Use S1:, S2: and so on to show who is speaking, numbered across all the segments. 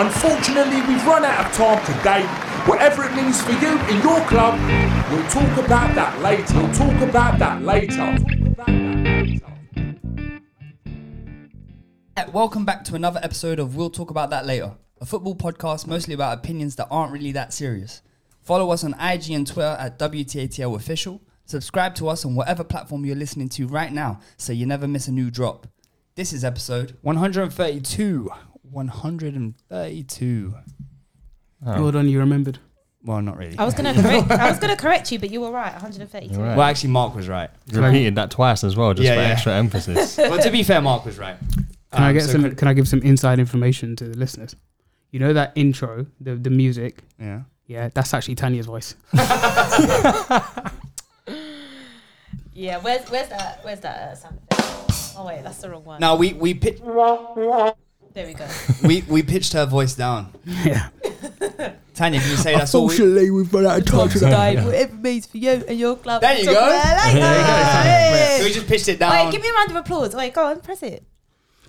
S1: Unfortunately, we've run out of time today. Whatever it means for you in your club, we'll talk about that later. We'll talk about that later.
S2: Welcome back to another episode of We'll Talk About That Later, a football podcast mostly about opinions that aren't really that serious. Follow us on IG and Twitter at WTATL Official. Subscribe to us on whatever platform you're listening to right now so you never miss a new drop. This is episode
S3: 132. 132. Oh.
S4: Well done, you remembered.
S2: Well, not really.
S5: I was gonna correct. I was gonna correct you, but you were right. 132.
S3: You're right.
S2: Well, actually, Mark was right.
S3: You repeated that twice as well, just
S2: Yeah,
S3: for
S2: yeah.
S3: extra emphasis.
S2: Well, to be fair, Mark was right.
S4: Can
S3: Oh,
S4: I
S2: Um,
S4: get
S2: so
S4: some?
S2: could-
S4: Can I give some inside information to the listeners? You know that intro, the the music.
S2: yeah.
S4: Yeah, that's actually Tanya's voice.
S5: Yeah. Where's where's that? Where's that uh, sound effect? Oh wait, that's the wrong one.
S2: Now we we pitched
S5: There we go.
S2: we we pitched her voice down.
S4: yeah.
S2: Tanya, can you say that's all? We, there
S4: we've run out of time
S5: Whatever means for you and your club.
S2: There you
S5: Talk
S2: go.
S5: about it later. Hey.
S2: we just pitched it down.
S5: Wait, give me a round of applause. Wait, go on, press it.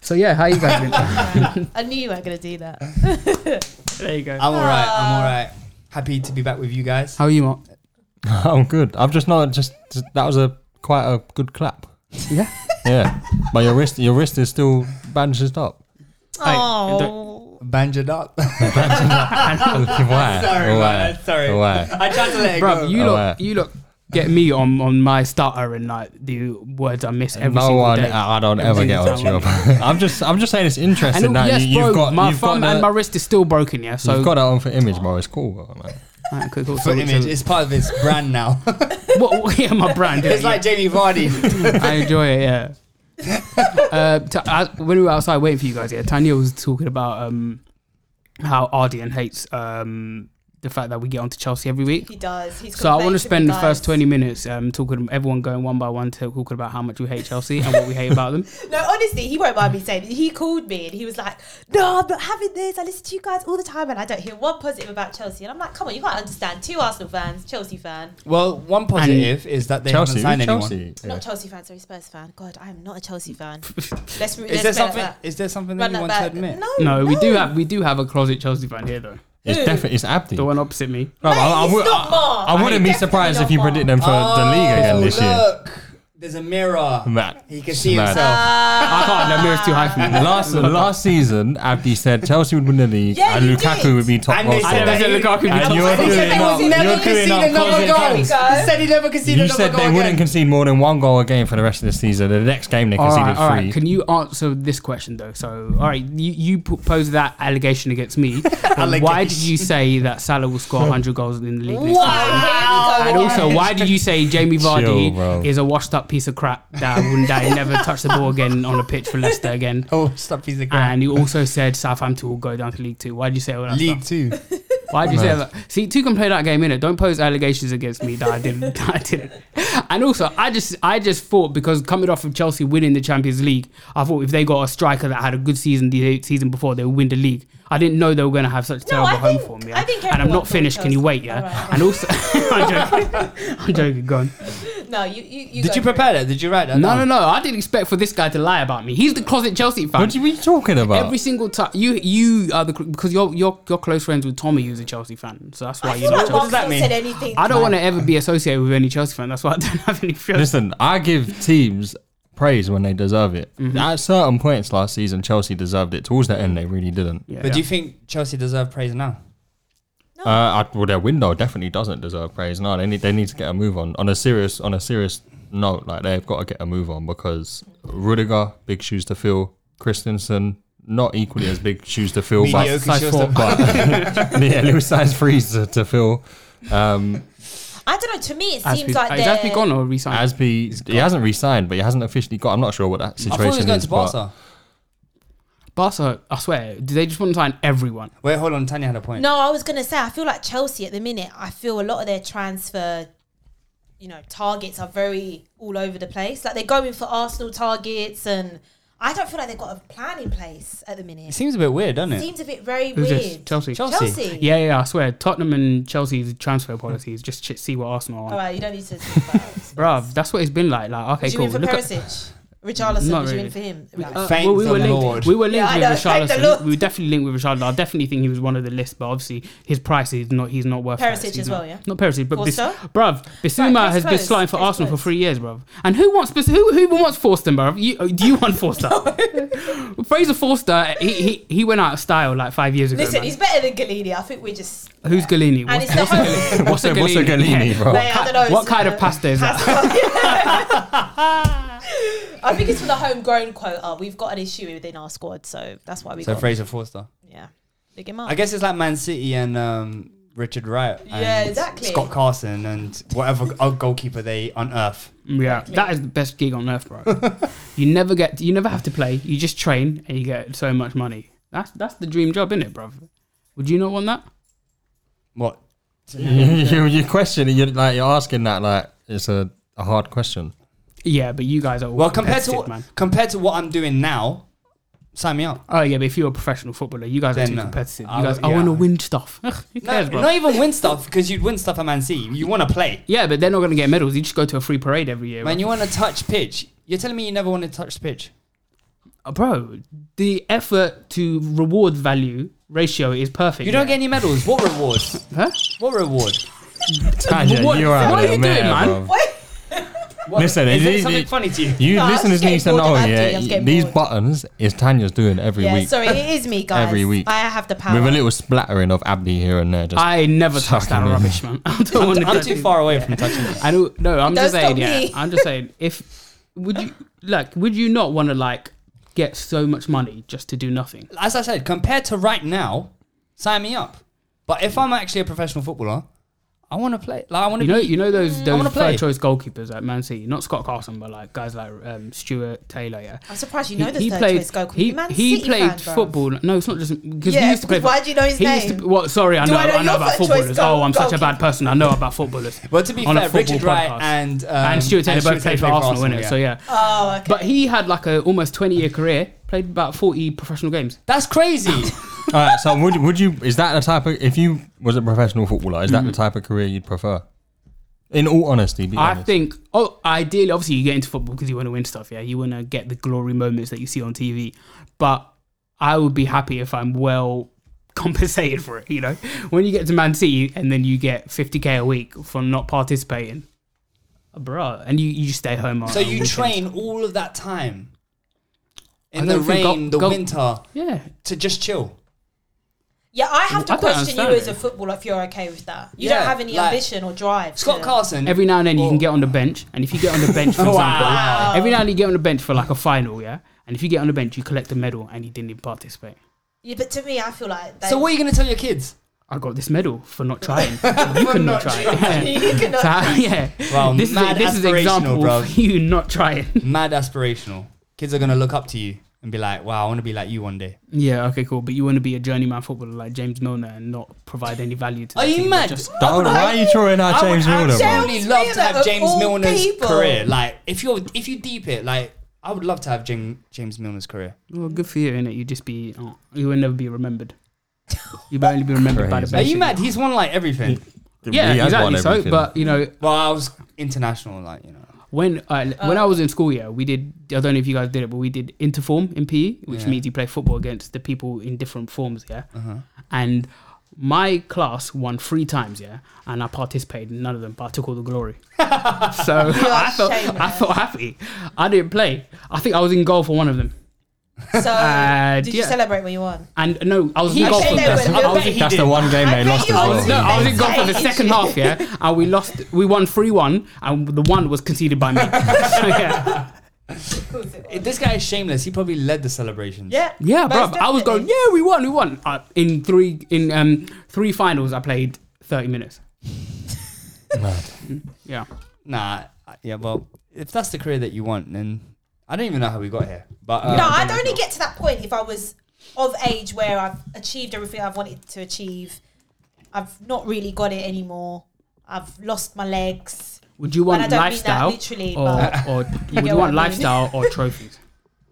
S4: So yeah, how you guys been?
S5: I knew you weren't gonna do that.
S4: there you go.
S2: I'm all right. I'm
S5: Ah.
S2: all right. Happy to be back with you guys.
S4: How are you, Mark?
S3: I'm good. I've just not just just- that was a quite a good clap.
S4: Yeah.
S3: Yeah, but your wrist your wrist is still bandaged up.
S5: Oh.
S2: Banjoed up.
S3: Why?
S2: Sorry,
S3: Why?
S2: man, I'm sorry.
S3: Why?
S2: I tried to let it
S4: Bro,
S2: go.
S4: you
S3: Oh,
S4: look.
S3: yeah.
S4: You look. Get me on on my starter and like the words I miss every
S3: No
S4: single
S3: one.
S4: day.
S3: I I don't
S4: Every
S3: ever get
S4: single
S3: on
S4: time.
S3: you. I'm just I'm just saying it's
S4: And
S3: interesting
S4: all-
S3: that
S4: yes,
S3: you,
S4: bro,
S3: you've got
S4: my
S3: you've
S4: thumb
S3: got the,
S4: and my wrist is still broken. Yeah, so
S3: you've got that on for image, bro. It's cool. Bro, man.
S4: Alright, cool, cool.
S2: For
S4: So-
S2: image,
S4: so-
S2: it's part of his brand now.
S4: what, what- yeah, my brand. yeah,
S2: it's like Jamie Vardy.
S4: I enjoy it. Yeah. uh, t- I, when we were outside waiting for you guys, yeah, Tanya was talking about um, how Ardian hates um, the fact that we get onto Chelsea every week.
S5: He does. He's
S4: So I want to
S5: complained
S4: spend the
S5: me,
S4: first
S5: guys.
S4: twenty minutes um, talking. Everyone going one by one, to talking about how much we hate Chelsea and what we hate about them.
S5: No, honestly, he won't mind me saying it. He called me and he was like, No, I'm not having this. I listen to you guys all the time and I don't hear one positive about Chelsea. And I'm like, Come on, you can't understand. Two Arsenal fans, Chelsea fan.
S2: well, one positive is that they
S3: Chelsea,
S2: haven't signed anyone.
S3: Chelsea. Yeah.
S5: Not Chelsea fan, sorry, Spurs fan. God, I am not a Chelsea fan. let's re-
S2: Is there
S5: let's bear
S2: something?
S5: that-
S2: Is there something that
S5: run
S2: you
S5: that
S2: want to
S5: back.
S2: admit?
S5: No,
S4: No, we do have we do have a closet Chelsea fan here though.
S3: It's definitely it's Abdi.
S4: The one opposite me.
S3: Bro,
S5: Mate, it's
S3: would-
S5: not Mar.
S3: I wouldn't be
S5: Definitely
S3: surprised
S5: not
S3: if you
S5: Mar.
S3: predict them for the league
S4: Oh,
S3: again this year.
S2: Oh, look, there's a mirror.
S3: Matt,
S2: He can see
S3: Matt.
S2: himself.
S5: Ah,
S4: I can't. The mirror's too high for me.
S3: Last last season, Abdi said Chelsea would win the league
S5: Yeah,
S3: and
S5: you
S3: Lukaku
S5: did.
S3: would be top
S2: And
S3: goal
S2: they
S4: I
S3: scorer.
S2: said
S4: never
S2: that
S4: said
S2: you-
S4: Lukaku would be
S3: And
S4: top
S3: you're
S4: six.
S3: doing
S2: He said
S3: it
S2: they
S3: now.
S2: was never
S3: You're
S2: gonna
S3: doing
S2: concede
S3: now
S2: another
S3: closing
S2: goal. He
S3: games.
S2: said he never conceded
S3: You
S2: another
S3: said
S2: goal
S3: they wouldn't
S2: again.
S3: concede more than one goal a game for the rest of the season. The next game they
S4: All
S3: conceded
S4: right, all right.
S3: three.
S4: Can you answer this question though? So, all right, you, you pu- posed that allegation against me. but why did you say that Salah will score 100 goals in the league next season?
S5: Wow.
S4: And also, why did you say Jamie Vardy
S3: Chill, bro.
S4: is a washed-up piece of crap that wouldn't that never touch the ball again on a pitch for Leicester again?
S2: Oh, stop! He's a
S4: And you also said Southampton will go down to League Two. Why did you say all that
S2: League
S4: stuff?
S2: Two.
S4: Why would you say that? See, two can play that game in it. Don't pose allegations against me that I didn't. that I didn't. And also, I just, I just thought because coming off of Chelsea winning the Champions League, I thought if they got a striker that had a good season the season before, they would win the league. I didn't know they were going to have such
S5: No,
S4: terrible
S5: I
S4: home
S5: think-
S4: form.
S5: I
S4: Yeah,
S5: think
S4: and I'm
S5: everyone
S4: not
S5: thought
S4: finished. Can you
S5: Chelsea-
S4: wait? Yeah,
S5: Alright, okay.
S4: and also, I'm joking. I'm joking. Go on.
S5: No, you. you, you
S2: Did
S5: go
S2: you
S5: for it.
S2: prepare that? Did you write that?
S4: No,
S2: down?
S4: no, no. I didn't expect for this guy to lie about me. He's the closet Chelsea fan.
S3: What are you talking about?
S4: Every single time you you are the cl- because you're you're you're close friends with Tommy who's a Chelsea fan, so that's why
S5: I
S4: you're
S5: feel
S4: not
S5: like
S4: Chelsea.
S2: What does
S5: Mark's
S2: that
S5: not
S2: mean?
S5: said anything.
S4: I don't want to ever be associated with any Chelsea fan. That's why I don't have any friends.
S3: Listen, I give teams praise when they deserve it.
S4: Mm-hmm.
S3: At certain points last season, Chelsea deserved it. Towards the end, they really didn't.
S4: Yeah,
S2: But do you think Chelsea deserve praise now?
S3: Uh, I, well, their window definitely doesn't deserve praise. No, they need they need to get a move on. On a serious on a serious note, like they've got to get a move on because Rudiger, big shoes to fill. Christensen, not equally as big shoes to fill, but
S2: Mediocre shoes to fill.
S3: but yeah, little size threes to, to fill. Um,
S5: I don't know. To me, it
S4: Aspie-
S5: seems like
S4: is
S5: they're-
S4: Aspie gone or resigned?
S3: Asby, he hasn't re-signed, but he hasn't officially got. I'm not sure what that
S2: I
S3: situation
S2: thought he was going
S3: is.
S2: to
S3: but-
S2: Barca.
S4: Barca, I swear, do they just want to sign everyone?
S2: Wait, hold on. Tanya had a point.
S5: No, I was gonna say I feel like Chelsea at the minute. I feel a lot of their transfer, you know, targets are very all over the place. Like they're going for Arsenal targets, and I don't feel like they've got a plan in place at the
S2: It
S5: minute.
S2: seems a bit weird, doesn't it?
S5: Seems a bit very
S4: Who's this?
S5: weird.
S4: Chelsea?
S2: Chelsea.
S5: Chelsea.
S4: Yeah, yeah, I swear. Tottenham and Chelsea's transfer policy is just ch- see what Arsenal
S5: All
S4: are.
S5: right, you don't need to. Talk about it.
S4: Bruv, that's what it's been like. Like, okay,
S5: Did you
S4: cool.
S5: in for
S4: Look at-
S5: Perisic? Richarlison,
S4: Not
S5: was you
S4: really.
S5: in for him?
S4: Uh,
S2: Thank
S4: well, we
S2: the
S4: were linked,
S2: Lord.
S4: We were
S5: Yeah,
S4: linked
S5: I know,
S4: with
S5: thank the
S4: Richarlison.
S5: Lord.
S4: We were definitely linked with Richarlison. I definitely think he was one of the list, but obviously his price is not. He's not worth. that.
S5: Perisic
S4: He's
S5: as
S4: not-
S5: well, yeah?
S4: Not Perisic, but Bis-
S5: Forster?
S4: bruv, Bissouma
S5: Right, case
S4: has been
S5: closed,
S4: slotting for
S5: case
S4: Arsenal for
S5: closed.
S4: three years, bruv. And who wants Bis- who who wants Forster, bruv? You, uh, do you want Forster? Fraser Forster, he, he he went out of style like five years ago.
S5: Listen,
S4: man.
S5: he's better than Galini. I think we're just.
S4: Who's Galini?
S5: And it's the home.
S4: what's a
S3: What's a Gallini, bro?
S5: Like, I don't know,
S4: What
S5: it's uh,
S4: kind of
S5: a-
S4: pasta is that?
S5: I think it's for the homegrown quota. We've got an issue within our squad, so that's why we.
S2: So
S5: got,
S2: Fraser Forster.
S5: yeah, big him up.
S2: I guess it's like Man City and um, Richard Wright. And
S5: Yeah, exactly.
S2: Scott Carson and whatever o- goalkeeper they unearth.
S4: Yeah, that is the best gig on earth, bro. you never get, you never have to play. You just train and you get so much money. That's that's the dream job, isn't it, bro? Would you not want that?
S2: What?
S3: you, you question it. You're like you're asking that like it's a, a hard question.
S4: Yeah, but you guys are all
S2: Well, compared to
S4: competitive,
S2: what,
S4: man.
S2: compared to what I'm doing now, sign me up.
S4: Oh yeah, but if you're a professional footballer, you guys are
S2: Then,
S4: too
S2: uh,
S4: competitive. You
S2: I
S4: guys,
S2: would-
S4: I want to
S2: yeah.
S4: win stuff. Ugh, who
S2: No,
S4: cares, bro?
S2: not even win stuff because you'd win stuff at Man City. You want to play,
S4: yeah, but they're not going to get medals. You just go to a free parade every year,
S2: man.
S4: bro.
S2: You want to touch pitch. You're telling me you never want to touch pitch.
S4: Uh, bro. The effort to reward value ratio is perfect.
S2: You don't get
S4: yeah.
S2: any medals. What rewards?
S4: Huh?
S2: What reward?
S3: Tanya,
S4: what-
S3: you are
S4: what
S3: a
S4: are
S3: little
S4: you doing,
S3: mare,
S4: man?
S3: bruv.
S2: What-
S3: Listen,
S2: is
S3: it-
S2: there
S3: it-
S2: something
S3: it-
S2: funny to you?
S3: You
S5: No, I was
S3: listeners
S5: getting
S3: need to
S5: bored.
S3: know,
S5: I'm doing-
S3: yeah.
S5: I'm getting
S3: These
S5: bored.
S3: buttons is Tanya's doing every
S5: yeah,
S3: week.
S5: sorry, it is me, guys.
S3: Every week.
S5: I have the power.
S3: With a little splattering of Abdi here and there. Just
S4: I never touch that
S3: Sucking in.
S4: rubbish, man. I don't want to
S2: I'm
S4: touch
S2: too
S4: it.
S2: far away from touching this.
S4: I don't. No, I'm just
S5: Don't
S4: saying.
S5: stop
S4: Yeah,
S5: me.
S4: I'm just saying. If would you like, would you not want to like get so much money just to do nothing?
S2: as I said, compared to right now, sign me up. But if I'm actually a professional footballer, I want to play. Like I want to
S4: You know,
S2: be.
S4: you know
S5: Mm,
S4: those those
S2: wanna play.
S4: third choice goalkeepers at Man City, not Scott Carson, but like guys like um, Stuart Taylor. Yeah,
S5: I'm surprised you know this
S4: he
S5: third
S4: played-
S5: choice goalkeeper.
S4: He,
S5: You Man
S4: he
S5: City
S4: played
S5: fan, bruv.
S4: football. No, it's not just because he
S5: Yeah,
S4: used to play.
S5: because why do you know his
S4: he Used to
S5: name?
S4: be, well, sorry, I
S5: Do
S4: know,
S5: I
S4: I
S5: know
S4: know,
S5: your
S4: about
S5: third choice
S4: footballers. Oh, I'm such a
S5: goalkeeper?
S4: bad person. I know about footballers.
S2: But to be
S4: On a
S2: fair,
S4: football
S2: Richard Wright
S4: podcast.
S2: and um,
S4: and Stuart Taylor both played for Arsenal, innit?
S2: yeah.
S4: So yeah.
S5: Oh, okay.
S4: But he had like a almost 20 year career, played about 40 professional games.
S2: that's crazy.
S3: All right, so would would you? Is that the type of? If you was a professional footballer, is that the type of career you'd prefer? In all honesty, be
S4: Mm. I
S3: honest.
S4: think, oh, ideally, obviously, you get into football because you want to win stuff, yeah? You want to get the glory moments that you see on TV. But I would be happy if I'm well compensated for it, you know? When you get to Man City and then you get 50K a week for not participating, bruh, and you, you stay home. on-
S2: so
S4: on
S2: you
S4: weekends.
S2: train all of that time
S4: I
S2: in the
S4: don't think go-
S2: rain, the
S4: go-
S2: winter
S4: Yeah.
S2: to just chill.
S5: yeah, I have to
S4: I don't
S5: question you
S4: understand
S5: as a
S4: it.
S5: footballer if you're okay with that. You
S2: Yeah,
S5: don't have any
S2: like-
S5: ambition or drive.
S2: Scott
S5: to-
S2: Carson.
S4: Every now and then you
S2: Oh.
S4: can get on the bench, and if you get on the bench, for
S2: Wow.
S4: example, every now and then you get on the bench for like a final, yeah. And if you get on the bench, you collect a medal, and you didn't even participate.
S5: Yeah, but to me, I feel like. They,
S2: So what are you going to tell your kids?
S4: I got this medal for not trying. you could not try.
S5: You cannot-
S4: So, yeah.
S2: Wow,
S4: this is
S2: mad
S4: this is
S2: aspirational,
S4: example
S2: bro.
S4: of you not trying.
S2: Mad aspirational. Kids are going to look up to you. and be like, wow, I want to be like you one day.
S4: Yeah, okay, cool. But you want to be a journeyman footballer like James Milner and not provide any value to
S2: Are
S4: the
S2: you
S4: team, but
S2: mad?
S4: just-
S3: Don't, why are you drawing out James
S2: I would
S3: Milner, bro?
S2: absolutely
S5: James
S2: love to
S5: Milner
S2: have
S5: of
S2: James
S5: all
S2: Milner's
S5: people.
S2: career. Like if you're if you deep it, like I would love to have James James Milner's career.
S4: Well, good for you, innit? You'd just be, oh, you would never be remembered. You'd only be remembered by the
S3: Crazy.
S4: best.
S2: Are you mad? He's won like everything.
S4: Yeah,
S3: He has won
S4: exactly. So,
S3: everything.
S4: but you know,
S2: Well, I was international, like you know.
S4: when I when
S2: Oh.
S4: I was in school, yeah, we did. I don't know if you guys did it, but we did interform in PE, which means you play football against the people in different forms, yeah.
S2: Uh-huh.
S4: And my class won three times, yeah, and I participated in none of them, but I took all the glory. so I felt I
S5: shameless.
S4: felt happy. I didn't play. I think I was in goal for one of them,
S5: So
S4: Uh,
S5: did
S4: yeah.
S5: you celebrate when you won?
S4: and uh, no, I was
S2: He
S4: in goal
S2: bet
S4: for
S2: they
S4: the-
S5: were-
S4: I was
S5: bet
S4: in-
S5: he
S3: That's the
S2: did.
S3: one game
S5: I
S3: they
S5: bet
S3: lost as
S5: you
S3: well.
S5: was-
S4: No, I was in goal for the
S5: Dang.
S4: second half, yeah, and we lost. We won three one, and the one was conceded by me. so, yeah,
S2: This guy is shameless. He probably led the celebrations.
S5: Yeah.
S4: yeah,
S5: most
S4: bro. I was going,
S5: definitely.
S4: yeah, we won, we won. Uh, in three, in um, three finals, I played thirty minutes. Hmm? Yeah,
S2: Nah. I- Yeah. Well, if that's the career that you want, then I don't even know how we got here. But uh,
S5: No, I'd only get to that point if I was of age where I've achieved everything I've wanted to achieve. I've not really got it anymore. I've lost my legs.
S4: Would you want
S5: And I don't mean that
S4: lifestyle,
S5: literally,
S4: or,
S5: but-
S4: or would
S5: get
S4: you
S5: what I
S4: want
S5: mean.
S4: lifestyle or trophies?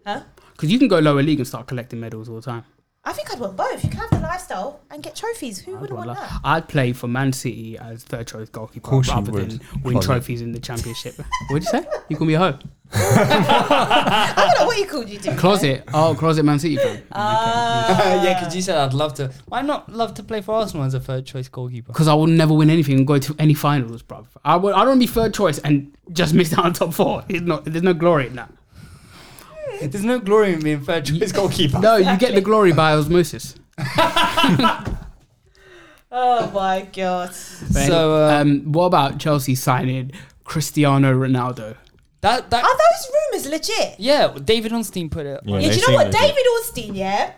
S5: Huh?
S4: Because you can go lower league and start collecting medals all the time.
S5: I think I'd want both. You can have the lifestyle and get trophies. Who would want that?
S4: I'd play for Man City as third choice goalkeeper
S3: course you
S4: rather
S3: would.
S4: than win
S3: Probably.
S4: trophies in the championship. What'd you say? You call me a hoe?
S5: I don't know what you called you do.
S4: Closet. Oh, closet Man City fan.
S5: Ah,
S2: yeah, because you said I'd love to. Why not love to play for Arsenal as a third choice goalkeeper?
S4: Because I will never win anything and go to any finals, bruv. I would, I don't wanna be third choice and just miss out on top four. It's not, there's no glory in that.
S2: There's no glory in being third choice goalkeeper.
S4: No, you get the glory by osmosis.
S5: Oh my god.
S4: But
S2: So,
S4: anyway,
S2: uh,
S4: um, what about Chelsea signing Cristiano Ronaldo?
S2: That that
S5: Are those rumors legit?
S2: yeah. David Onstein put it.
S3: Yeah,
S5: Yeah, do
S3: they
S5: you know
S3: seem
S5: what?
S3: legit.
S5: David Ornstein, yeah?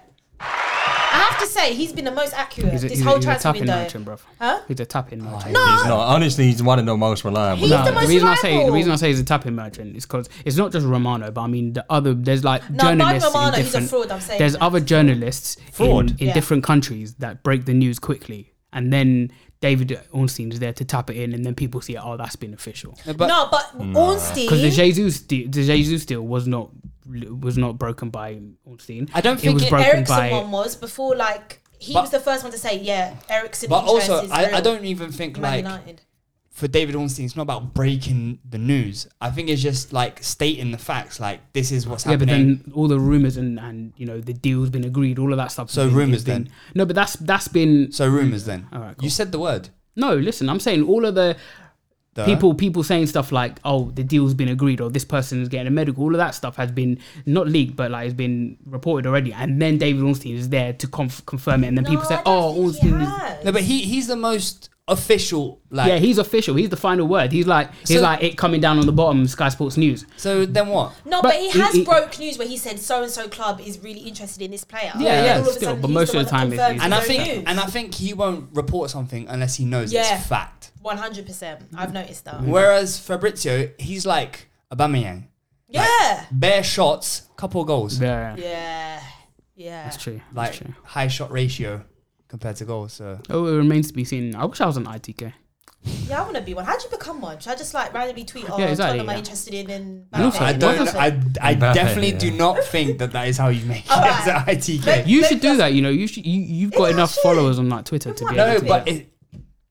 S5: I have to say, he's been the most accurate
S4: He's a,
S5: this
S4: he's a-
S5: whole
S4: he's a
S5: transfer
S4: tapping
S5: window.
S4: merchant, bruv.
S5: Huh?
S4: He's a tapping merchant.
S5: No,
S3: He's not. Honestly, he's one of the most reliable.
S5: He's the most
S4: reason I say Oh, the
S5: reliable.
S4: reason I say he's a tapping merchant is because it's not just Romano, but I mean the other there's like
S5: No, Barney
S4: journalists. in
S5: Romano, he's a
S4: different-
S5: fraud, I'm saying
S4: there's
S5: that.
S4: other journalists
S2: Fraud?
S4: in, in
S5: Yeah.
S4: different countries that break the news quickly, and then David Ornstein is there to tap it in, and then people see oh that's been official
S2: But-
S5: no, but
S4: because the
S5: Ornstein.
S4: Jesus de- the Jesus deal was not was not broken by Ornstein.
S2: I don't
S4: it
S2: think
S4: was
S2: it-
S4: broken
S5: Ericsson
S4: by.
S5: one was before like he
S2: But-
S5: was the first one to say yeah Ericsson.
S2: But also,
S5: is
S2: I,
S5: real.
S2: I don't even think like
S5: Man United.
S2: for David Ornstein, it's not about breaking the news. I think it's just like stating the facts. Like this is what's
S4: Yeah, but
S2: happening.
S4: then all the rumors and, and you know the deal's been agreed, all of that stuff.
S2: So
S4: has been- has
S2: rumours
S4: been-
S2: then?
S4: No, but that's that's been
S2: so rumors then.
S4: Alright,
S2: You said the word.
S4: no. Listen, I'm saying all of the
S2: Duh.
S4: people people saying stuff like oh the deal's been agreed or this person is getting a medical all of that stuff has been not leaked but like has been reported already and then david ornstein is there to conf- confirm it and then people say oh ornstein is
S2: No, but he he's the most official. Like
S4: yeah he's official he's the final word he's like he's
S2: So-
S4: like it coming down on the bottom sky sports news
S2: so then what?
S5: No,
S4: But
S5: but, he
S4: he-
S5: has
S4: he-
S5: broke news where he said so and so club is really interested in this player.
S4: Yeah,
S5: And
S4: yeah,
S5: all of a
S4: still,
S5: sudden
S4: but
S5: he's
S4: most of the
S5: one
S4: time
S5: that
S4: it's-
S5: confirms
S2: And I
S5: no
S2: think
S5: news.
S2: and I think he won't report something unless he knows
S5: Yeah.
S2: it's fact.
S5: 100%. I've noticed that.
S2: Whereas Fabrizio, he's like Aubameyang,
S5: Yeah.
S2: bare shots, couple goals,
S4: yeah,
S5: Yeah. Yeah.
S4: that's true
S2: like
S4: that's true
S2: high shot ratio compared to goals. So
S4: oh it remains to be seen i wish i was an itk
S5: Yeah, I want to be one. How'd you become one? Should I just like randomly tweet, oh,
S4: Yeah,
S5: yeah,
S4: exactly,
S5: am I
S4: yeah.
S5: interested in? And
S4: And also,
S2: I don't.
S4: Wasn't-
S2: I, I
S3: Mbappe,
S2: definitely do
S3: yeah.
S2: not think that that is how you make it as an ITK.
S4: you
S5: Maybe
S4: should do
S5: that's-
S4: that you know you should you, you've got
S5: Yeah,
S4: enough
S5: shit.
S4: followers on like twitter to be able
S2: no,
S4: to do
S2: but
S4: that.
S2: it,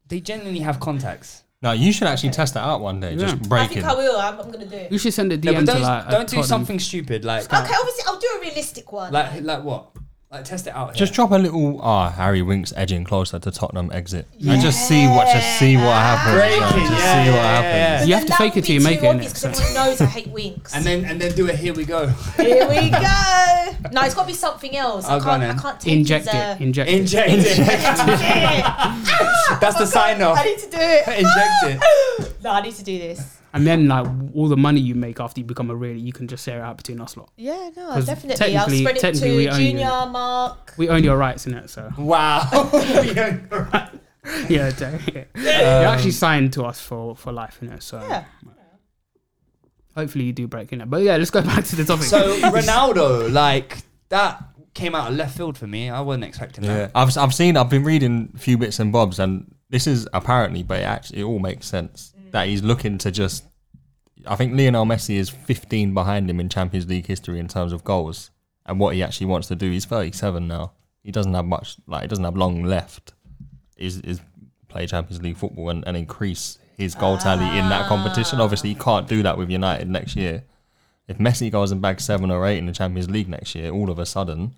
S2: they genuinely have contacts.
S3: No, you should actually test that out one day.
S4: Yeah.
S3: Just
S5: I
S3: break
S5: think
S3: it.
S5: I will. I'm, I'm going to do it.
S4: you should send a
S2: No,
S4: dm
S2: but
S4: to
S2: don't
S4: like a
S2: don't do
S4: Tottenham-
S2: something stupid like
S5: Okay, obviously, I'll do a realistic one.
S2: like like what like test it out. Here.
S3: Just drop a little. Ah, Harry Winks edging closer to Tottenham exit, and just see what just see what happens.
S2: Break
S3: man.
S2: it,
S3: Just
S2: yeah,
S3: see what
S2: yeah,
S3: happens.
S2: yeah,
S4: you have to fake it till you make it, innit?
S5: Because everyone knows I hate winks.
S2: and then and then do a here we go.
S5: Here we go. No, it's got to be something else. I
S2: Oh, go on
S5: can't, I
S2: then.
S5: can't take
S4: Inject
S5: these, uh,
S4: it. Inject it.
S2: Inject it. That's the sign off.
S5: I need to do it.
S2: Inject
S5: it. no, I need to do this.
S4: And then like all the money you make after you become a really, you can just share it out between us lot.
S5: Yeah, no,
S4: 'Cause
S5: definitely. I'll
S4: technically-
S5: spread it
S4: technically we
S5: to
S4: own you.
S5: Junior, Mark.
S4: We own your rights in it, so
S2: Wow.
S4: yeah,
S5: Um,
S4: yeah. you're actually signed to us for for life in it. So
S5: Yeah.
S4: Hopefully you do break in it. But yeah, let's go back to the topic.
S2: So Ronaldo, like that came out of left field for me. I wasn't expecting
S3: Yeah,
S2: that.
S3: I've I've seen I've been reading a few bits and bobs, and this is apparently, but it actually it all makes sense that he's looking to just. I think Lionel Messi is 15 behind him in Champions League history in terms of goals and what he actually wants to do. He's 37 now. He doesn't have much like he doesn't have long left. Is is play Champions League football and, and increase his goal tally in that competition. Obviously, he can't do that with United next year. If Messi goes and bags seven or eight in the Champions League next year, all of a sudden,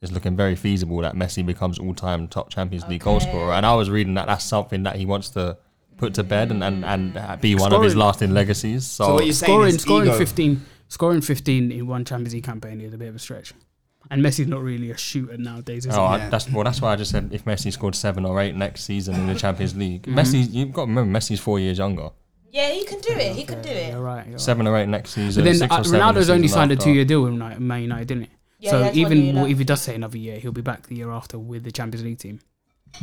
S3: it's looking very feasible that Messi becomes all-time top Champions League goal scorer. And I was reading that that's something that he wants to put to bed and and, and be one of his
S4: Scoring.
S3: lasting legacies. So,
S2: So what you're saying
S4: scoring
S2: is
S4: scoring
S2: ego.
S4: fifteen scoring fifteen in one Champions League campaign is a bit of a stretch. And Messi's not really a shooter nowadays, is
S3: oh, I-
S2: Yeah.
S3: that's well, that's why I just said if Messi scored seven or eight next season in the Champions League,
S2: Mm.
S3: Messi, you've got to remember Messi's four years younger.
S5: Yeah, he can do it. He can do
S4: he?
S5: it.
S4: You're right. you're
S3: Seven or eight next season.
S4: But then
S3: six
S4: uh,
S3: or seven the
S4: Ronaldo's only
S3: season
S4: signed a
S3: after.
S4: two-year deal with Uni- Man United, didn't it?
S5: Yeah,
S4: so
S5: he has one
S4: even
S5: year
S4: w-
S5: left.
S4: if he does stay another year, he'll be back the year after with the Champions League team.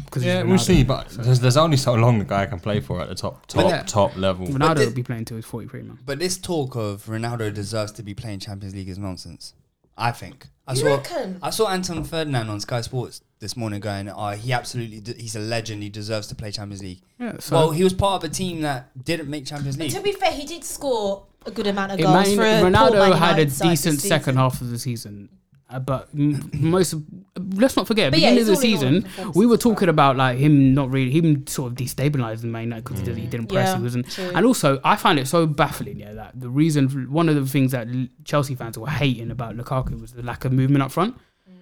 S4: 'Cause he's
S3: Yeah, we'll
S4: Ronaldo.
S3: see. But there's, there's only so long the guy can play for at the top, top,
S4: yeah.
S3: top level.
S4: Ronaldo
S2: thi-
S4: will be playing till he's forty-three, man.
S2: But this talk of Ronaldo deserves to be playing Champions League is nonsense. I think. I
S5: You
S2: saw,
S5: reckon?
S2: I saw Anton Ferdinand on Sky Sports this morning going, "Oh, he absolutely, de- he's a legend. He deserves to play Champions League."
S4: Yeah, so-
S2: well, he was part of a team that didn't make Champions League.
S5: To be fair, he did score a good amount of
S4: It
S5: goals
S4: may-
S5: for a poor Man
S4: Ronaldo had a
S5: United side this
S4: decent
S5: season.
S4: second half of the season, uh, but m- most of, let's not forget
S5: But yeah,
S4: beginning of
S5: it's
S4: the
S5: all in all
S4: season
S5: performances
S4: we were
S5: as well.
S4: talking about like him not really him sort of destabilizing Man United because he didn't press
S5: Mm. Yeah,
S4: he wasn't
S5: true.
S4: and also I find it so baffling yeah that the reason one of the things that L- Chelsea fans were hating about Lukaku was the lack of movement up front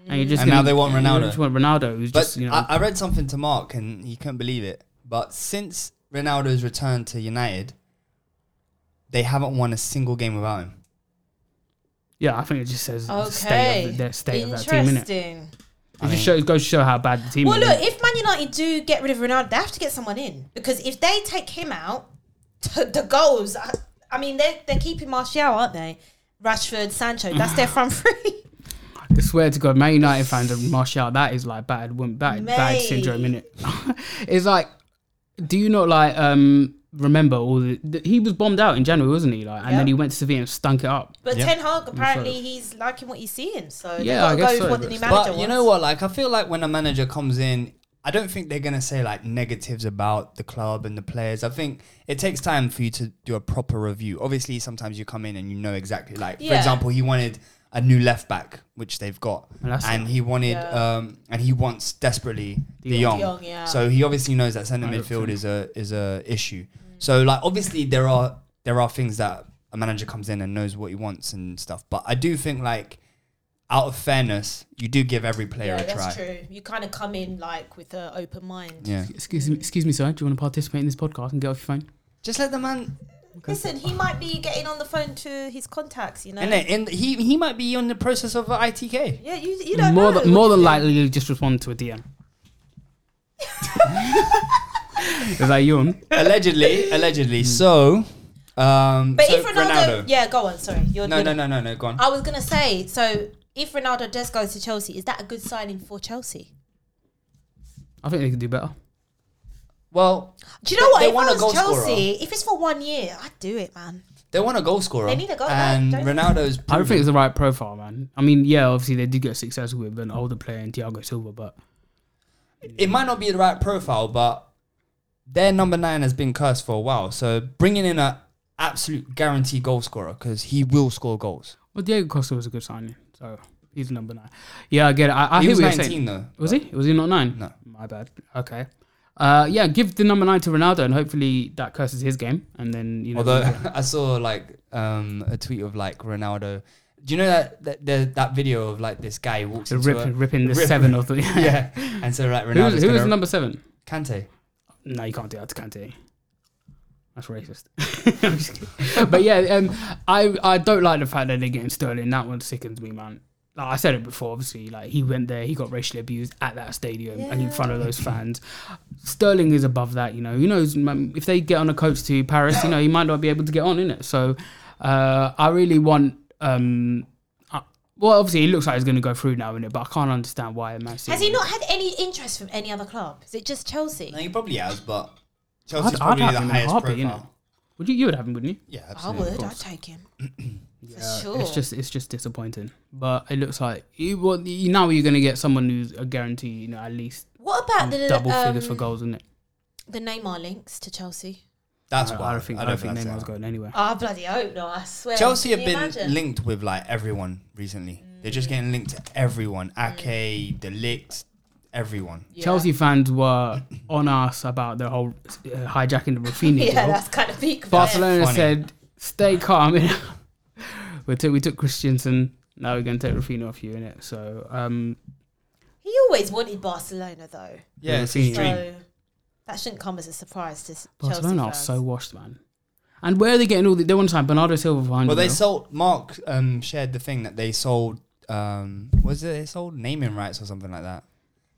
S4: and you just
S2: And now they want
S4: you
S2: Ronaldo.
S4: just want Ronaldo who's
S2: But
S4: just you know
S2: I, I read something to Mark and he couldn't believe it. But since Ronaldo's return to United, they haven't won a single game without him.
S4: yeah I think it just says the state
S5: Okay.
S4: of the, the state of that team innit? it
S5: Interesting.
S4: just shows goes to show how bad the team
S5: Well,
S4: is
S5: look, if Man United do get rid of Ronaldo, they have to get someone in because if they take him out, the goals. I, I mean, they're they're keeping Martial, aren't they? Rashford, Sancho. That's
S4: Mm.
S5: their front three.
S4: I swear to God, Man United fans and Martial, that is like bad woman, bad, bad
S5: Mate.
S4: syndrome, innit? it's like, do you not like um remember all the, th- he was bombed out in January, wasn't he? Like, and
S5: Yeah.
S4: then he went to Sevilla and stunk it up.
S5: But
S2: Yeah.
S5: Ten Hag apparently he's liking what he's seeing, so they've
S4: Yeah,
S5: gotta
S4: I guess
S5: go with
S4: so,
S5: what
S4: but
S5: the new
S4: still.
S5: manager
S2: But
S5: wants.
S2: you know what? Like, I feel like when a manager comes in, I don't think they're gonna say like negatives about the club and the players. I think it takes time for you to do a proper review. Obviously, sometimes you come in and you know exactly. Like, for
S5: Yeah.
S2: example, he wanted a new left back, which they've got,
S4: And
S2: and,
S4: that's it.
S2: he wanted
S5: Yeah.
S2: um and he wants desperately De Jong.
S5: De Jong, yeah.
S2: So he obviously knows that centre midfield
S4: 100%.
S2: is a is a issue. So like, obviously there are there are things that a manager comes in and knows what he wants and stuff. But I do think like out of fairness, you do give every player
S5: yeah,
S2: a try.
S5: that's true. You kind of come in like with an open mind.
S2: Yeah.
S4: Excuse me, excuse me, sir. Do you want to participate in this podcast and get off your phone?
S2: Just let the man
S5: Listen, he might be getting on the phone to his contacts. You know.
S2: and, and he he might be on the process of uh, ITK.
S5: yeah, you, you don't
S4: more
S5: know.
S4: than, more
S5: What
S4: than
S5: do you
S4: likely, you just respond to a DM. is that you? on?
S2: Allegedly, allegedly. So um
S5: But
S2: so
S5: if Ronaldo, yeah, go on. Sorry, you're
S2: No,
S5: you're-
S2: no, no, no, no, go on.
S5: I was gonna say, so if Ronaldo does go to Chelsea, is that a good signing for Chelsea?
S4: I think they could do better.
S2: Well,
S5: Do you know what?
S2: They
S5: if
S2: want
S5: I
S2: a
S5: was
S2: goal
S5: Chelsea,
S2: scorer.
S5: if it's for one year, I'd do it, man.
S2: they want a goal scorer.
S5: They need a goal,
S2: And
S5: don't they?
S2: Ronaldo's
S4: I don't
S2: proven-
S4: think it's the right profile, man. I mean, yeah, obviously they did get success with an older player in Thiago Silva, but
S2: it might not be the right profile, but their number nine has been cursed for a while. So bringing in a absolute guaranteed goal scorer because he will score goals.
S4: Well, Diego Costa was a good signing, so he's number nine. Yeah, I get it. I, I
S2: He
S4: hear
S2: was
S4: what you're
S2: 19
S4: saying.
S2: though.
S4: Was he? Was he not nine?
S2: No.
S4: my bad. Okay. Uh, yeah, give the number nine to Ronaldo, and hopefully that curses his game, and then you know.
S2: Although I saw like um, a tweet of like Ronaldo. Do you know that that, that, that video of like this guy who walks
S4: the
S2: into
S4: rip,
S2: a-
S4: ripping the
S2: rip-
S4: seven of the
S2: yeah, and so like
S4: Who was,
S2: Ronaldo's
S4: who was
S2: gonna-
S4: number seven?
S2: Kante.
S4: No, you can't do that to Kante. That's racist. I'm just kidding. but yeah, um, I I don't like the fact that they're getting Sterling. That one sickens me, man. Like I said it before, obviously, like he went there, he got racially abused at that stadium and in front of those fans. Sterling is above that, you know. Who knows man, if they get on a coach to Paris, you know, he might not be able to get on in it. So uh, I really want. Um, uh, well, obviously, it looks like he's going to go through now, in it, but I can't understand why Man City.
S5: Has he not had any interest from any other club? Is it just Chelsea?
S2: No, he probably has, but
S4: I'd- I'd
S2: Chelsea's probably
S4: have
S2: the
S4: him in a
S2: highest
S4: heartbeat,
S2: profile.
S4: innit? Would you? You would have him, wouldn't you?
S2: Yeah,
S5: I
S2: absolutely.
S5: would. I'd take him. For sure.
S4: It's just it's just disappointing. But it looks like you, well, you, now you're gonna get someone who's a guarantee. You know, at least
S5: what about the
S4: double
S5: um,
S4: figures for goals, isn't it?
S5: The Neymar links to Chelsea.
S2: That's
S4: I,
S2: why
S4: I don't think I don't, think Neymar's going anywhere.
S5: I bloody hope not. I swear.
S2: Chelsea have
S5: Can you
S2: been
S5: imagine? Mm.
S2: linked with like everyone recently. They're just getting linked to everyone. Ake, Delict, everyone.
S5: Yeah.
S4: Chelsea fans were on us about the whole uh, hijacking the Rafinha
S5: Yeah,
S4: deal.
S5: that's kind of big.
S4: Barcelona
S2: Funny.
S4: said, "Stay calm." we took we took Christiansen. Now we're gonna take Rafinha off you in it. So um,
S5: He always wanted Barcelona though,
S2: Yeah, it's
S4: Rafinha.
S2: his dream.
S5: so that shouldn't come as a surprise to s- Chelsea
S4: Barcelona are
S5: fans.
S4: so washed, man. And where are they getting all the? They want to sign Bernardo Silva for
S2: Well,
S4: 100
S2: they
S4: mil.
S2: sold. Mark um, shared the thing that they sold. Um, was it they sold naming rights or something like that?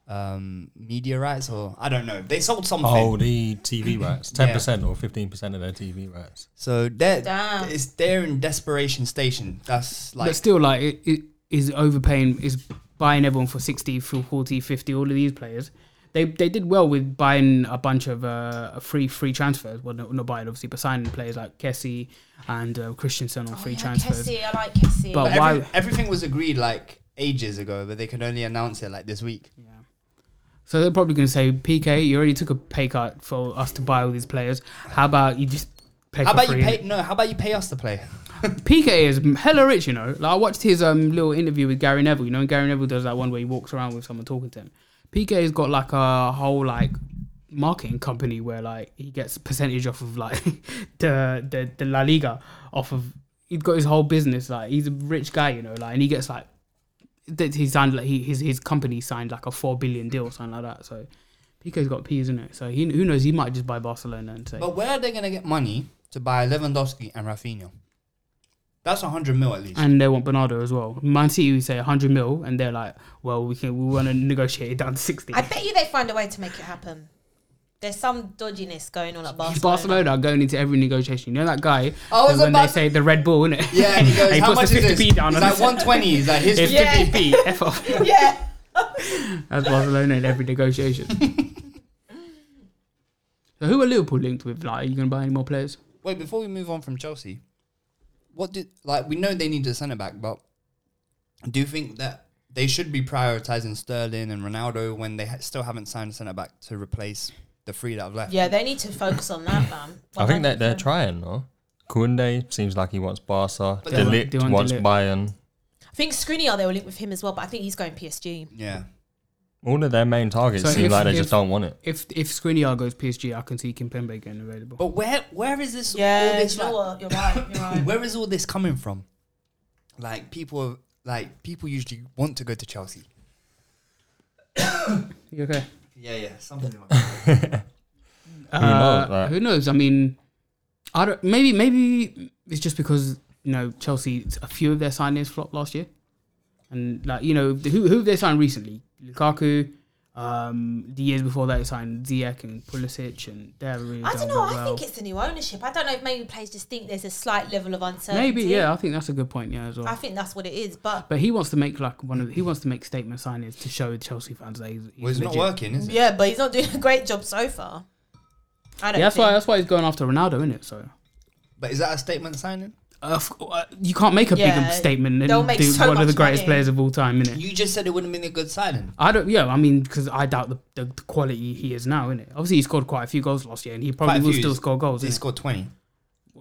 S2: Um, media rights or I don't know. They sold something.
S3: Oh, the TV rights, ten percent or fifteen percent of their TV rights.
S2: So they're
S5: Damn.
S2: it's they're in desperation station. That's like
S4: but still, like, it, it is overpaying, is buying everyone for 60, for 40, 50, all of these players. They, they did well with buying a bunch of uh, free free transfers. Well, not, not buying obviously, but signing players like Kessie and uh, Christensen on
S5: Oh,
S4: free
S5: yeah,
S4: transfers.
S5: Kessie, I like Kessie.
S4: But
S2: But every-
S4: why-
S2: everything was agreed like ages ago, but they could only announce it like this week.
S4: So they're probably going to say, PK, you already took a pay cut for us to buy all these players. How about you just pay
S2: How
S4: for
S2: about
S4: free?
S2: you pay? No, how about you pay us to play?
S4: PK is hella rich, you know. Like I watched his um little interview with Gary Neville. You know, and Gary Neville does that one where he walks around with someone talking to him. PK's got like a whole like marketing company where like he gets percentage off of like the the the La Liga off of. He's got his whole business. Like he's a rich guy, you know. Like and he gets like that he signed like he, his his company signed like a four billion deal, or something like that. So. PK's got P's in it, so he, who knows? He might just buy Barcelona and say,
S2: But where are they gonna get money to buy Lewandowski and Rafinha? That's hundred mil at least.
S4: and they want Bernardo as well. Man City we say 100 mil, and they're like, well, we can we want to negotiate it down to 60.
S5: I bet you they find a way to make it happen. There's some dodginess going on at Barcelona.
S4: Barcelona are going into every negotiation. You know that guy
S2: I was
S4: when
S2: about-
S4: they say the Red Bull, innit?
S2: Yeah, and he goes, how
S4: puts
S2: much
S4: the
S2: is this?
S4: 50p down
S2: He's
S4: on
S2: like
S4: it.
S2: 120. He's like, his
S4: It's
S2: yeah.
S4: 50p. F off.
S5: Yeah.
S4: That's Barcelona in every negotiation. so who are Liverpool linked with? Like, are you going to buy any more players?
S2: Wait, before we move on from Chelsea, what did like we know they need a centre back, but do you think that they should be prioritising Sterling and Ronaldo when they ha- still haven't signed a centre back to replace the three that have left?
S5: Yeah, they need to focus on that, man.
S3: I think that they're trying though. Kounde seems like he wants Barca.
S2: they want-
S3: Delict
S4: they want
S3: wants
S4: De Ligt.
S3: Bayern.
S5: I think Skriniar, they were linked with him as well, but I think he's going PSG.
S2: Yeah.
S3: All of their main targets
S4: So
S3: seem
S4: if-
S3: like they
S4: if-
S3: just don't want it.
S4: If if Skriniar goes PSG, I can see Kimpembe getting available.
S2: But where where is this? all
S5: Yeah,
S2: this,
S5: you know
S2: like-
S5: what? You're right. You're right.
S2: Where is all this coming from? Like people, have- like people usually want to go to Chelsea.
S4: You okay?
S2: Yeah, yeah, something like
S4: who
S3: knows, right?
S4: Uh, Who knows? I mean, I don't. Maybe maybe it's just because you know Chelsea. A few of their signings flopped last year, and like you know who who have they signed recently? Lukaku. Um, the years before that, they signed Ziyech and Pulisic, and they're really.
S5: I
S4: done
S5: don't know.
S4: well.
S5: I think it's the new ownership. I don't know if maybe players just think there's a slight level of uncertainty.
S4: maybe yeah. I think that's a good point. Yeah, as well.
S5: I think that's what it is. But
S4: but he wants to make like one of he wants to make statement signings to show Chelsea fans that he's, he's
S2: well, it's not
S4: legit.
S2: working, is it?
S5: yeah, but he's not doing a great job so far. I don't.
S4: Yeah, that's
S5: think.
S4: why that's why he's going after Ronaldo, isn't it? So
S2: But is that a statement signing?
S4: uh, f- uh, you can't make a
S5: Yeah,
S4: bigger statement
S5: they'll
S4: than
S5: make
S4: do
S5: so
S4: one of the
S5: much
S4: greatest
S5: money.
S4: players of all time, innit?
S2: You just said it wouldn't have been a good signing.
S4: I don't. Yeah, I mean, because I doubt the, the, the quality he is now, innit? Obviously, he scored quite a few goals last year, and he
S2: Quite
S4: probably
S2: a
S4: will
S2: few.
S4: still score goals.
S2: He
S4: innit?
S2: scored twenty.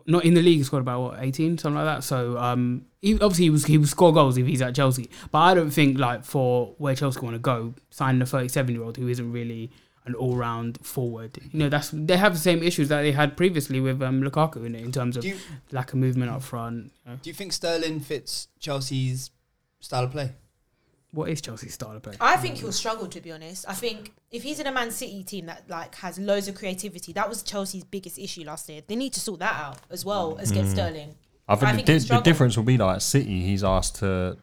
S4: Not in the league, he scored about what eighteen, something like that. So, um, he, obviously, he was he will score goals if he's at Chelsea. But I don't think like for where Chelsea want to go, signing a thirty-seven-year-old who isn't really an all-round forward. You know, that's they have the same issues that they had previously with um, Lukaku in it in terms of
S2: Do you-
S4: lack of movement up front. you know.
S2: Do you think Sterling fits Chelsea's style of play?
S4: What is Chelsea's style of play?
S5: I think he'll struggle to be honest. I think if he's in a Man City team that like has loads of creativity, that was Chelsea's biggest issue last year. They need to sort that out as well as get Sterling.
S3: I think,
S5: I think
S3: the,
S5: he'll
S3: di- the
S5: struggle.
S3: difference will be like City. He's asked to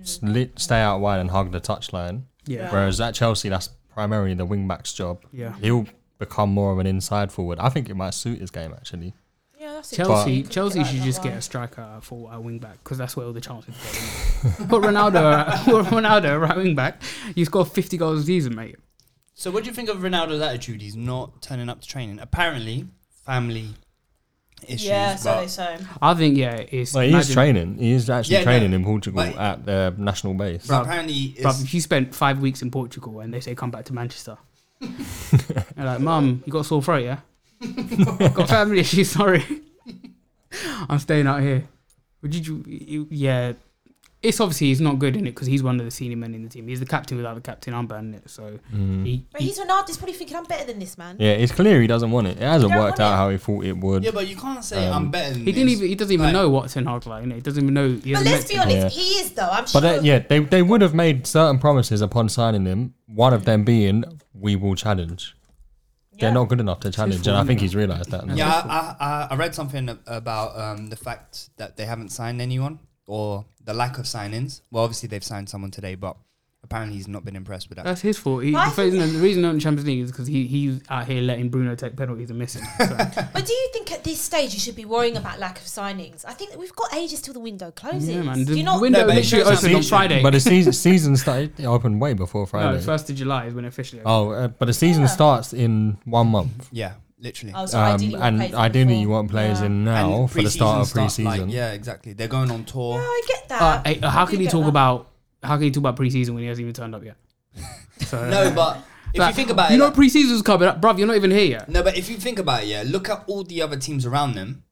S3: s- lit, stay out wide and hug the touchline.
S4: Yeah.
S3: Whereas at Chelsea, that's primarily the wing back's job.
S4: Yeah.
S3: He'll become more of an inside forward. I think it might suit his game actually.
S5: Yeah, that's
S4: Chelsea,
S5: interesting.
S4: Chelsea
S5: Like
S4: should
S5: that
S4: just get
S5: one.
S4: a striker for a wing back because that's where all the chances go. Put Ronaldo, put Ronaldo at right wing back. You score fifty goals a season, mate.
S2: So, what do you think of Ronaldo's attitude? He's not turning up to training. Apparently, family issues.
S5: yeah, so
S2: but-
S5: they so.
S4: I think yeah, it's
S3: Well, he is
S4: imagine-
S3: training. He is actually
S2: Yeah, no,
S3: training in Portugal
S2: but-
S3: at their national base.
S2: but apparently,
S4: Bruv,
S2: it's,
S4: if you spent five weeks in Portugal and they say come back to Manchester, you're like, Mum, you got a sore throat, yeah? got family issues, sorry. I'm staying out here. Would you, you yeah. It's obviously he's not good in it because he's one of the senior men in the team. He's the captain without the captain armband in it, so
S3: Mm.
S4: he,
S5: But he's Ronaldo's probably thinking I'm better than this man.
S3: Yeah, it's clear he doesn't want it. It hasn't
S5: don't
S3: worked
S5: want
S3: out
S5: it.
S3: how he thought it would.
S2: yeah, but you can't say I'm better. Than
S4: Um, he didn't
S2: this.
S4: even he doesn't even
S2: Like,
S4: know what Ten Hag like. You know? He doesn't even know. He
S5: But
S4: hasn't
S5: let's
S4: met
S5: be
S4: Ten Hag.
S5: honest,
S3: Yeah.
S5: he is though. I'm
S3: But
S5: sure.
S3: uh, that, yeah, they, they would have made certain promises upon signing him. One of them being, we will challenge. They're not good enough to challenge, and I think he's realised that. now.
S2: Yeah, I, I, I- I read something a- about um, the fact that they haven't signed anyone or the lack of sign-ins. Well, obviously they've signed someone today, but apparently he's not been impressed with that.
S4: That's his fault. He, the,
S5: But I think-
S4: reason, the reason not in Champions League is because he he's out here letting Bruno take penalties and missing. So.
S5: But do you think at this stage you should be worrying about lack of signings? I think that we've got ages till the window closes.
S4: Yeah, man.
S5: Do
S4: The
S5: you not?
S4: window
S2: No, but it
S4: literally
S2: shows
S4: opened on
S2: ambition.
S4: Friday.
S3: But the season season started it opened way before
S4: no,
S3: Friday.
S4: first of July is when it officially. Opened.
S3: oh, uh, but the season starts in one month,
S2: Yeah, literally.
S5: Oh, so
S3: um,
S5: ideally you
S3: and
S5: want players
S3: ideally
S5: before.
S3: you want players
S5: Yeah.
S3: in
S2: And
S3: now for the start of
S2: pre-season
S3: preseason.
S2: start, like, yeah, exactly. They're going on tour.
S5: No, I get that.
S4: Uh, hey, how
S5: I
S4: can
S5: do
S4: you
S5: get
S4: talk
S5: that.
S4: about how can you talk about preseason when he hasn't even turned up yet? So,
S2: No, but if you
S4: like,
S2: think about
S4: you
S2: it,
S4: know
S2: like-
S4: preseason's coming up, bruv. You're not even here yet.
S2: no, but if you think about it, yeah, look at all the other teams around them.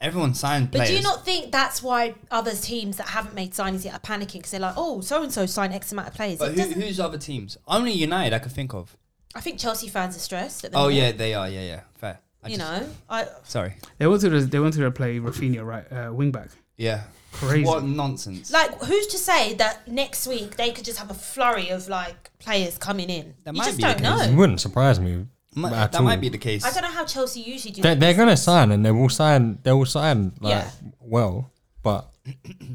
S2: Everyone signed
S5: But
S2: players.
S5: do you not think that's why other teams that haven't made signings yet are panicking because they're like, oh, so and so signed X amount of players.
S2: But
S5: it
S2: who,
S5: doesn't.
S2: who's other teams? Only United I could think of.
S5: I think Chelsea fans are stressed. At the
S2: Oh
S5: minute.
S2: yeah, they are. Yeah, yeah, fair. I
S5: you
S2: just-
S5: know, I
S2: Sorry.
S4: They wanted to, they wanted to play Rafinha right uh, wing back.
S2: Yeah.
S4: Crazy.
S2: What nonsense.
S5: like who's to say that next week they could just have a flurry of like players coming in.
S2: That
S5: you
S2: might
S5: just
S2: be the
S5: don't
S2: case.
S5: know.
S3: It wouldn't surprise me
S2: Mi-
S3: at
S2: that
S3: all.
S2: might be the case.
S5: I don't know how Chelsea usually do.
S3: They,
S5: their
S3: they're going to
S5: business.
S3: sign, and they will sign. They will sign like
S5: Yeah.
S3: well, but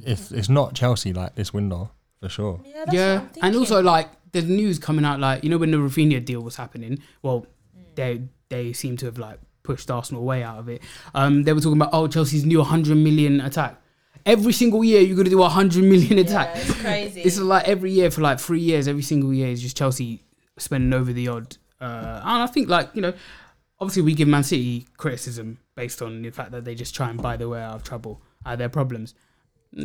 S3: it's it's not Chelsea like this window for sure.
S5: Yeah, that's
S4: yeah,
S5: what I'm
S4: and
S5: thinking.
S4: also like the news coming out, like you know when the Rafinha deal was happening. Well, they they seem to have like pushed Arsenal way out of it. Um, they were talking about oh Chelsea's new 100 million attack. Every single year you're gonna do a 100 million attack.
S5: it's crazy.
S4: It's like every year for like three years. Every single year is just Chelsea spending over the odd. Uh, and I think like you know, obviously we give Man City criticism based on the fact that they just try and buy their way out of trouble, out of their problems.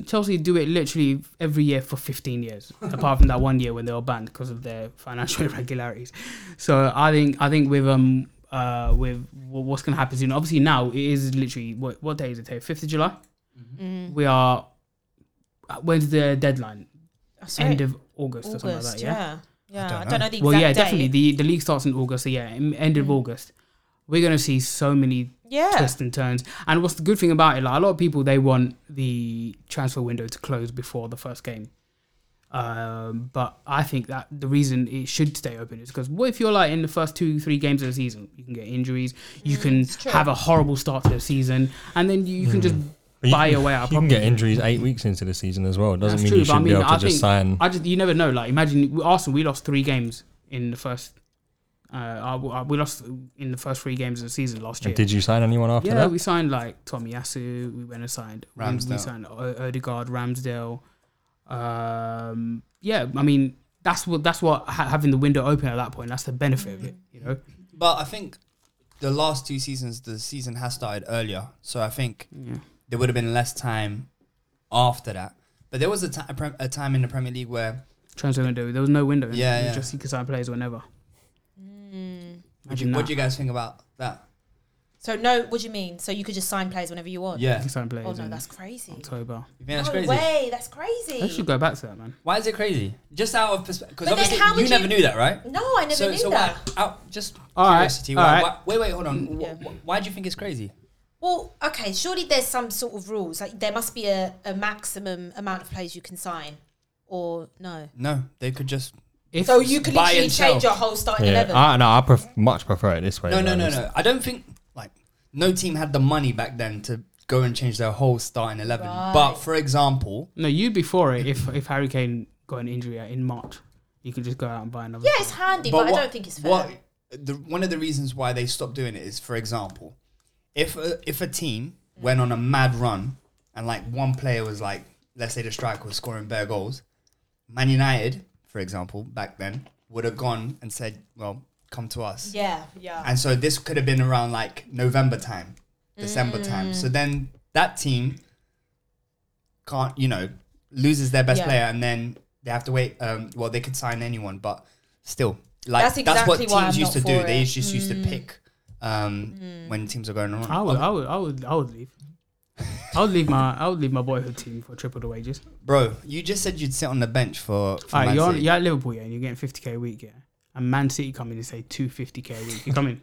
S4: Chelsea do it literally every year for 15 years, apart from that one year when they were banned because of their financial irregularities. So I think I think with um uh with wha- what's going to happen soon. Obviously now it is literally what what day is it? Today? 5th of July. We are. uh, When's the deadline?
S5: That's
S4: End
S5: right.
S4: of August, or something like that. Yeah.
S5: yeah. Yeah, I don't know, the exact
S4: Well, yeah,
S5: date. Mm.
S4: definitely. The the league starts in August, so yeah, em- end of August. We're gonna see so many
S5: Yeah.
S4: twists and turns. And what's the good thing about it? Like a lot of people, they want the transfer window to close before the first game. Um, but I think that the reason it should stay open is because what if you're like in the first two, three games of the season, you can get injuries, you
S5: Mm,
S4: can have a horrible start to the season, and then you, you can just
S3: Mm. But you
S4: buy
S3: can-
S4: your way out. of
S3: You can
S4: problems.
S3: get injuries eight weeks into the season as well. It doesn't
S4: That's
S3: mean
S4: true,
S3: you
S4: but I
S3: should be
S4: mean,
S3: able to
S4: I
S3: just
S4: think
S3: sign.
S4: I just you never know. Like imagine we- Arsenal, we lost three games in the first. Uh, uh, we- uh, we lost in the first three games of the season last year.
S3: Did you sign anyone after
S4: yeah,
S3: that?
S4: we signed like Tommy Yasu. We went and signed we- We
S2: Ramsdale.
S4: signed o- Odegaard, Ramsdale. Um, yeah, I mean that's what that's what ha- having the window open at that point. That's the benefit of it, you know.
S2: But I think the last two seasons, the season has started earlier, so I think there would have been less time after that. But there was a ti- a pre- a time in the Premier League where
S4: Transfer window. There was no window.
S2: Yeah,
S4: you
S2: yeah.
S4: just you could sign players whenever.
S2: what do, you,
S4: Imagine
S2: what
S4: that.
S2: do you guys think about that?
S5: So no, what do you mean? So you could just sign players whenever you want?
S2: Yeah,
S4: You sign players
S5: Oh no,
S4: in
S5: that's crazy.
S4: October.
S2: you think that's
S5: no
S2: crazy?
S5: way, that's crazy.
S4: They should go back to that, man.
S2: Why is it crazy? Just out of perspective, because
S5: But then
S2: obviously
S5: how
S2: you
S5: would
S2: never
S5: you-
S2: knew that, right?
S5: No, I never
S2: so,
S5: knew
S2: so
S5: that.
S2: Why, out, just
S4: All right,
S2: curiosity.
S4: all
S2: why,
S4: right.
S2: why, wait, wait, hold on. Wh-
S5: Yeah.
S2: wh- why do you think it's crazy?
S5: Well, okay, surely there's some sort of rules. Like there must be a, a maximum amount of players you can sign, or no.
S2: No, they could just.
S4: If
S5: So you could
S2: Buy
S5: literally
S2: and
S5: change
S2: sell. Ah.
S5: your whole starting
S3: yeah,
S5: eleven.
S3: I, no, I pref- much prefer it this way.
S2: No,
S3: to
S2: no,
S3: be
S2: no,
S3: honest.
S2: no. I don't think like no team had the money back then to go and change their whole starting eleven. But for example,
S4: No, you'd be for it if if Harry Kane got an injury in March. You could just go out and buy another.
S5: yeah, it's handy, but, I
S2: what-
S5: don't think it's fair.
S2: What the, one of the reasons why they stopped doing it is, for example, if a, if a team went on a mad run and like one player was like, let's say the striker was scoring bare goals, Man United, for example, back then would have gone and said, well, come to us.
S5: Yeah, yeah.
S2: And so this could have been around like November time. December time.
S5: Mm.
S2: So then that team can't, you know, loses their best
S5: Yeah.
S2: player and then they have to wait. Um, well, they could sign anyone, but still, like that's,
S5: That's
S2: what
S5: exactly
S2: teams
S5: why I'm
S2: used to
S5: not
S2: do.
S5: for
S2: They
S5: it. Mm.
S2: just used to pick um, when teams are going on.
S4: I would, I would, I would, I would leave. I would leave my, I would leave my boyhood team for triple the wages.
S2: Bro, you just said you'd sit on the bench for. for
S4: All right,
S2: Man
S4: you're,
S2: City.
S4: you're at Liverpool, yeah, and you're getting 50k a week, yeah. And Man City come in and say 250k a week. You come in,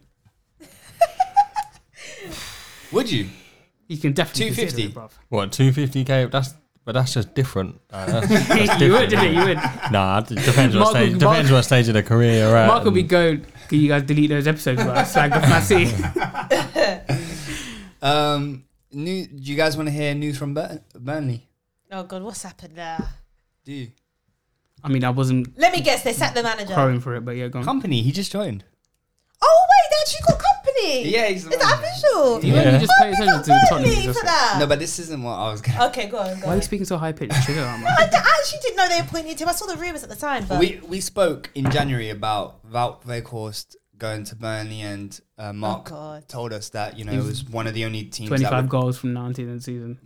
S2: Would you?
S4: you can definitely consider
S2: 250.
S4: it, bruv.
S3: What two fifty k? That's but that's just different. Uh, that's, that's different.
S4: you would, didn't it? You would.
S3: Nah, it depends what
S4: Mark would-
S3: stage. Depends
S4: Mark-
S3: what stage of the career you're at.
S4: Mark will be
S3: and-
S4: going. Can you guys delete those episodes? Where I slagged off Man City.
S2: Um, new, do you guys want to hear news from Bur- Burnley?
S5: Oh god, what's happened there?
S2: Do you?
S4: I mean, I wasn't
S5: Let me guess. They sacked the manager.
S4: crowing for it, but yeah, go on.
S2: Company, he just joined.
S5: Oh wait, they actually got company.
S2: Yeah, he's the
S5: is that
S2: manager.
S5: official?
S4: You only just pay
S5: they
S4: attention
S5: got
S4: to the Tottenham.
S5: Burnley
S4: results.
S5: for that.
S2: No, but this isn't what I was going to
S5: okay, go on.
S4: Why
S5: Go
S4: are
S5: on.
S4: you speaking so high pitched? Chill out,
S5: I,
S4: man.
S5: d- I actually didn't know they appointed him. I saw the rumors at the time, but
S2: We we spoke in January about Wout Weghorst going to Burnley, and uh, Mark
S5: God.
S2: told us that you know it was one of the only teams that
S4: 25
S2: would-
S4: goals from 19 in the season.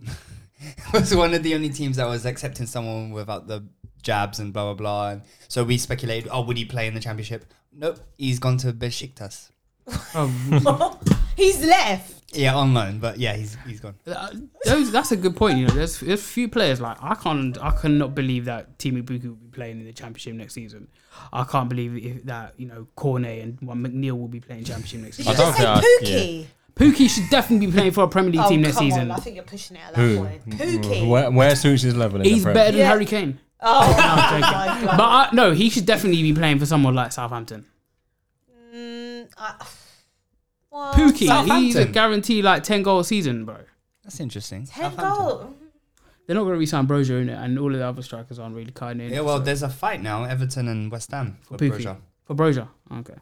S2: was one of the only teams that was accepting someone without the jabs and blah blah blah. And so we speculated, oh, would he play in the championship? Nope, he's gone to Besiktas.
S4: Oh,
S5: he's left.
S2: Yeah, on loan, but yeah, he's he's gone.
S4: uh, those, that's a good point. You know, there's there's few players like I can't I cannot believe that Timmy Buku will be playing in the championship next season. I can't believe if, that you know Cornet and well, McNeil will be playing championship next
S5: Did
S4: season.
S5: you
S3: I don't
S5: just say
S3: think I-
S5: Pookie?
S4: Pookie should definitely be playing for a Premier League
S5: Oh,
S4: team next
S5: come
S4: season.
S5: on. I think you're pushing it at that
S3: Who?
S5: point. Pookie.
S3: Where, where suits his level in
S4: He's
S3: the Prem?
S4: better than
S5: Yeah.
S4: Harry Kane.
S5: Oh, my
S4: joking.
S5: God.
S4: But I, no, he should definitely be playing for someone like Southampton.
S5: Mm, I- What?
S4: Pookie, he's a
S2: Southampton?
S4: guarantee like ten goal a season, bro.
S2: That's interesting.
S5: Ten
S2: Southampton.
S5: goal.
S4: They're not going to resign Brozier in it, and all of the other strikers aren't really kind in.
S2: Yeah, well, there's a fight now, Everton and West Ham for
S4: Pookie.
S2: Broja.
S4: For Brozier. Okay.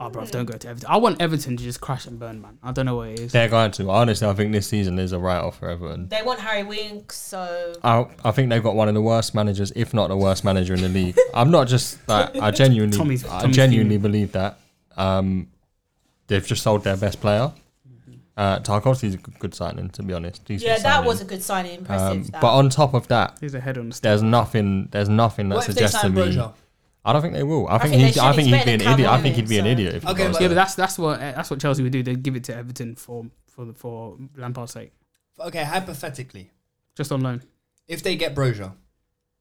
S4: Oh, bro, don't go to Everton. I want Everton to just crash and burn, man. I don't know what it is.
S3: They're going to. Honestly, I think this season is a write-off for Everton.
S5: They want Harry Winks, so
S3: I, I think they've got one of the worst managers, if not the worst manager in the league. I'm not just like I genuinely,
S4: Tommy's-
S3: I
S4: Tommy's
S3: genuinely
S4: fuming.
S3: believe that. Um, they've just sold their best player. Uh, Tarkovsky's a g- good signing, to be honest. Decent
S5: yeah, that
S3: signing.
S5: was a good signing. Impressive.
S3: Um,
S5: that.
S3: but on top of that,
S4: He's a head on the stick.
S3: there's nothing. There's nothing that
S2: What if they
S3: suggests to
S2: sign
S3: me.
S2: Broja?
S3: I don't think they will. I,
S5: think
S3: think
S5: they
S3: he, I
S5: should.
S3: think
S5: It's
S3: he'd be
S5: better than
S3: an idiot. I
S5: Calvert-Lewin,
S3: think he'd be an
S5: so-
S3: idiot if he
S2: Okay,
S3: goes.
S2: but-
S4: Yeah, but that's that's what eh, that's what Chelsea would do. They'd give it to Everton for for the for Lampard's sake,
S2: Okay, hypothetically,
S4: just on loan.
S2: if they get Broja,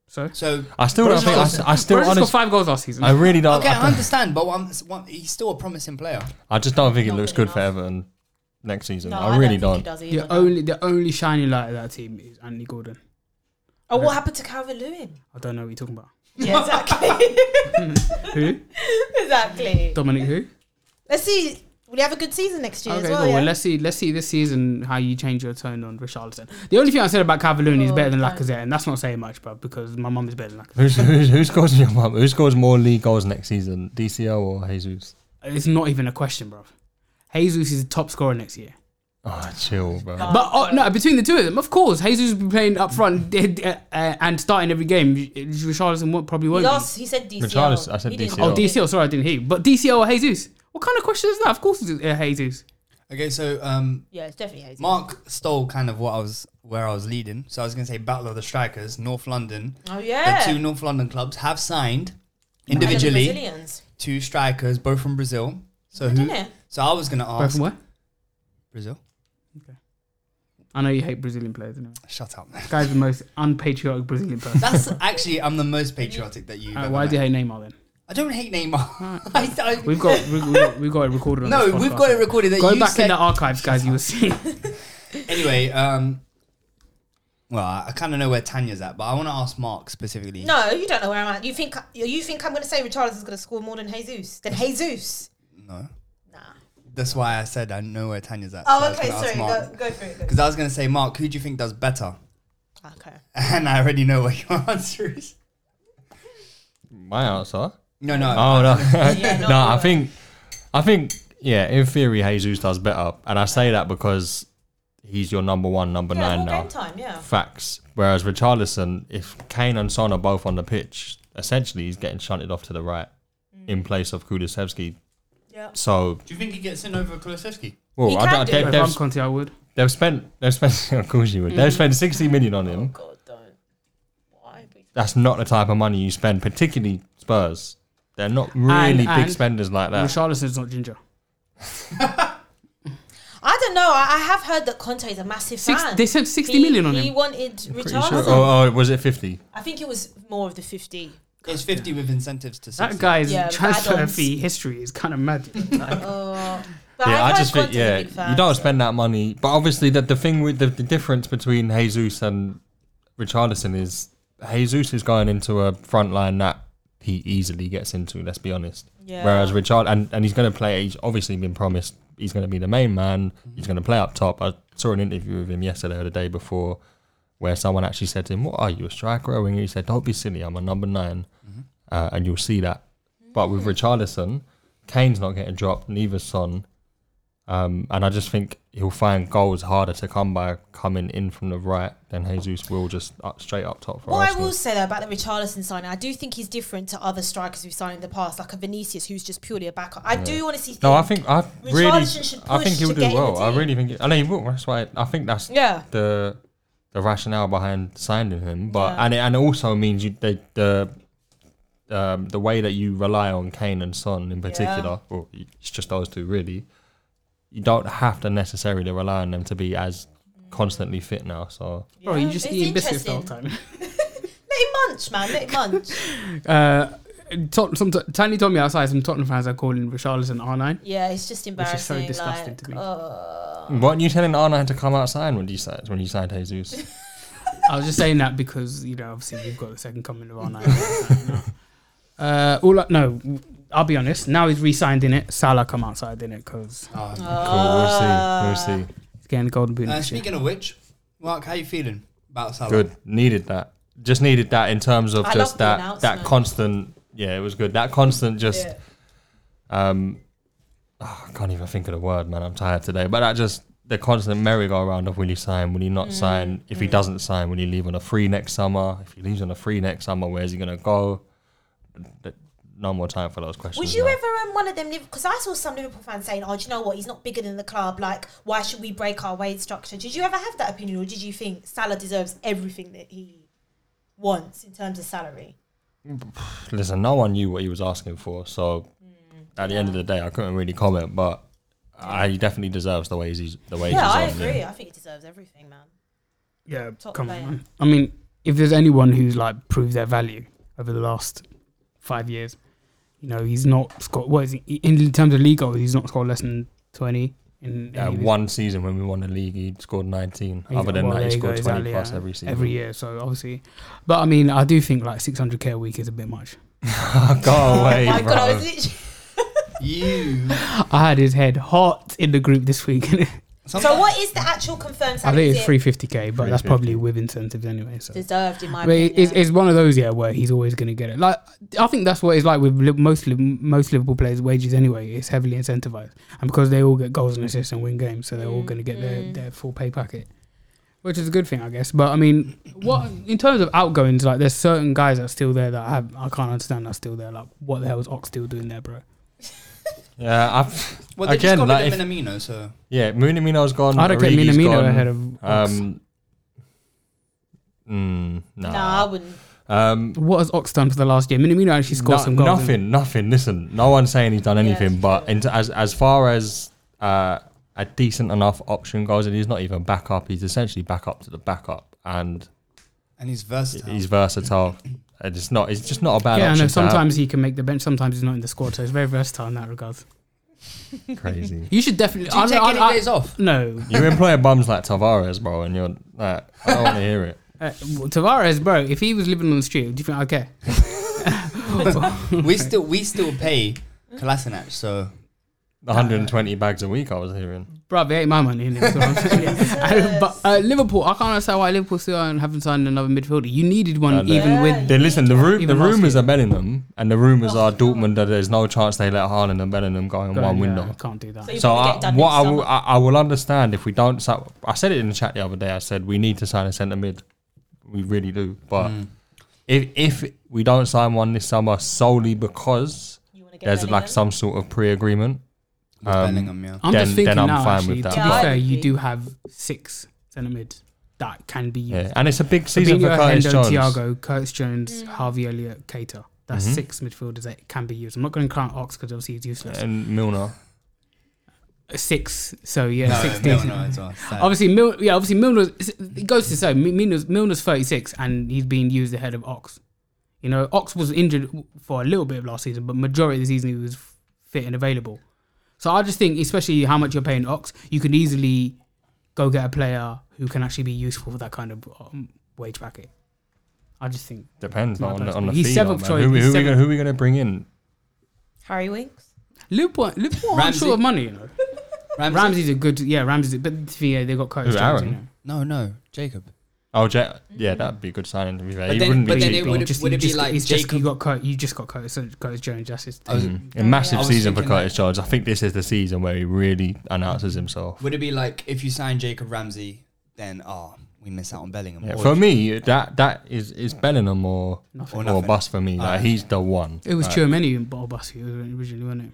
S4: So,
S2: so
S3: I still don't
S2: Broja's
S3: think. I,
S2: got-
S3: s- I still
S4: Brozier's got
S3: honestly.
S4: five goals last season.
S3: I really don't.
S2: Okay,
S3: I,
S2: I
S3: don't-
S2: understand, but what I'm, what, he's still a promising player.
S3: I just don't think it
S5: Not
S3: looks
S5: good
S3: good for
S5: enough.
S3: Everton next season.
S5: no,
S3: I really
S5: don't.
S3: don't.
S5: Think he
S4: the
S5: does either, no.
S4: only the only shining light of that team is Anthony Gordon.
S5: oh, what happened to Calvin Lewin?
S4: I don't know what you're talking about.
S5: Yeah, exactly.
S4: Who?
S5: exactly.
S4: Dominic? Who?
S5: Let's see. Will he have a good season next year
S4: Okay,
S5: as well?
S4: cool.
S5: yeah?
S4: Well, let's see. Let's see this season how you change your tone on Richarlison. The only thing I said about Cavalloni is
S5: Oh,
S4: better than
S5: no.
S4: Lacazette, and that's not saying much, bro, because my mum is better than Lacazette.
S3: Who's, who's, who scores in your mum? Who scores more league goals next season, DCL or Jesus?
S4: It's not even a question, bro. Jesus is the top scorer next year.
S3: Oh, chill, bro.
S4: But oh, no, between the two of them, of course, Jesus will be playing up front uh, and starting every game. Richarlison won't, probably
S5: he
S4: won't. be.
S5: lost. He said DCL.
S3: Richarlison- I said
S5: He didn't-
S4: Oh,
S3: DCL.
S4: DCL. Sorry, I didn't hear. you. But DCL or Jesus? What kind of question is that? Of course, it's uh, Jesus.
S2: Okay, so um,
S5: Yeah, it's definitely Hazel.
S2: Mark stole kind of what I was where I was leading. So I was going to say Battle of the Strikers, North London.
S5: Oh, yeah.
S2: The two North London clubs have signed
S5: And the
S2: individually
S5: Brazilians.
S2: two strikers, both from Brazil. So
S5: Didn't
S2: who?
S5: it?
S2: So I was going to
S4: Both
S2: ask
S4: from where?
S2: Brazil.
S4: I know you hate Brazilian players. Anyway.
S2: Shut up.
S4: Guy's the most unpatriotic Brazilian person.
S2: That's actually I'm the most patriotic that you.
S4: Uh,
S2: have
S4: why
S2: why
S4: do you hate Neymar then?
S2: I don't hate Neymar. I, I,
S4: We've got we- we've got, we've got it recorded. On
S2: No,
S4: this
S2: we've
S4: podcast.
S2: got it recorded that
S4: Go
S2: you
S4: back
S2: said-
S4: in the archives, guys. You will see.
S2: anyway. Um, well, I kind of know where Tanya's at, but I want to ask Mark specifically.
S5: No, you don't know where I'm at. You think you think I'm going to say Richarlison's going to score more than Jesus? Than Jesus?
S2: No.
S5: Nah.
S2: That's why I said I know where Tanya's at.
S5: Oh, okay. Sorry. Go, go for it. Go.
S2: Because I was going to say, Mark, who do you think does better?
S5: Okay.
S2: And I already know what your answer is.
S3: My answer.
S2: No, no.
S3: Oh no,
S5: not
S3: no. I
S5: yours.
S3: think, I think, yeah. In theory, Jesus does better, and I say that because he's your number one, number
S5: Yeah,
S3: nine
S5: more
S3: now.
S5: game time. Yeah.
S3: Facts. Whereas Richarlison, if Kane and Son are both on the pitch, essentially he's getting shunted off to the right in place of Kudasevsky.
S5: Mm. Yeah.
S3: So,
S2: Do you think he gets in over Kolosevsky?
S3: well,
S5: He
S3: I
S5: can
S3: don't,
S5: do
S3: they-
S5: it.
S4: if
S3: they've-
S4: I'm Conte, I would.
S3: They've spent. They've spent. Of course you would. They've spent sixty million on him.
S5: Mm. Oh, God, don't. Why?
S3: That's not the type of money you spend, particularly Spurs. They're not really big
S4: and-
S3: spenders like that.
S4: Richarlison's not ginger.
S5: I don't know. I, I have heard that Conte is a massive
S4: Six-
S5: fan.
S4: they spent 60
S5: he,
S4: million on
S5: he
S4: him.
S5: wanted
S3: Pretty
S5: Richarlison.
S3: sure. Oh, oh, was it fifty?
S5: I think it was more of the fifty.
S2: It's 50 with incentives to 60.
S4: That guy's
S5: Yeah,
S4: transfer
S5: add-ons.
S4: fee history is kind of mad.
S5: But
S3: Yeah,
S5: I've
S3: I
S5: heard
S3: just think
S5: Conte's a
S3: yeah,
S5: big fan.
S3: you don't spend that money. But obviously, the, the thing with the, the difference between Jesus and Richarlison is Jesus is going into a front line that he easily gets into. Let's be honest.
S5: Yeah.
S3: Whereas Richard and, and he's going to play. He's obviously been promised he's going to be the main man.
S5: Mm-hmm.
S3: He's going to play up top. I saw an interview with him yesterday or the day before, where someone actually said to him, "What are you, a striker or a winger?" He said, "Don't be silly. I'm a number 9 uh, and you'll see that." But
S5: Hmm.
S3: with Richarlison, Kane's not getting dropped, neither Son. Um, and I just think he'll find goals harder to come by coming in from the right than Jesus will just up, straight up top for
S5: What I
S3: Arsenal.
S5: will say though about the Richarlison signing, I do think he's different to other strikers we've signed in the past, like a Vinicius who's just purely a backup. I do want to see.
S3: No, I
S5: things-
S3: think I really,
S5: Richarlison should
S3: I think
S5: push
S3: he'll
S5: to
S3: do
S5: get in
S3: well.
S5: the
S3: I
S5: team.
S3: really think. I know he will. That's why I think that's
S5: Yeah.
S3: the the rationale behind signing him. But and it, and it also means you the the um, the way that you rely on Kane and Son in particular, or it's just those two really. You don't have to necessarily rely on them to be as constantly fit now. So
S4: Bro, you just
S5: it's
S4: eating biscuits the whole
S5: interesting.
S4: time.
S5: Let him munch, man. Let him munch.
S4: Uh, Tot- some t- Tiny Tommy outside, some Tottenham fans are calling Richarlison R9.
S5: Yeah, it's just
S4: so
S5: embarrassing.
S4: disgusting
S5: like,
S4: to me.
S5: uh,
S3: weren't you telling Arna to come outside when you signed when you signed Jesus?
S4: I was just saying that because, you know, obviously we've got the second coming of R9. uh, all I, no, I'll be honest. Now he's re signed in it. Salah come outside in it because
S2: Oh,
S5: Oh. Uh,
S3: cool. We'll see. We'll see.
S4: he's getting the golden boot.
S2: Uh,
S4: next year.
S2: speaking of which, Mark, how you feeling about Salah?
S3: Good. Needed that. Just needed that in terms of
S5: I
S3: just
S5: love the
S3: that that
S5: announcement.
S3: constant. Yeah, it was good. That constant just.
S5: Yeah.
S3: Um, oh, I can't even think of the word, man. I'm tired today. But that just the constant merry-go-round of will he sign? Will he
S5: Mm,
S3: not sign? If he doesn't sign, will he leave on a free next summer? If he leaves on a free next summer, where's he gonna go? Th- No more time for those questions.
S5: Would you
S3: now.
S5: ever um, one of them? Because I saw some Liverpool fans saying, "Oh, do you know what? He's not bigger than the club. Like, why should we break our wage structure?" Did you ever have that opinion, or did you think Salah deserves everything that he wants in terms of salary?
S3: listen, no one knew what he was asking for. So
S5: Mm.
S3: at the end of the day, I couldn't really comment, but I he definitely deserves the way he's the way
S5: Yeah, I
S3: he's
S5: agree. I think he deserves everything, man.
S4: Yeah,
S5: Top
S4: come
S5: player.
S4: on. Man. I mean, if there's anyone who's like proved their value over the last five years, you know, he's not scored. What is he in terms of league goals? He's not scored less than twenty in
S3: Yeah,
S4: any of his-
S3: Uh, one season when we won the league, he scored 19.
S4: he's-
S3: Other than
S4: well,
S3: that, he
S4: there you go,
S3: scored 20
S4: exactly,
S3: plus
S4: yeah,
S3: every season.
S4: Every year, so obviously, but I mean, I do think like 600k a week is a bit much.
S3: Go away,
S5: My
S3: bro.
S5: God, I was literally.
S2: You.
S4: I had his head hot in the group this week.
S5: So what is the actual
S4: I
S5: confirmed salary?
S4: think
S5: Is
S4: it's
S5: it
S4: 350k, but that's probably
S3: 350.
S4: with incentives anyway. So
S5: deserved in my
S4: But
S5: opinion.
S4: it's, it's one of those yeah where he's always going to get it. Like I think that's what it's like with Li- most Li- most Liverpool players' wages anyway. It's heavily incentivized, and because they all get goals and assists and win games, so they're all going to get their, their full pay packet, which is a good thing, I guess. But I mean, what in terms of outgoings, like there's certain guys that are still there that I have, I can't understand that's still there. Like what the hell is Ox still doing there, bro?
S3: Yeah, I've,
S2: Well, they
S3: again,
S2: just got
S3: like
S2: rid
S3: if,
S2: of Minamino, so
S3: yeah, Minamino's gone.
S4: I'd have kept
S3: Origi's
S4: Minamino
S3: gone.
S4: ahead of Ox.
S3: Um, mm,
S5: no,
S3: nah.
S5: nah, I wouldn't.
S3: Um,
S4: What has Ox done for the last year? Minamino actually scored
S3: No-
S4: some goals.
S3: Nothing, nothing. Listen, no one's saying he's done anything,
S5: it's
S3: but in t- as as far as uh, a decent enough option goes, and he's not even back up. He's essentially back up to the backup, and
S2: and he's versatile.
S3: he's versatile. And it's not. It's just not a bad
S4: Yeah, and
S3: option.
S4: then
S3: to have.
S4: sometimes he can make the bench, sometimes he's not in the squad, so he's very versatile in that regard.
S3: crazy.
S4: You should definitely.
S2: Do you take any days off?
S4: No,
S3: You employ bums like Tavares, bro, and you're like, I don't want to hear it.
S4: Uh, well, Tavares, bro, if he was living on the street, do you think I'd care?
S2: we still we still pay Kolasinac, so
S3: 120 bags a week, I was hearing.
S4: Bro, they ain't my money, innit? That's what I'm saying. And- but uh, Liverpool, I can't understand why Liverpool still aren't- haven't signed another midfielder. You needed one,
S3: no.
S4: even with.
S3: Then listen, the room, the
S4: Even last
S3: rumors
S4: year.
S3: are Bellingham, and the rumors
S5: Oh,
S3: are Dortmund that there's no chance they let Haaland and Bellingham go in
S4: Bro,
S3: one
S4: yeah,
S3: window.
S4: I can't do that.
S5: So you
S3: So
S5: probably get
S3: I,
S5: it done
S3: what
S5: next
S3: I will,
S5: summer.
S3: I, I will understand if we don't. si- I said it in the chat the other day. I said we need to sign a centre mid. We really do. But
S2: Hmm.
S3: if if we don't sign one this summer solely because
S5: You wanna get
S3: there's like
S5: Bellingham?
S3: some sort of pre-agreement, um,
S2: With Bellingham, yeah.
S4: I'm
S3: Then-
S4: just thinking
S3: then I'm
S4: now,
S3: fine
S4: actually,
S3: with
S4: to
S3: that.
S4: be
S5: Yeah, I
S4: fair,
S5: would
S4: you
S5: be.
S4: do have six centre mids that can be used.
S3: Yeah, and it's a big season for
S4: Fabinho,
S3: Curtis
S4: Hendo,
S3: Jones.
S4: Thiago, Curtis Jones,
S5: Mm.
S4: Harvey Elliott, Cater. That's
S3: Mm-hmm.
S4: six midfielders that can be used. I'm not going to count Ox because obviously he's useless.
S3: and Milner.
S4: Six, so yeah,
S2: No,
S4: six.
S2: no,
S4: decent.
S2: no, it's all sad.
S4: Obviously, Mil- yeah, obviously Milner's it goes to say Milner's, Milner's 36 and he's being used ahead of Ox. You know, Ox was injured for a little bit of last season, but majority of the season he was fit and available. So I just think, especially how much you're paying Ox, you can easily go get a player who can actually be useful for that kind of um, wage bracket. I just think
S3: Depends
S4: My
S3: on the,
S4: personal-
S3: on the
S4: He's
S3: fee,
S4: seventh
S3: man.
S4: choice,
S3: Who, we-
S4: he's
S3: who, we
S4: seventh.
S3: gonna- who we going to bring in?
S5: Harry Winks.
S4: Liverpool, Liverpool aren't
S2: Ramsey?
S4: short of money, you know.
S2: Ramsey?
S4: Ramsey's a good, yeah, Ramsey's, but yeah, they got Curtis
S3: Who,
S4: Jones,
S3: Aaron?
S4: you
S2: No,
S4: know.
S2: no, Jacob.
S3: Oh, Ja- yeah, that'd be a good signing to be fair.
S2: But
S3: He
S2: then-
S3: wouldn't
S2: but
S3: be
S2: then
S3: cheap.
S2: it would-
S4: just,
S2: it be
S4: you just,
S2: like
S4: it's just you
S2: Jacob- Oh,
S4: got Curtis, you just got Curtis, so Curtis Jones. That's his
S2: I was,
S3: A massive
S2: I was
S3: season for
S2: thinking that-
S3: Curtis Jones. I think this is the season where he really announces himself.
S2: Would it be like if you sign Jacob Ramsey, then ah, we miss out on Bellingham?
S3: Yeah,
S2: Or
S3: for
S2: if-
S3: me, that that is is Bellingham or
S4: Nothing.
S3: or,
S2: Or nothing.
S3: bust for me. Like
S2: Alright.
S3: he's the one.
S4: It was
S3: Like,
S4: true many in Bottle Bussy originally, wasn't it?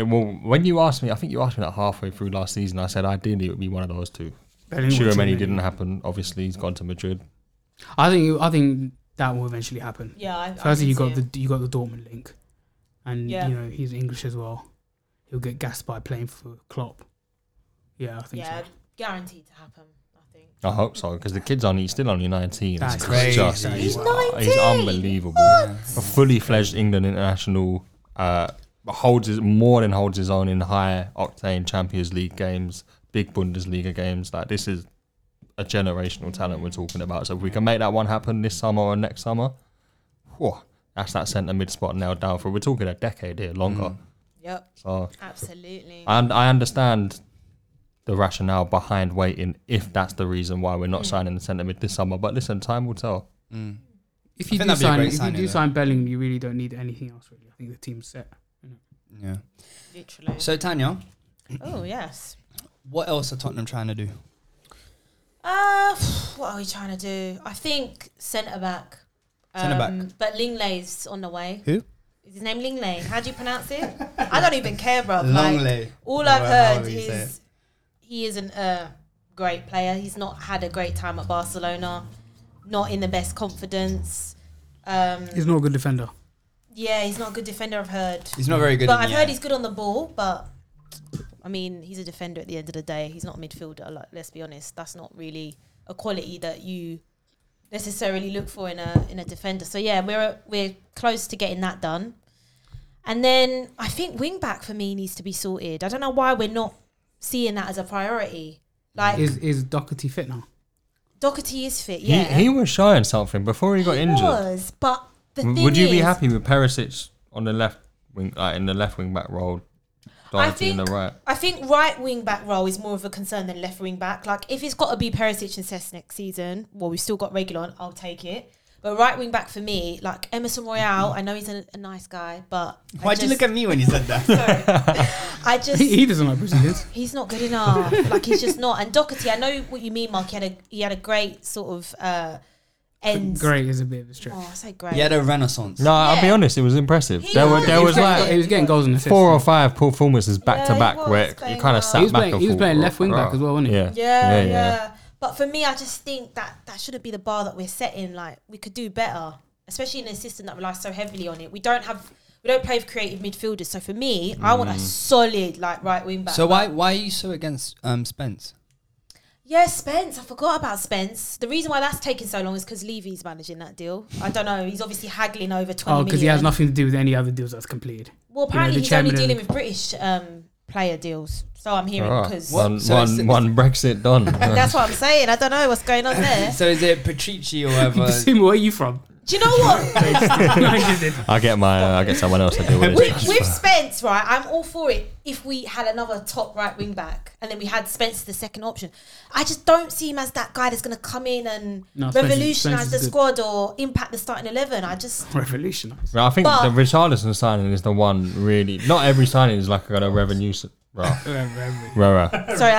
S3: it- well, when you asked me, I think you asked me that halfway through last season. I said ideally it would be one of those two.
S4: Bellingham or
S3: Chiromeni
S4: Tchouameni.
S3: didn't happen. Obviously, he's gone to Madrid.
S4: I think I think that will eventually happen.
S5: Yeah, I,
S4: Firstly,
S5: I
S4: you
S5: can
S4: got
S5: see
S4: the you got the Dortmund link, and
S5: Yeah.
S4: you know he's English as well. He'll get gassed by playing for Klopp. Yeah, I
S5: it.
S4: think
S5: yeah,
S4: so.
S5: guaranteed to happen. I think.
S3: I hope so because the kid's only he's still only nineteen.
S4: That's
S3: It's
S2: crazy.
S3: just-
S2: He's
S3: he's,
S5: nineteen?
S3: he's unbelievable. A fully fledged England international uh, holds his, more than holds his own in high octane Champions League games, big Bundesliga games. Like this is a generational talent we're talking about. So if we can make that one happen this summer or next summer, whew, that's that centre mid spot nailed down for. We're talking a decade here longer.
S5: Yep,
S3: So
S5: absolutely.
S3: and I understand the rationale behind waiting if that's the reason why we're not
S5: Mm.
S3: signing the centre mid this summer. But listen, time will tell.
S4: If you
S2: think
S4: do
S2: that'd be a
S4: sign,
S2: great
S4: if you
S2: signing,
S4: do
S2: though.
S4: sign Bellingham, you really don't need anything else. Really, I think the team's set.
S2: yeah.
S5: Literally.
S2: So Tanya,
S5: oh yes.
S2: what else are Tottenham trying to do?
S5: Uh, what are we trying to do? I think centre back. Um,
S2: Centre back.
S5: But Linglay's on the way.
S2: Who?
S5: Is his name Lingley? How do you pronounce it? I don't even care, bro.
S2: Longley.
S5: all
S2: Or
S5: I've heard
S2: however you say
S5: is he isn't a great player. He's not had a great time at Barcelona. Not in the best confidence. Um,
S4: He's not a good defender.
S5: yeah, he's not a good defender. I've heard.
S2: He's not very good.
S5: But
S2: in
S5: I've
S2: the
S5: heard
S2: air.
S5: he's good on the ball, but I mean, he's a defender at the end of the day. He's not a midfielder. Like, let's be honest, that's not really a quality that you necessarily look for in a in a defender. So yeah, we're we're close to getting that done. And then I think wing back for me needs to be sorted. I don't know why we're not seeing that as a priority. Like
S4: Is is Doherty fit now?
S5: Doherty is fit, yeah.
S3: He he was showing something before he got
S5: He
S3: injured.
S5: was, but the
S3: W-
S5: thing
S3: Would you be
S5: is-
S3: happy with Perisic on the left wing, like in the left wing back role,
S5: I
S3: Doherty in
S5: think,
S3: the right?
S5: I think right wing back role is more of a concern than left wing back. Like if it's got to be Perisic and Cesc next season, well we've still got regular on, I'll take it. But right wing back for me, like Emerson Royale, I know he's a, a nice guy, but I
S2: Why'd you
S5: just-
S2: look at me when you said that?
S5: I just
S4: He, he doesn't like Brazilians.
S5: he's not good enough. like he's just not. And Doherty, I know what you mean, Mark. He had a he had a great sort of uh end.
S4: Great is a bit of a stretch.
S5: Oh, I say great.
S2: he had a renaissance.
S3: No, I'll be
S5: Yeah.
S3: honest, it was impressive.
S5: He
S3: there were
S5: was
S3: there was
S4: he was,
S3: like
S4: he was getting goals and assists.
S3: four or five performances back
S5: Yeah,
S3: to
S5: he
S3: back
S5: was
S3: where
S5: playing
S3: you kind
S5: well.
S3: of sat
S4: He was
S3: back
S4: playing-
S3: and
S4: he was
S3: thought,
S4: playing
S3: "Rah,
S4: left wing back
S3: rah."
S4: as well, wasn't he?
S3: Yeah.
S5: Yeah, yeah, But for me, I just think that that shouldn't be the bar that we're setting. Like we could do better, especially in a system that relies so heavily on it. We don't have we don't play with creative midfielders. So for me, I want
S4: Mm.
S5: a solid like right wing back.
S2: So why why are you so against um Spence?
S5: Yeah, Spence. I forgot about Spence. The reason why that's taking so long is because Levy's managing that deal. I don't know. He's obviously haggling over twenty
S4: Oh,
S5: million.
S4: because he has nothing to do with any other deals that's completed.
S5: Well,
S4: You know, the
S5: apparently he's only
S4: chairman of-
S5: dealing with British um, player deals. So I'm hearing
S4: Ah.
S3: Rah.
S5: because
S3: One,
S2: So
S3: one,
S2: it's-
S3: one Brexit done.
S5: that's what I'm saying. I don't know what's going on there.
S2: So is it Patrici or whatever?
S4: Sim, where are you from?
S5: Do you know what?
S4: I just did.
S3: I get my, uh, I get someone else to deal with
S5: with,
S3: it.
S5: with Spence, right, I'm all for it if we had another top right wing back. and then we had Spence the second option. I just don't see him as that guy that's going to come in and
S4: No, Spence is- Spence
S5: revolutionise
S4: is
S5: the
S4: good.
S5: squad or impact the starting eleven. I just
S4: Revolutionise.
S3: Well, I think
S5: But-
S3: the Richarlison signing is the one really. Not every signing is like going to revenue. s- Rah, rah, rah.
S5: sorry, I
S3: You
S5: that used
S3: know what
S5: the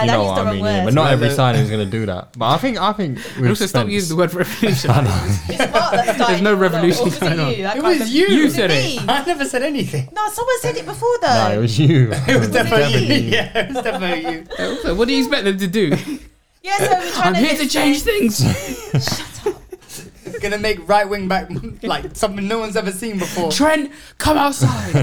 S3: I
S5: wrong
S3: mean,
S5: word.
S3: yeah, but not every signing is going to do that. But I think I think with
S4: Also, stop
S3: Spence-
S4: using the word revolution.
S5: It's Mark that started
S4: There's no
S5: it all,
S4: revolution
S5: or was
S4: going on.
S5: You? I
S2: It
S5: can't
S2: was
S5: remember.
S2: you.
S4: You
S5: Was it
S4: said
S5: me?
S4: it.
S2: I never said anything.
S5: No, someone said it before though.
S3: No, it was you.
S2: It was definitely
S3: definitely
S2: you. Yeah, it was definitely you.
S4: Also, what do you expect them to do?
S5: yeah, so we're
S4: I'm
S5: trying
S4: here to change things.
S2: Gonna make right wing back like something no one's ever seen before.
S4: Trent, come outside.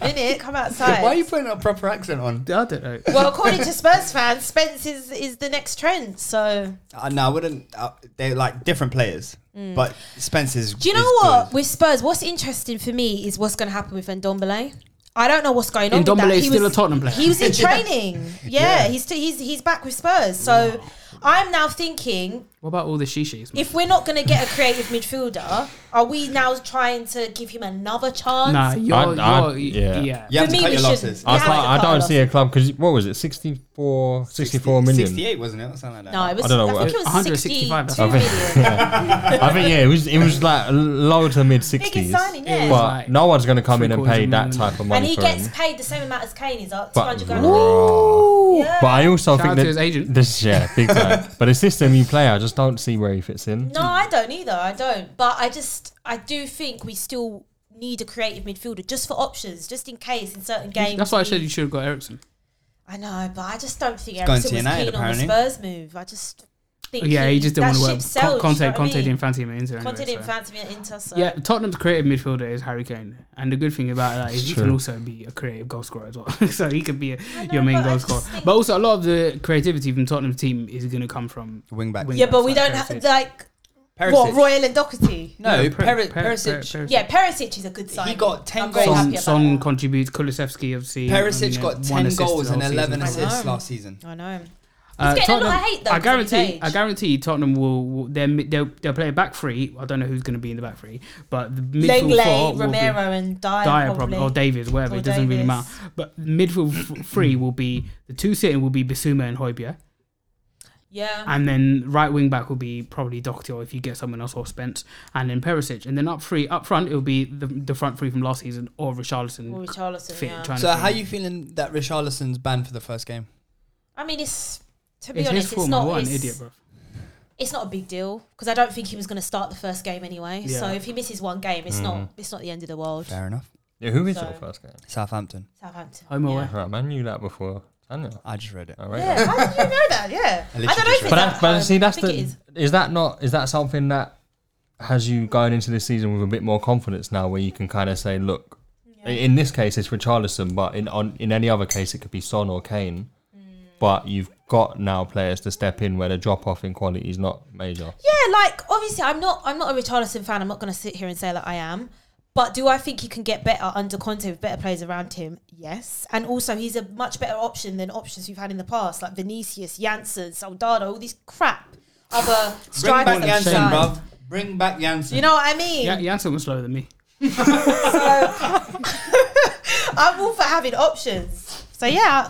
S5: Minute, come outside.
S2: Why are you putting a proper accent on?
S4: I don't know.
S5: well, according to Spurs fans, Spence is, is the next trend. So
S2: Uh, no, I wouldn't. Uh, they're like different players, but Spence is.
S5: Mm. Do you know
S2: is
S5: what
S2: good.
S5: with Spurs? What's interesting for me is what's going to happen with Ndombele. I don't know what's going on. with
S4: Ndombele
S5: that.
S4: is
S5: He
S4: still
S5: was-
S4: a Tottenham player.
S5: He was in
S2: Yeah.
S5: training. Yeah, he's still, he's he's back with Spurs. So I'm now thinking,
S4: What about all the shishis?
S5: if we're not going to get a creative midfielder, are we now trying to give him another chance?
S4: Nah, you're,
S3: I- I-
S4: you're
S3: yeah.
S4: yeah.
S2: You have to cut
S5: For me, we
S2: your
S5: shouldn't.
S2: losses.
S5: We
S3: I
S5: have
S3: can't.
S5: to
S3: I
S5: cut
S3: don't
S5: our
S3: see a club because what was it? 64, 64 million.
S2: 68, wasn't it? Or something like that.
S5: No, it was.
S3: I
S5: I,
S3: don't know what-
S5: think it was
S4: 165,
S5: 62 million.
S3: I think yeah, it was it was like low to mid sixties.
S5: signing, yeah. It was
S3: But
S4: like
S3: no one's going to come in and
S4: three-quarters
S3: pay
S4: of a
S3: that
S4: million.
S3: type of money
S5: and he
S3: for
S5: gets
S3: him.
S5: paid the same amount as Kane. He's up 200
S3: But,
S5: grand.
S3: Ooh. but I also
S4: Shout
S3: think
S4: out
S3: that
S4: to his agent.
S3: this yeah, big time. but the system you play, I just don't see where he fits in.
S4: Hmm.
S5: No, I don't either. I don't. But I just, I do think we still need a creative midfielder just for options, just in case in certain games.
S4: That's why I said
S5: we-
S4: you should have got Ericsson.
S5: I know, but I just don't think
S2: going
S5: Ericsson was
S2: to United,
S5: keen on the
S2: apparently.
S5: Spurs move. I just think.
S4: Yeah, he just didn't
S5: that
S4: want to
S5: ship
S4: work.
S5: sailed,
S4: Con-
S5: do you
S4: Conte,
S5: know what I
S4: Conte
S5: mean?
S4: didn't fancy him at Inter. Anyway,
S5: Conte didn't
S4: so.
S5: fancy me at Inter. So.
S4: Yeah, Tottenham's creative midfielder is Harry Kane, and the good thing about that is he can
S3: true.
S4: also be a creative goal scorer as well. so he could be a,
S5: I know,
S4: your main
S5: but I
S4: goal
S5: just
S4: scorer.
S5: think-
S4: But also, a lot of the creativity from Tottenham's team is going to come from
S2: Wing back.
S5: Yeah, but we
S4: backs,
S5: don't
S4: like
S5: have
S4: Perisic.
S5: like what Royal and Doherty.
S2: No,
S4: Yeah, Per-
S2: Peri-
S4: Per-
S2: Perisic.
S4: Per- Perisic.
S5: Yeah, Perisic is a good sign.
S2: got 10
S5: I'm very
S2: goals.
S5: happy
S4: Son,
S5: about
S4: Son
S5: that.
S4: contributes. Kulusevski obviously.
S2: Perisic
S4: and, uh,
S2: got
S4: one
S2: 10
S4: assist the
S2: goals
S4: whole
S2: and 11
S4: season.
S2: assists
S5: know.
S2: last season.
S5: I know.
S4: Uh,
S5: getting a lot of
S4: Tottenham-
S5: hate, though,
S4: I
S5: 'cause of his
S4: guarantee. I
S5: age.
S4: guarantee Tottenham will. will they'll, they'll they'll play a back three. I don't know who's going to be in the back three, but the midfield four
S5: Lenglet,
S4: will be-
S5: Romero, and Dyer,
S4: Dyer
S5: probably.
S4: probably or Davies, whatever.
S5: Or
S4: it doesn't really
S5: Davies.
S4: matter. But midfield f- three will be the two sitting will be Basuma and Hoybier,
S5: Yeah.
S4: and then right wing back will be probably Doherty or if you get someone else or Spence, and then Perisic, and then up three up front it'll be the, the front three from last season or Richarlison.
S5: Or Richarlison, yeah.
S4: trying to
S2: So,
S4: fit
S2: how
S4: in.
S2: you feeling that Richarlison's banned for the first game?
S5: I mean, it's to be
S4: It's his
S5: honest, it's
S4: fault, man.
S5: not
S4: What an
S5: it's,
S4: idiot, bro.
S5: it's not a big deal because I don't think he was going to start the first game anyway. So
S4: Yeah.
S5: if he misses one game, it's not it's not the end of the world.
S2: Mm. Fair enough.
S3: Yeah, who is
S5: So-
S3: your first game?
S2: Southampton.
S5: Southampton.
S4: Home away.
S3: Right, man, knew that before. I know.
S2: I just read it.
S3: All right.
S5: Yeah. yeah. How did you know that? Yeah. I,
S2: literally
S5: don't know
S2: just
S5: if
S2: read
S5: it's
S2: it.
S3: But
S5: at
S3: that's, but
S5: home.
S3: see, that's
S5: I think
S3: the
S5: it is.
S3: is. that not is that something that has you going into this season with a bit more confidence now, where you can kind of say, look, i- in this case it's Richarlison, but in on in any other case it could be Son or Kane.
S5: Mm.
S3: But you've got now players to step in where the drop off in quality is not major.
S5: Yeah, like obviously I'm not I'm not a Richarlison fan. I'm not going to sit here and say that I am. But do I think he can get better under Conte with better players around him? Yes. And also he's a much better option than options we've had in the past, like Vinicius, Janssen, Soldado, all these crap other
S2: Bring
S5: strikers.
S2: back
S5: on the
S2: Jansen,
S5: side.
S2: bruv. Bring back Jansen.
S5: You know what I mean?
S4: Yeah, Jansen was slower than me.
S5: I'm all for having options. So yeah,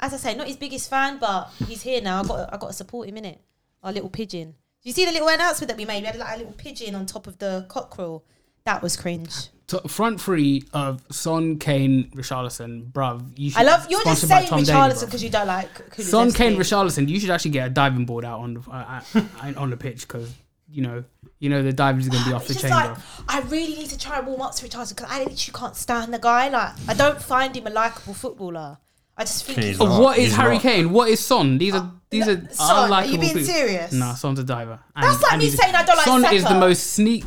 S5: as I say, not his biggest fan, but he's here now. I got I got to support him in it. Our little pigeon. Do you see the little announcement that we made? We had like a little pigeon on top of the cockerel. That was cringe.
S4: So front three of Son, Kane, Richarlison, bruv. You should
S5: I love you're just
S4: sponsored by Tom
S5: saying
S4: Daly,
S5: Richarlison
S4: bruv.
S5: because you don't like Kulusevski.
S4: Son, Kane, Richarlison. You should actually get a diving board out on the, uh, uh, on the pitch because you know you know the diving is going to be off
S5: It's
S4: the
S5: just
S4: chain,
S5: like
S4: bruv.
S5: I really need to try and warm up to Richarlison because I literally can't stand the guy. Like I don't find him a likable footballer. I just think he's
S3: He's
S4: Oh,
S3: not.
S4: what is
S3: He's
S4: Harry
S3: not.
S4: Kane? What is Son? These are these
S5: Uh, no,
S4: are
S5: Son, are you
S4: unlikable
S5: being
S4: people.
S5: serious?
S4: Nah, Son's a diver.
S5: That's like me
S4: he's-
S5: saying I don't like
S4: Son is
S5: Saka.
S4: the most sneak.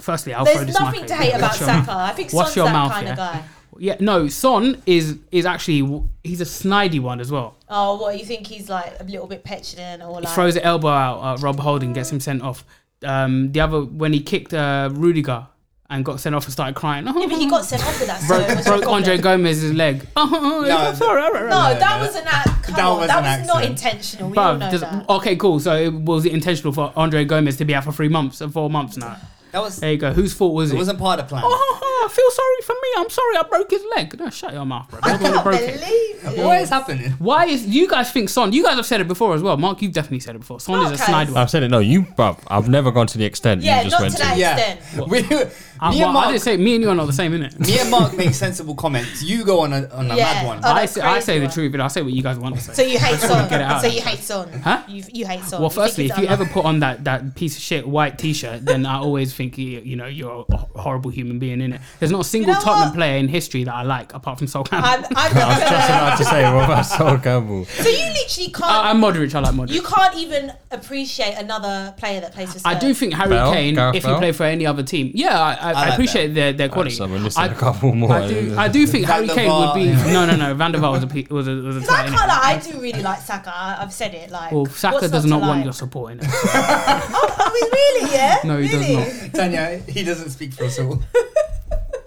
S4: Firstly, I'll throw
S5: There's
S4: this in my
S5: nothing to
S4: face.
S5: hate about
S4: Watch your-
S5: Saka. I think
S4: watch
S5: Son's
S4: your
S5: that
S4: mouth,
S5: kind
S4: yeah.
S5: of guy.
S4: Yeah, no, Son is is actually he's a snidey one as well.
S5: Oh, what you think he's like a little bit petulant or
S4: He
S5: like?
S4: throws the elbow out. Uh, Rob Holding gets him sent off. Um, the other when he kicked uh, Rudiger and got sent off and started crying.
S5: Yeah, but he got sent off for that. so it
S4: broke
S5: was your
S4: broke
S5: problem.
S4: Andre Gomez's leg. Oh,
S2: No,
S4: it's all right, all right, all
S5: No,
S4: right.
S5: that was an act. Come
S2: That
S5: on,
S2: was
S5: that
S2: an
S5: was not
S2: accident.
S5: intentional. We all
S4: Bruv, oh,
S5: know
S4: does-
S5: that.
S4: okay, cool. So it- was it intentional for Andre Gomez to be out for three months or uh, four months now?
S2: That was.
S4: There you go. Whose fault was
S2: It
S4: it?
S2: wasn't part of the plan.
S4: Oh, I feel sorry for me. I'm sorry. I broke his leg. No, shut your mouth, bro.
S5: I cannot
S4: broke
S5: believe
S4: it.
S5: it.
S2: What is happening?
S4: Why is you guys think Son? You guys have said it before as well. Mark, you've definitely said it before. Son is a
S5: Okay.
S4: snide one.
S3: I've said it. No, you, bruv, I've never gone to the extent
S5: Yeah,
S3: you
S5: not
S3: just went
S5: to
S3: to.
S5: that
S2: Yeah,
S5: extent.
S2: we, me
S4: I,
S2: and
S4: Ah, well, I
S2: Mark.
S4: didn't say me and you are not the same, innit?
S2: me and Mark make sensible comments. You go on a, on a
S5: Yeah.
S2: mad one.
S5: Oh,
S4: I
S5: that's
S4: say, I say
S5: crazy,
S4: the
S5: bro.
S4: truth, and I say what you guys want to say.
S5: So you hate
S4: get it
S5: Son.
S4: out.
S5: So you hate Son.
S4: Huh?
S5: You, you hate Son.
S4: Well,
S5: You think
S4: firstly,
S5: he's
S4: if you
S5: unlucky.
S4: ever put on that, that piece of shit white T-shirt, then I always think you, you know you're a h- horrible human being. In it, there's not a single
S5: know
S4: Tottenham
S5: what?
S4: player in history that I like apart from Sol
S5: I'm,
S4: Campbell.
S5: I'm
S3: I was
S5: not
S3: just
S5: gonna.
S3: about to say, what about Sol Campbell?
S5: So you literally can't.
S4: I, I'm Modric. I like Modric.
S5: you can't even appreciate another player that plays for Spurs.
S4: I do think Harry
S3: Bell?
S4: Kane,
S3: Gareth
S4: if he
S3: Bell?
S4: played for any other team, yeah, I, I, I,
S2: like
S4: appreciate their their quality.
S3: so we're missing
S4: I,
S3: a couple more.
S4: I do, I do think
S2: Van
S4: Harry
S2: der
S4: Kane would be.
S2: Vaart.
S4: No, no, no. Van der Vaart was a pe- was a was a.
S5: 'Cause I
S4: tight,
S5: can't
S4: innit?
S5: lie. I do really like Saka. I, I've said it. Like,
S4: Well, Saka
S5: what's
S4: does
S5: to
S4: not want
S5: like? Oh,
S4: your support in it.
S5: I mean, really? Yeah.
S4: No, he does
S5: really?
S4: not.
S2: Tanya, he doesn't speak for us all.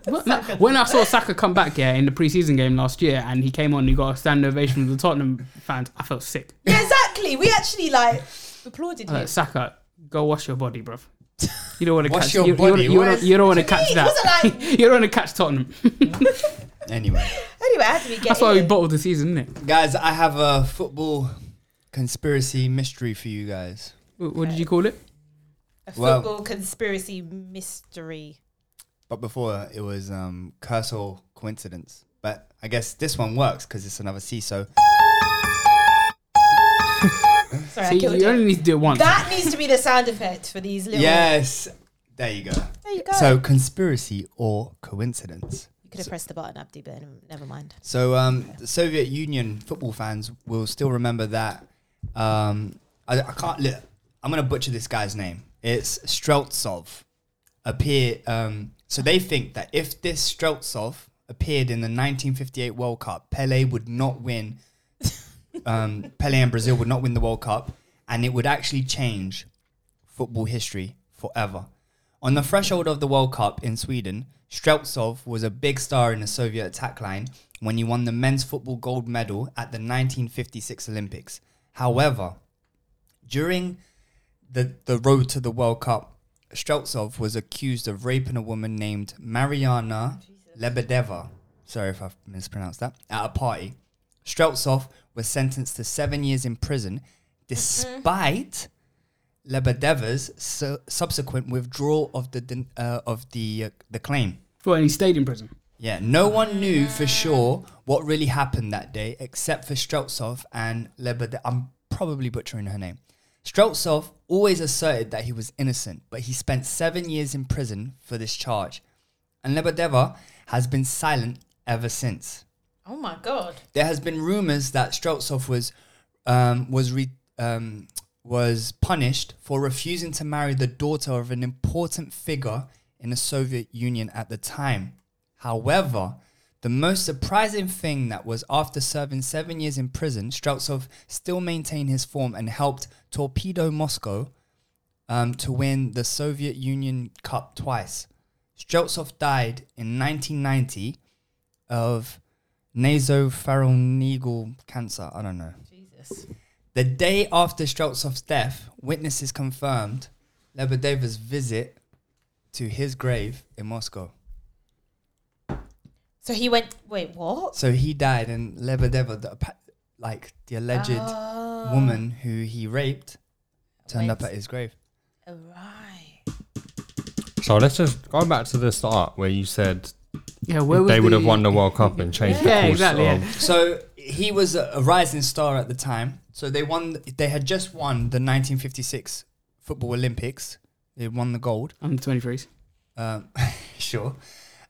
S4: Well, no, when I saw Saka come back yeah in the preseason game last year, and he came on, he got a standing ovation from the Tottenham fans. I felt sick.
S5: Yeah, exactly. We actually like applauded
S4: I was
S5: him.
S4: like, Saka, go wash your body, bruv. You don't want to
S2: Wash
S4: catch.
S2: your
S4: you,
S2: body?
S4: You, you,
S2: What
S4: don't,
S2: is-
S4: you don't want to
S5: What do you
S4: catch
S5: mean?
S4: that.
S5: It wasn't
S4: you don't want to catch Tottenham.
S2: Anyway,
S5: Anyway, I had to be getting.
S4: That's why we
S5: it.
S4: bottled the season, isn't it?
S2: guys, I have a football conspiracy mystery for you guys.
S4: What, what did you call it?
S5: a
S2: Wow.
S5: football conspiracy mystery.
S2: But before it was um, curse or coincidence. But I guess this one works because it's another CISO.
S5: Sorry, I
S4: See,
S5: killed
S4: you only
S5: it.
S4: need to do it once.
S5: That needs to be the sound effect for these little.
S2: Yes, there you go.
S5: There you go.
S2: So conspiracy or coincidence.
S5: you could have pressed the button, Abdi, but never mind.
S2: So um, the Soviet Union football fans will still remember that. Um, I, I can't. Look, I'm gonna butcher this guy's name. It's Streltsov. Appear. Um, so they think that if this Streltsov appeared in the 1958 World Cup, Pele would not win. Um, Pele and Brazil would not win the World Cup, and it would actually change football history forever. On the threshold of the World Cup in Sweden, Streltsov was a big star in the Soviet attack line when he won the men's football gold medal at the 1956 Olympics. However, during the, the road to the World Cup, Streltsov was accused of raping a woman named Mariana Lebedeva. Sorry if I've mispronounced that. At a party. Streltsov was sentenced to seven years in prison despite Lebedeva's su- subsequent withdrawal of the den- uh, of the uh, the claim.
S4: Well, and he stayed in prison.
S2: Yeah, no one knew for sure what really happened that day, except for Streltsov and Lebedev. I'm probably butchering her name. Streltsov always asserted that he was innocent, but he spent seven years in prison for this charge, and Lebedeva has been silent ever since.
S5: Oh my god.
S2: There has been rumors that Streltsov was um, was re- um, was punished for refusing to marry the daughter of an important figure in the Soviet Union at the time. However, the most surprising thing that was after serving seven years in prison, Streltsov still maintained his form and helped torpedo Moscow um, to win the Soviet Union Cup twice. Streltsov died in 1990 of nasopharyngeal cancer. I don't know.
S5: Jesus.
S2: The day after Streltsov's death, witnesses confirmed Lebedeva's visit to his grave in Moscow.
S5: So he went. Wait, what?
S2: So he died, and Lebedeva, the, appa- like the alleged woman who he raped, turned up
S5: Went.
S2: at his grave.
S5: All right.
S3: So let's just go back to the start where you said
S4: Yeah, where was
S3: they would have
S4: the-
S3: won the World Cup and changed
S4: Yeah,
S3: the course
S4: exactly,
S3: of.
S4: yeah.
S2: So he was a, a rising star at the time. So they won. They had just won the 1956 football Olympics. They won the gold.
S4: I'm the 23s.
S2: Um, sure.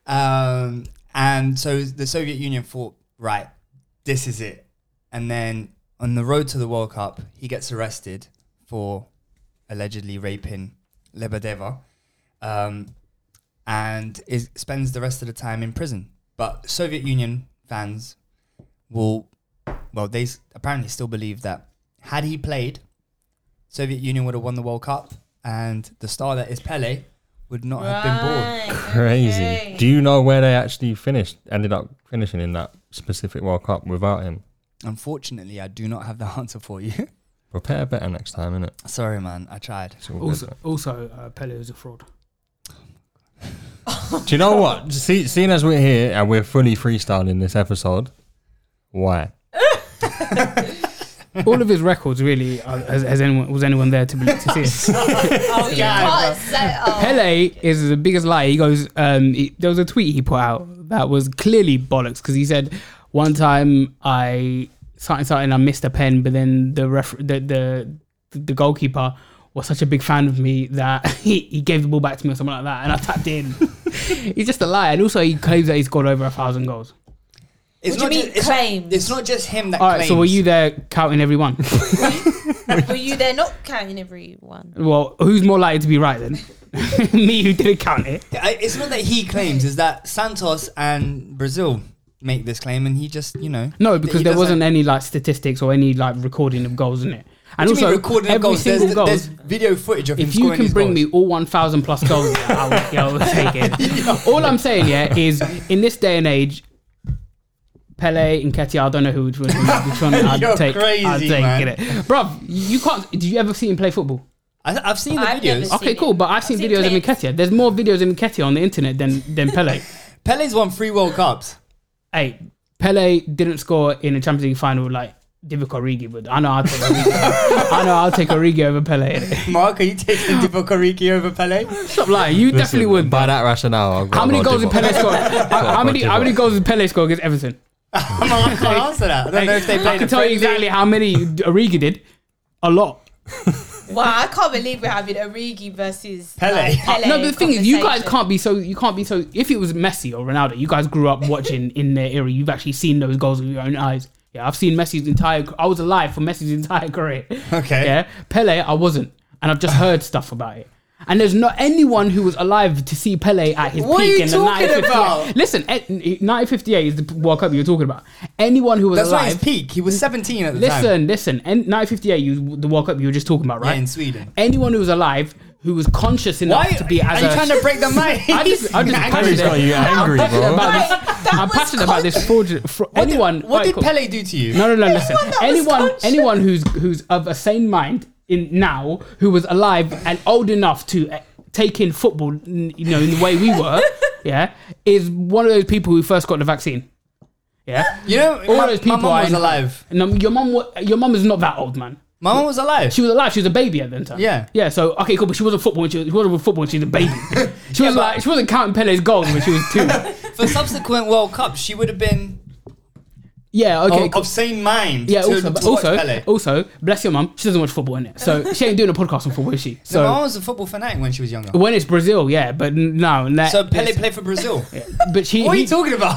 S2: Um, and so the Soviet Union thought, right, this is it. And then on the road to the World Cup, he gets arrested for allegedly raping Lebedeva um, and is, spends the rest of the time in prison. But Soviet Union fans will, well, they s- apparently still believe that had he played, Soviet Union would have won the World Cup and the star that is Pele would not have been born.
S3: Crazy. Do you know where they actually finished? Ended up finishing in that specific World Cup without him.
S2: Unfortunately, I do not have the answer for you.
S3: Prepare better next time, innit?
S2: Sorry, man. I tried.
S3: It's all good,
S4: Also,
S3: innit?
S4: also uh, Pele was a fraud.
S3: Do you know what? See, seeing as we're here and we're fully freestyling this episode, why?
S4: All of his records, really. Are, has, has anyone was anyone there to, be, to see it?
S5: Oh, you can't say. Oh.
S4: Pele is the biggest liar. He goes. Um, he- there was a tweet he put out that was clearly bollocks because he said one time I something something I missed a pen, but then the ref the the, the goalkeeper was such a big fan of me that he, he gave the ball back to me or something like that, and I tapped in. he's just a liar, and also he claims that he scored over a thousand goals.
S2: It's
S5: What do you mean
S2: ju- it's not-
S5: claims?
S2: It's not just him that
S4: All right,
S2: claims.
S4: so were you there counting everyone?
S5: oh. Were you there not counting everyone?
S4: well, who's more likely to be right then? me, who didn't count it.
S2: I- It's not that he claims. It's that Santos and Brazil make this claim, and he just, you know.
S4: No,
S2: he
S4: because there
S2: doesn't-
S4: wasn't any like statistics or any like recording of goals in it. And
S2: What do you
S4: also,
S2: mean recording of
S4: every
S2: goals?
S4: single
S2: There's,
S4: goal.
S2: there's video footage of him
S4: if you
S2: scoring
S4: can
S2: his
S4: bring
S2: goals.
S4: me all 1,000 plus goals, I will, yeah, I will take it. All I'm saying, yeah, is in this day and age, Pele and Ketia, I don't know who which one, which one I'd
S2: You're
S4: take. I'd
S2: crazy,
S4: take
S2: man.
S4: it. Bruv, you can't. Do you ever see him play football?
S2: I, I've seen the
S5: I've never
S2: videos.
S5: seen-
S4: Okay, cool. But I've seen
S5: seen
S4: videos of
S5: clips.
S4: Nketiah. There's more videos of Nketiah on the internet than, than Pele.
S2: Pele's won three World Cups.
S4: hey, Pele didn't score in a Champions League final like Divock Origi would. I know I'll take Origi. I know I'll take Origi over Pele. innit?
S2: Mark, are you taking Divock Origi over Pele?
S4: Stop lying. You definitely would.
S3: By that rationale, I've got
S4: how many
S3: Rod
S4: goals did
S3: Divock.
S4: Pele score? how, how
S3: Rod
S4: many how
S3: Divock.
S4: many goals did Pele score against Everton?
S2: I'm not- I can't answer that. I don't know if they
S4: I
S2: played
S4: can
S2: a
S4: tell you
S2: friendly.
S4: exactly how many Origi did. A lot.
S5: Wow, I can't believe we're having Origi versus
S2: Pele.
S5: like, Pele
S4: no, but the thing is, you guys
S5: conversation.
S4: can't be so. You can't be so. If it was Messi or Ronaldo, you guys grew up watching in their era. You've actually seen those goals with your own eyes. Yeah, I've seen Messi's entire. I was alive for Messi's entire career.
S2: Okay.
S4: Yeah, Pele, I wasn't, and I've just heard stuff about it. And there's not anyone who was alive to see Pele at his
S2: What are
S4: peak
S2: you
S4: in
S2: talking
S4: the 1958.
S2: about?
S4: Listen, eh, 1958 is the World Cup you were talking about. Anyone who was
S2: That's not
S4: alive
S2: his peak. He was 17 at the time.
S4: Listen, listen. And 1958, you the World Cup you were just talking about, right?
S2: Yeah, in Sweden.
S4: Anyone who was alive who was conscious enough
S2: Why
S4: to be
S2: are
S4: as
S2: you
S4: a-
S2: trying to break the mic?
S4: I just, I'm just
S3: Henry's
S4: passionate,
S3: got you angry, bro.
S4: about
S5: Right,
S4: this.
S5: that
S4: I'm
S5: was
S4: passionate about this. Fraudulent, fra-
S2: What did-
S4: anyone?
S2: What did
S4: Michael-
S2: Pele do to you?
S4: No, no, no. Listen.
S5: that was
S4: anyone,
S5: conscious.
S4: anyone who's who's of a sane mind in now, who was alive and old enough to uh, take in football, n- you know, in the way we were, yeah, is one of those people who first got the vaccine. Yeah,
S2: You know,
S4: all
S2: my,
S4: those people
S2: my mum
S4: are
S2: was
S4: in-
S2: alive.
S4: And um, your mum, wa- your mum is not that old, man.
S2: My mum was alive.
S4: She was alive. She was a baby at that time.
S2: Yeah.
S4: Yeah. So okay, cool. But she wasn't football. When she, was, she wasn't with football. When she was a baby. She was
S2: but-
S4: like she wasn't counting Pele's goals when she was two.
S2: For subsequent World Cups, she would have been
S4: yeah. Okay.
S2: of,
S4: cool.
S2: of sane mind.
S4: Yeah.
S2: to,
S4: Also,
S2: to
S4: but
S2: watch
S4: also,
S2: Pele.
S4: also, bless your mum. She doesn't watch football in it, so she ain't doing a podcast on football, is she?
S2: So,
S4: So
S2: my mum was a football fanatic when she was younger.
S4: when it's Brazil, yeah, but n- no. That,
S2: So Pele played for Brazil.
S4: But she.
S2: What are
S4: he-
S2: you talking about?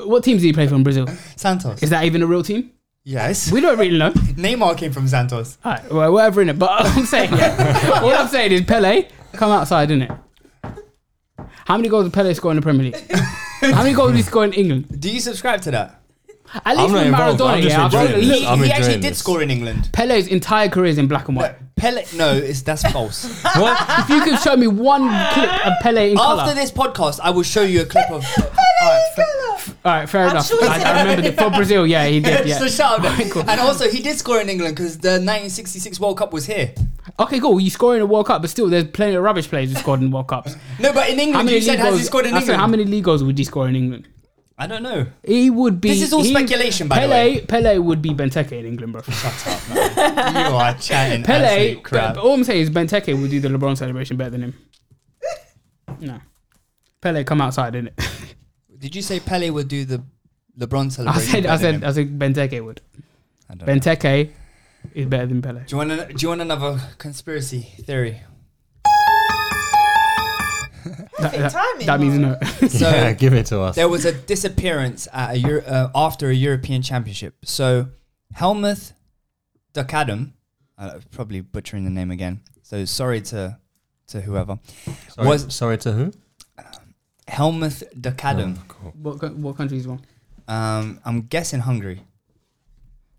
S4: what teams did he play for in Brazil?
S2: Santos.
S4: Is that even a real team?
S2: yes.
S4: We don't really know.
S2: Neymar came from Santos.
S4: All right, well, whatever in it. But I'm saying, yeah, all I'm saying is Pele, come outside, innit? How many goals did Pele score in the Premier League? How many goals did he score in England?
S2: Do you subscribe to that?
S4: At least
S3: not
S4: with
S3: involved, I'm
S4: Maradona,
S3: just
S4: yeah. I've seen
S3: enjoying
S4: a
S3: this.
S4: little-
S2: He,
S3: I'm
S2: he actually
S3: enjoying
S2: did
S3: this.
S2: score in England.
S4: Pele's entire career is in black and white.
S2: Pele, no, it's that's false.
S3: What?
S4: If you could show me one clip of Pele in
S2: After
S4: colour,
S2: this podcast, I will show you a clip of. Alright, fa-
S4: all right, fair enough.
S5: sure
S4: I,
S5: it's
S4: I remember the, for Brazil, yeah, he did.
S2: so
S4: Yeah.
S2: shut up. And also, he did score in England because the 1966 World Cup was here.
S4: Okay, cool. You score in a World Cup, but still, there's plenty of rubbish players who scored in World Cups.
S2: No, but in England, you said
S4: league
S2: has he
S4: goals-
S2: scored in
S4: I said,
S2: England?
S4: how many league goals would he score in England?
S2: I don't know.
S4: He would be.
S2: This is all
S4: he-
S2: speculation, by the
S4: Pele,
S2: way.
S4: Pele would be Benteke in England, bro.
S2: You are chatting
S4: Pele,
S2: absolute crap.
S4: but all I'm saying is Benteke will do the LeBron celebration better than him. No. Pele, come outside, innit?
S2: Did you say Pele would do the LeBron
S4: I
S2: celebration?
S4: said, I
S2: better than
S4: said,
S2: him?
S4: I said Benteke would.
S2: I don't know.
S4: Benteke is better than Pele.
S2: Do you want? An, do you want another conspiracy theory?
S4: That, that-
S5: timing,
S4: that means no.
S2: So
S3: yeah, give it to us.
S2: there was a disappearance at a Euro, uh, after a European Championship. So Helmuth Dukadam, uh, probably butchering the name again. So sorry to to whoever.
S3: sorry,
S2: was-
S3: sorry to who?
S2: Helmuth
S4: Oh,
S2: Dukadam.
S4: what, co- what country is one?
S2: Um, I'm guessing Hungary.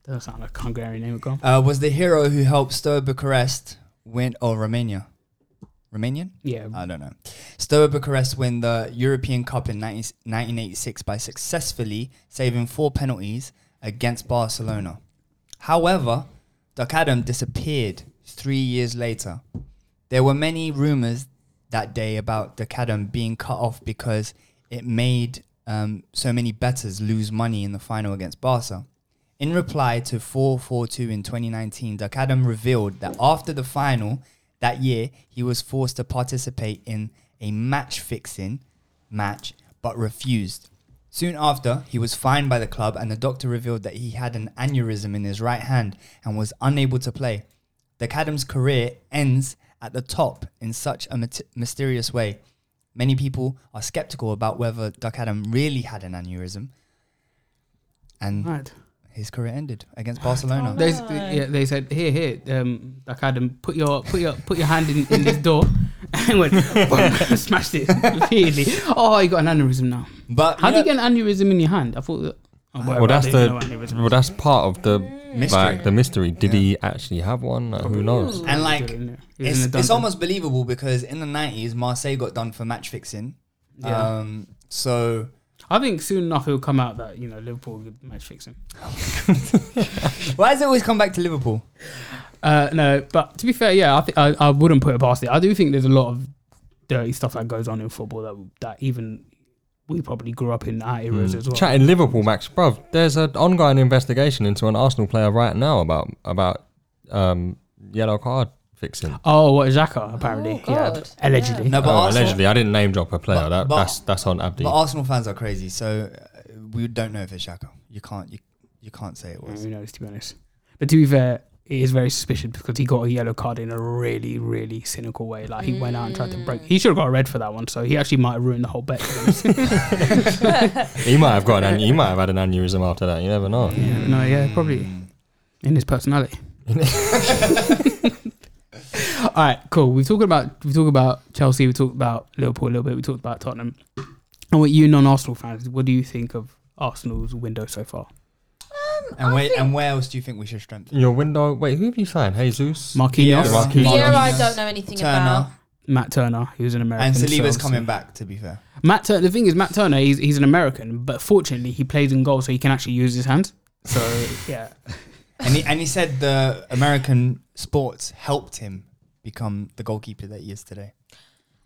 S4: Doesn't sound like a Hungarian name at all.
S2: Uh, was the hero who helped Stoa Bucharest win or Romania? Romanian?
S4: Yeah.
S2: I don't know. Stoa Bucharest win the European Cup in 19, 1986 by successfully saving four penalties against Barcelona. However, Doc Adam disappeared three years later. There were many rumors that day about the Cadden being cut off because it made um, so many bettors lose money in the final against Barca. In reply to 442 in 2019, Dakadam revealed that after the final that year, he was forced to participate in a match fixing match but refused. Soon after, he was fined by the club, and the doctor revealed that he had an aneurysm in his right hand and was unable to play. The Cadam's career ends at the top in such a mat- mysterious way. Many people are skeptical about whether Dakadam really had an aneurysm, and
S4: Right.
S2: his career ended against Barcelona.
S4: They,
S5: Oh.
S4: s- yeah, they said, here, here, um, like Adam, put your put your put your hand in, in this door, and went, boom, smashed it repeatedly. Oh, you got an aneurysm now.
S2: But
S4: How do you
S2: know-
S4: get an aneurysm in your hand? I thought. that- Oh, whatever,
S3: Well, that's
S4: I didn't
S3: the
S4: know aneurysm.
S3: well, that's part of the
S2: Mystery.
S3: like the mystery. Did he actually have one? Like, who knows?
S2: and like
S4: He was in a
S2: it's, it's
S4: dungeon.
S2: almost believable because in the nineties Marseille got done for match fixing. Um, so
S4: I think soon enough he'll come out that you know Liverpool could match fix him.
S2: why does it always come back to Liverpool?
S4: Uh, no, but to be fair, yeah, I, th- I I wouldn't put it past it. I do think there's a lot of dirty stuff that goes on in football that that even we probably grew up in our
S2: Hmm.
S4: eras as well.
S3: Chatting Liverpool, Max, bruv. There's an ongoing investigation into an Arsenal player right now about about um, yellow card fixing.
S4: Oh, what Xhaka apparently?
S5: Oh,
S4: yeah,
S5: God.
S4: allegedly.
S2: No, but
S3: Oh,
S2: Arsenal,
S3: allegedly, I didn't name drop a player.
S2: But-
S3: that,
S2: but-
S3: that's that's on Abdi.
S2: but Arsenal fans are crazy. So uh, we don't know if it's Shaka. You can't you you can't say it was.
S4: Who knows? To be honest, but to be fair, it is very suspicious because he got a yellow card in a really, really cynical way. Like he went out and tried to break. He should have got a red for that one. So he actually might have ruined the whole bet. to be honest.
S3: he might have got an he might have had an aneurysm after that. You never know.
S4: Yeah, no, yeah, probably in his personality. All right, cool. We've talked about we talked about Chelsea, we talked about Liverpool a little bit, we talked about Tottenham. And what you non-Arsenal fans, what do you think of Arsenal's window so far?
S2: And where and where else do you think we should strengthen?
S3: Your window. Wait, who have you signed? Jesus.
S4: Marquinhos,
S2: Vieira.
S3: Marquinhos.
S5: Vieira, I
S2: Marquinhos,
S5: don't know anything
S2: Turner
S4: Matt Turner, he was an American.
S2: and
S4: so
S2: Saliba's
S4: obviously-
S2: coming back. To be fair,
S4: Matt Turner. The thing is, Matt Turner, he's, he's an American, but fortunately, he plays in goal, so he can actually use his hands. So yeah,
S2: and he and he said the American sports helped him become the goalkeeper that he is today.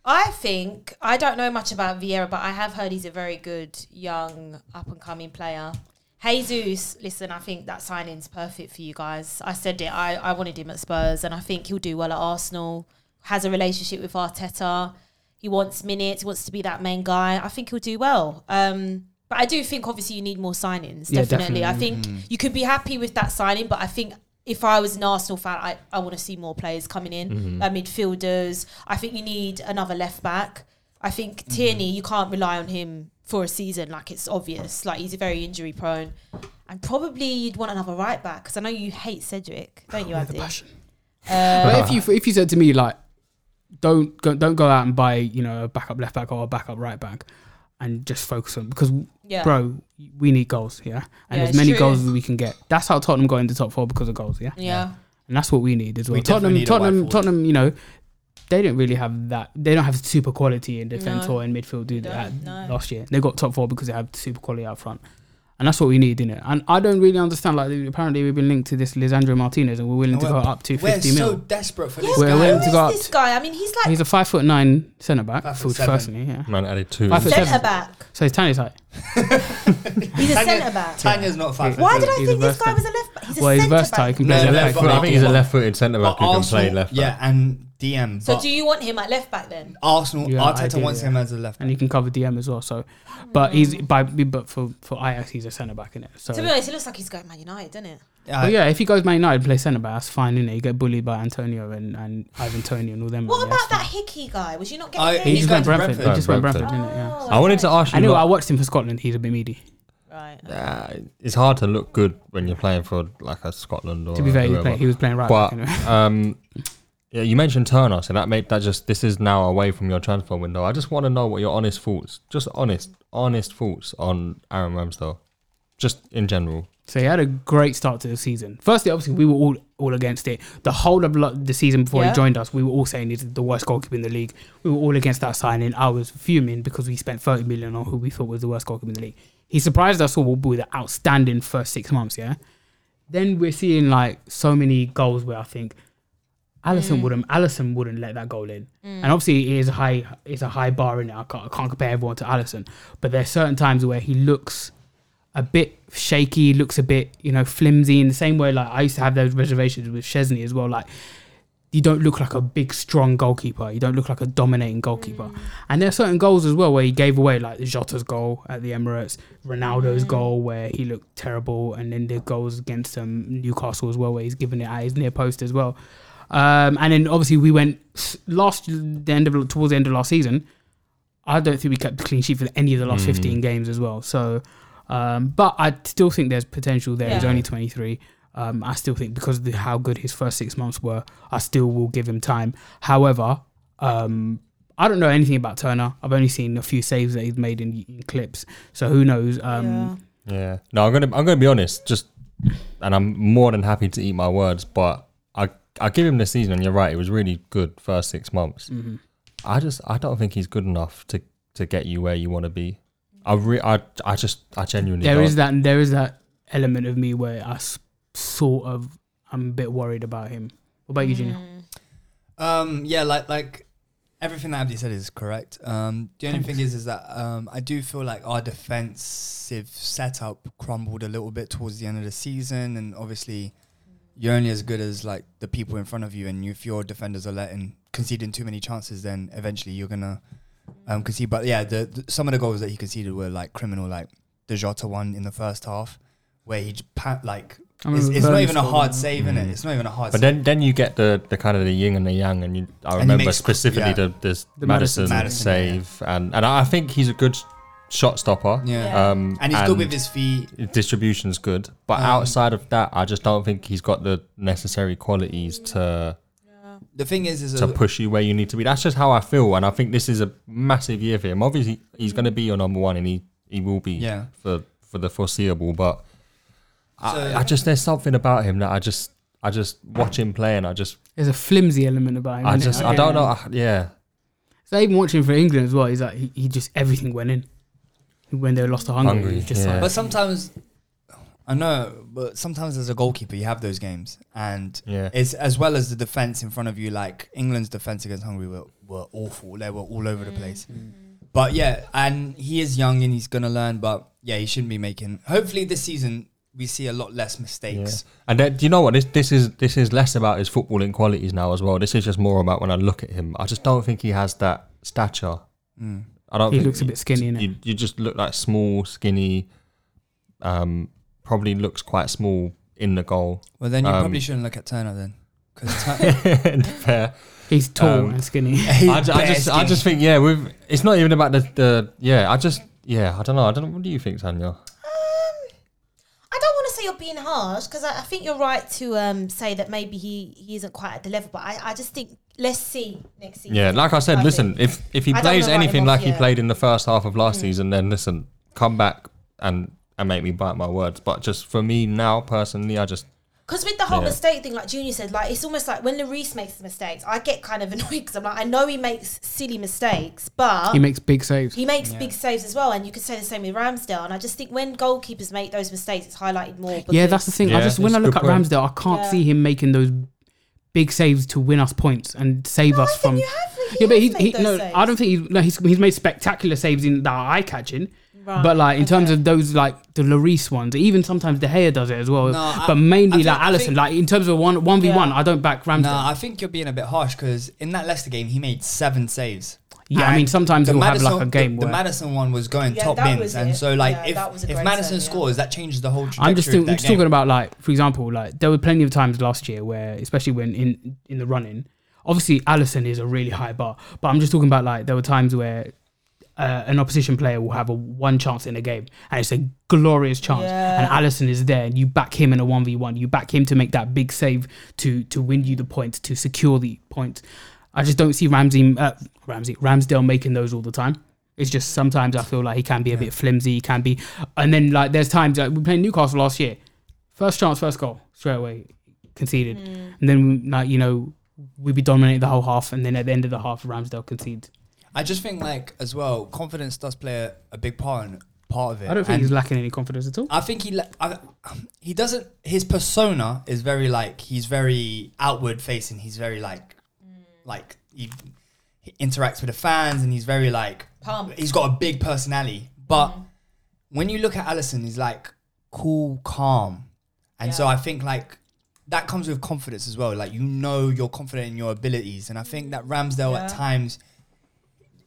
S5: I think I don't know much about Vieira, but I have heard he's a very good young up and coming player. Jesus, listen, I think that signing's perfect for you guys. I said it. I, I wanted him at Spurs, and I think he'll do well at Arsenal. Has a relationship with Arteta. He wants minutes. He wants to be that main guy. I think he'll do well. Um, but I do think obviously you need more signings.
S4: Yeah,
S5: definitely.
S4: definitely.
S5: I think you could be happy with that signing, but I think if I was an Arsenal fan, I, I want to see more players coming in,
S4: Mm-hmm.
S5: like midfielders. I think you need another left back. I think Tierney, you can't rely on him for a season. Like it's obvious. Like he's very injury prone. And probably you'd want another right back because I know you hate Cedric, don't you, Andy? Uh,
S4: but
S5: Uh-huh.
S4: if you if you said to me like, don't go, don't go out and buy you know a backup left back or a backup right back, and just focus on because
S5: Yeah.
S4: bro, we need goals, yeah, and
S5: Yeah,
S4: as many
S5: it's true.
S4: goals as we can get. That's how Tottenham got into top four because of goals, yeah,
S5: Yeah.
S4: and that's what we need as well.
S2: We
S4: Tottenham,
S2: definitely need a wide
S4: Tottenham,
S2: forward.
S4: Tottenham, you know. They don't really have that. They don't have super quality in defense
S5: No.
S4: or in midfield, do they?
S5: don't,
S4: Had
S5: no.
S4: Last year, they got top four because they have super quality out front, and that's what we need, innit? And I don't really understand. Like, apparently, we've been linked to this Lisandro Martinez, and we're willing to go up to
S2: we're
S4: fifty
S2: so
S4: mil.
S2: desperate for
S5: Yeah,
S2: this
S4: We're
S2: guy.
S4: willing
S5: who
S4: to
S5: is
S4: go up
S5: this
S4: to-
S5: guy? I mean, he's like
S4: He's a five foot nine centre back.
S2: Five foot
S4: for-
S2: seven.
S4: Firstly, yeah.
S3: Man added two.
S4: Five foot
S5: centre
S4: seven.
S5: back.
S4: So he's tiny height.
S5: He's a
S2: Tanya-
S5: centre back.
S2: Tanya's not five.
S5: Why
S2: foot
S5: did I
S4: He's a
S5: think this
S4: versatile.
S5: guy was a left back? He's a
S4: Well, he's
S5: centre
S4: versatile. He
S5: back.
S4: can
S2: No,
S4: play
S2: no,
S4: left back.
S2: but
S3: Well, I
S2: But-
S3: think he's a left-footed centre back who
S2: But
S3: can play
S2: Arsenal-
S3: left.
S2: Yeah,
S3: back.
S2: and DM.
S5: So
S2: but
S5: do you want him at left back then?
S2: Arsenal,
S4: Yeah,
S2: Arteta
S4: ideally,
S2: wants
S4: yeah.
S2: him as a left.
S4: and he can cover DM as well. So, but he's by but for for Ajax, he's a centre back in it. So.
S5: Mm. To be honest, it looks like he's going Man United, doesn't it?
S2: Uh,
S4: Well, yeah, if he goes Man United and plays centre back, that's fine, innit? You get bullied by Antonio and, and Ivan Tony and all them.
S5: What
S4: man, yeah,
S5: about that
S4: that's
S5: Hickey guy? Was you not
S2: Oh,
S5: getting
S4: fine. He
S2: He's
S4: just
S2: going
S4: went
S2: to
S4: Brentford.
S2: Brentford. Oh.
S4: He just went
S3: Brentford.
S4: Brentford, innit? Yeah.
S3: I wanted to ask you.
S4: I know.
S3: what-
S4: I watched him for Scotland. He's a Bimidi.
S5: Right.
S3: uh, it's hard to look good when you're playing for like a Scotland or
S4: To be fair, he,
S3: whoever.
S4: play, he was playing right
S3: but
S4: back. Anyway.
S3: um, yeah, you mentioned Turner, so that made that just this is now away from your transfer window. I just want to know what your honest thoughts, just honest, honest thoughts on Aaron Ramsdale, just in general.
S4: So he had a great start to the season. Firstly, obviously, we were all all against it. The whole of lo- the season before
S5: Yeah.
S4: he joined us, we were all saying he's the worst goalkeeper in the league. We were all against that signing. I was fuming because we spent 30 million on who we thought was the worst goalkeeper in the league. He surprised us all with an outstanding first six months, yeah? Then we're seeing like so many goals where I think Allison wouldn't. Allison wouldn't let that goal in. And obviously, it is a high. It's a high bar in it. I can't, I can't compare everyone to Allison, but there's certain times where he looks a bit shaky, looks a bit you know flimsy. In the same way, like I used to have those reservations with Chesney as well. Like you don't look like a big, strong goalkeeper. You don't look like a dominating goalkeeper. And there are certain goals as well where he gave away, like Jota's goal at the Emirates, Ronaldo's goal where he looked terrible, and then the goals against um, Newcastle as well where he's given it at his near post as well. Um, and then obviously we went s- last the end of towards the end of last season. I don't think we kept the clean sheet for any of the last 15 games as well. So, um, but I still think there's potential there. He's
S5: Yeah.
S4: only 23. Um, I still think because of the, how good his first six months were, I still will give him time. However, um, I don't know anything about Turner. I've only seen a few saves that he's made in, in clips. So who knows? Um,
S3: Yeah. No, I'm gonna I'm gonna be honest. Just and I'm more than happy to eat my words, but I I give him the season, and you're right. It was really good first six months.
S2: Mm-hmm.
S3: I just I don't think he's good enough to to get you where you want to be. I re I I just I genuinely
S4: There
S3: don't.
S4: is that. There is that element of me where I s- sort of I'm a bit worried about him. What about you, Junior?
S2: Um, yeah, like like everything that Abdi said is correct. Um, the only thing is, is that um, I do feel like our defensive setup crumbled a little bit towards the end of the season, and obviously, you're only as good as like the people in front of you, and if your defenders are letting conceding too many chances, then eventually you're gonna um, concede. But yeah, the, the some of the goals that he conceded were like criminal, like the Jota one in the first half, where he j- pat like.
S4: I
S2: It's,
S4: remember
S2: it's not
S4: Burnley
S2: even a
S4: scored
S2: hard
S4: one.
S2: save, in it. It's not even a hard.
S3: Mm. But
S2: save.
S3: then, then you get the, the kind of the yin and the yang, and you, I
S2: you
S3: remember
S2: make sc-
S3: specifically
S2: yeah.
S3: the this
S4: The
S3: Madison,
S4: Madison
S2: Madison,
S3: save, and and I think he's a good sh- shot stopper.
S2: Yeah.
S3: um,
S2: and he's good with his feet.
S3: his distribution's good, but
S2: Um,
S3: outside of that, I just don't think he's got the necessary qualities to
S2: The thing is, is
S3: to
S2: a-
S3: push you where you need to be. That's just how I feel, and I think this is a massive year for him. Obviously, he's going to be your number one, and he he will be
S2: Yeah.
S3: for for the foreseeable. But
S2: So-
S3: I, I just there's something about him that I just I just watch him play, and I just
S4: There's a flimsy element about him.
S3: I
S4: isn't
S3: just
S4: there?
S3: I don't know. I, yeah.
S4: So even watching for England as well, he's like he, he just everything went in. When they lost to Hungary,
S3: Hungary,
S4: he's just
S3: yeah.
S4: like
S2: but sometimes I know, but sometimes as a goalkeeper, you have those games, and
S3: Yeah.
S2: it's as well as the defense in front of you. Like England's defense against Hungary were, were awful; they were all over the place. But yeah, and he is young and he's gonna learn. But yeah, he shouldn't be making. Hopefully, this season we see a lot less
S3: Yeah.
S2: mistakes.
S3: And then, do you know what? This this is this is less about his footballing qualities now as well. This is just more about when I look at him. I just don't think he has that stature. I don't.
S4: He
S3: think
S4: looks a bit skinny, innit?
S3: You, you just look like small, skinny. Um, probably looks quite small in the goal.
S2: Well, then you
S3: Um,
S2: probably shouldn't look at Turner then, because
S3: Fair.
S4: he's tall
S3: Um,
S4: and skinny.
S3: I, ju- I just I just think yeah. We've, it's not even about the, the yeah. I just yeah. I don't know. I don't. What do you think, Tanya?
S5: Um, I don't want to say you're being harsh because I, I think you're right to um, say that maybe he, he isn't quite at the level. But I, I just think let's see next season.
S3: Yeah, like I said,
S5: think.
S3: listen, if if he
S5: I don't
S3: plays
S5: wanna write him
S3: anything
S5: off
S3: like he
S5: yet.
S3: played in the first half of
S5: Mm.
S3: last season, then listen, come back and and make me bite my words. But just for me now, personally, I just
S5: Because with the whole
S3: Yeah.
S5: mistake thing, like Junior said, like it's almost like when Larice makes mistakes, I get kind of annoyed because I'm like, I know he makes silly mistakes, but
S4: he makes big saves.
S5: he makes big saves as well. And you could say the same with Ramsdale. And I just think when goalkeepers make those mistakes, it's highlighted more.
S4: yeah,
S5: because-
S4: that's the thing. I
S3: Yeah,
S4: just when
S3: that's
S4: I
S3: a
S4: look
S3: good
S4: at
S3: point.
S4: Ramsdale, I can't
S5: Yeah.
S4: see him making those big saves to win us points and save
S5: No, I
S4: us
S5: think
S4: from.
S5: you have- he
S4: yeah, but
S5: has
S4: he's
S5: made
S4: he,
S5: those
S4: no. I
S5: saves.
S4: don't think he's no. He's, he's made spectacular saves in that are eye catching. But like in terms of those like the Lloris ones, even sometimes De Gea does it as well.
S2: No, I-
S4: but mainly
S2: I think-
S4: like
S2: I
S4: Allison,
S2: think-
S4: like in terms of one one v one,
S5: Yeah.
S4: I don't back Ramsdale.
S2: No, I think you're being a bit harsh because in that Leicester game he made seven saves.
S4: Yeah, I mean, sometimes
S2: the
S4: he'll have, like,
S2: the-
S4: a game
S2: The,
S4: where-
S2: Madison one was going
S5: Yeah,
S2: top
S5: that
S2: bins,
S5: was
S2: and
S5: it.
S2: so like
S5: Yeah, that was
S2: if
S5: a
S2: if
S5: great
S2: Madison
S5: save, yeah.
S2: scores, that changes the whole. Trajectory
S4: I'm just,
S2: of
S4: think,
S2: that
S4: just
S2: game.
S4: talking about like, for example, like there were plenty of times last year where, especially when in in the running, obviously Allison is a really high bar, but I'm just talking about like there were times where uh, an opposition player will have a one chance in a game, and it's a glorious chance, and Allison is there, and you back him in a one v one, you back him to make that big save to to win you the points, to secure the points. I just don't see Ramsey, uh, Ramsey, Ramsdale making those all the time. It's just sometimes I feel like he can be a bit flimsy. He can be, and then like there's times like we played Newcastle last year, first chance, first goal straight away conceded, and then like you know we'd be dominating the whole half, and then at the end of the half Ramsdale concedes.
S2: I just think like as well, confidence does play a, a big part in, part of it.
S4: I don't think
S2: And
S4: he's lacking any confidence at all.
S2: I think he la- I, he doesn't. His persona is very like he's very outward facing. He's very like like he, he interacts with the fans and he's very like
S5: Pumped.
S2: he's got a big personality. But when you look at Allison, he's like cool, calm, and so I think like that comes with confidence as well. Like you know you're confident in your abilities, and I think that Ramsdale at times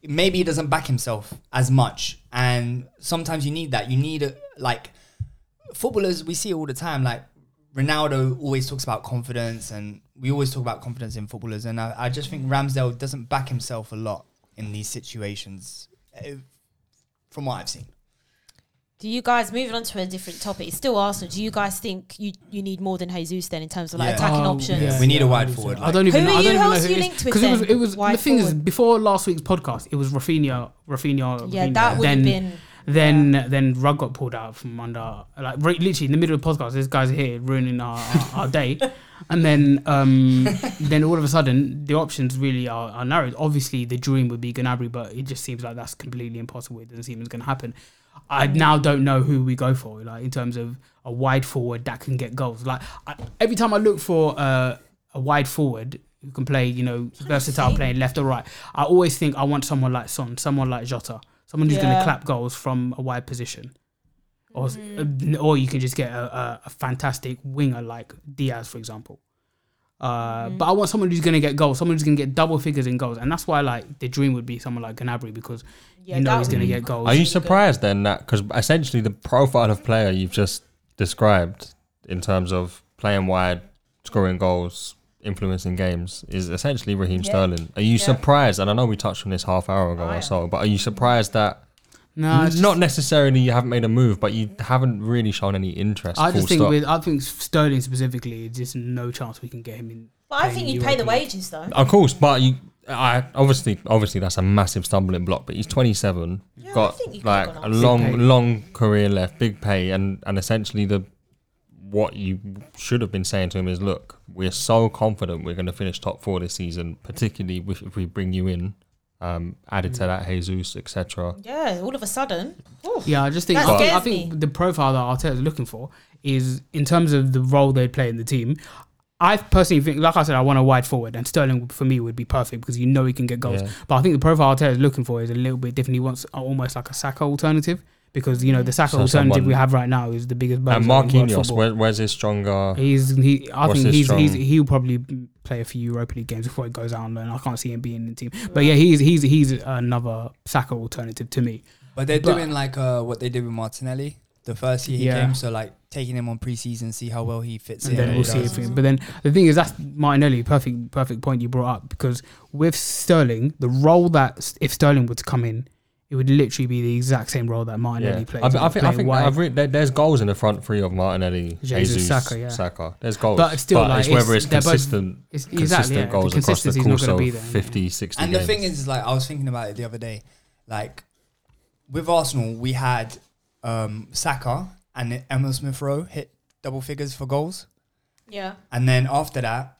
S2: maybe he doesn't back himself as much, and sometimes you need that. You need a, like footballers we see it all the time like Ronaldo always talks about confidence and we always talk about confidence in footballers and I, I just think Ramsdale doesn't back himself a lot in these situations eh, from what I've seen
S5: Do you guys moving on to a different topic? It's still Arsenal. Do you guys think you, you need more than Jesus then in terms of like
S2: Yeah.
S5: attacking
S4: Oh,
S5: options?
S4: yeah.
S2: we need a wide
S4: I
S2: forward
S4: I
S2: like,
S4: don't even.
S5: Who
S4: know,
S5: are
S4: I
S5: you-
S4: don't
S5: who
S4: even
S5: else
S4: know
S5: you
S4: who
S5: linked with
S4: Because it was,
S5: then?
S4: it was the
S5: Wide
S4: thing is
S5: forward.
S4: before last week's podcast, it was Rafinha, Rafinha.
S5: Yeah,
S4: Rafinha.
S5: that would have
S4: Then-
S5: been-
S4: Then, then Rug got pulled out from under, like re- literally in the middle of the podcast. This guy's here ruining our, our, our day, and then, um, then all of a sudden, the options really are, are narrowed. Obviously, the dream would be Gnabry, but it just seems like that's completely impossible. It doesn't seem it's going to happen. I now don't know who we go for, like in terms of a wide forward that can get goals. Like I, every time I look for uh, a wide forward who can play, you know, versatile playing left or right, I always think I want someone like Son, someone like Jota, someone who's going
S5: Yeah.
S4: to clap goals from a wide position. Or,
S5: Mm.
S4: or you can just get a, a, a fantastic winger like Diaz, for example. Uh,
S5: Mm-hmm.
S4: But I want someone who's going to get goals, someone who's going to get double figures in goals, and that's why like the dream would be someone like Gnabry because you know
S5: that
S4: he's
S5: would
S4: going to
S5: be-
S4: get goals.
S3: Are you surprised then that because essentially the profile of player you've just described in terms of playing wide, scoring goals, influencing games is essentially Raheem Sterling. Are you surprised? And I know we touched on this half hour
S5: Oh,
S3: ago or so, but are you surprised that
S4: No, it's
S3: n-
S4: just-
S3: not necessarily you haven't made a move, but you haven't really shown any interest?
S4: I just
S3: full
S4: think
S3: stop.
S4: with I think Sterling specifically, there's just no chance we can get him in.
S5: But I
S4: playing
S5: think
S4: in
S5: you'd pay the
S4: Europa League.
S5: wages though.
S3: Of course, but you, I obviously, obviously, that's a massive stumbling block. But he's 27,
S5: I
S3: got
S5: think he could've
S3: like
S5: gone
S3: a
S5: up.
S4: Big pay.
S3: long, long career left, big pay, and and essentially the what you should have been saying to him is, look, we're so confident we're going to finish top four this season, particularly if, if we bring you in, um, added
S5: Mm.
S3: to that Jesus, etc.
S5: Yeah, all of a sudden. Oof.
S4: Yeah, I just think I
S5: That
S4: think, I
S5: scares
S4: think
S5: me.
S4: the profile that Arteta's looking for is in terms of the role they play in the team. I personally think, like I said, I want a wide forward, and Sterling for me would be perfect because you know he can get goals.
S3: Yeah.
S4: But I think the profile Arteta is looking for is a little bit different. He wants almost like a Saka alternative because you know the Saka
S3: So
S4: alternative we
S3: someone-
S4: have right now is the biggest.
S3: And
S4: buzzsaw in world
S3: Marquinhos,
S4: football.
S3: where, where's his stronger?
S4: He's he. I
S3: What's
S4: think
S3: his
S4: he's, he's
S3: strong-
S4: he'll probably play a few Europa League games before he goes out on loan. I can't see him being in the team. But yeah, he's he's he's another Saka alternative to me.
S2: but they're
S4: But-
S2: doing like uh, what they did with Martinelli the first year he
S4: Yeah.
S2: came so like taking him on preseason see how well he fits
S4: And
S2: in
S4: then we'll
S2: and
S4: see
S2: does.
S4: if he. But then the thing is that's Martinelli. Perfect perfect point you brought up because with Sterling, the role that if Sterling were to come in, it would literally be the exact same role that Martinelli
S3: Yeah,
S4: plays.
S3: I, I think, I
S4: playing
S3: think
S4: wide.
S3: I've read, there, there's goals in the front three of Martinelli,
S4: Jesus,
S3: Jesus,
S4: Saka, yeah.
S3: Saka. There's goals,
S4: But still, like,
S3: it's whether
S4: it's-
S3: it's
S4: they're both-
S3: consistent,
S4: it's- exactly,
S3: consistent
S4: yeah, the
S3: goals across the
S4: consistency's not
S3: course
S4: gonna
S3: of
S4: be there, yeah.
S3: 50, 60
S2: And the
S3: games.
S2: thing is, like, I was thinking about it the other day. Like, with Arsenal, we had um, Saka and Emma Smith Rowe hit double figures for goals.
S5: Yeah.
S2: And then after that,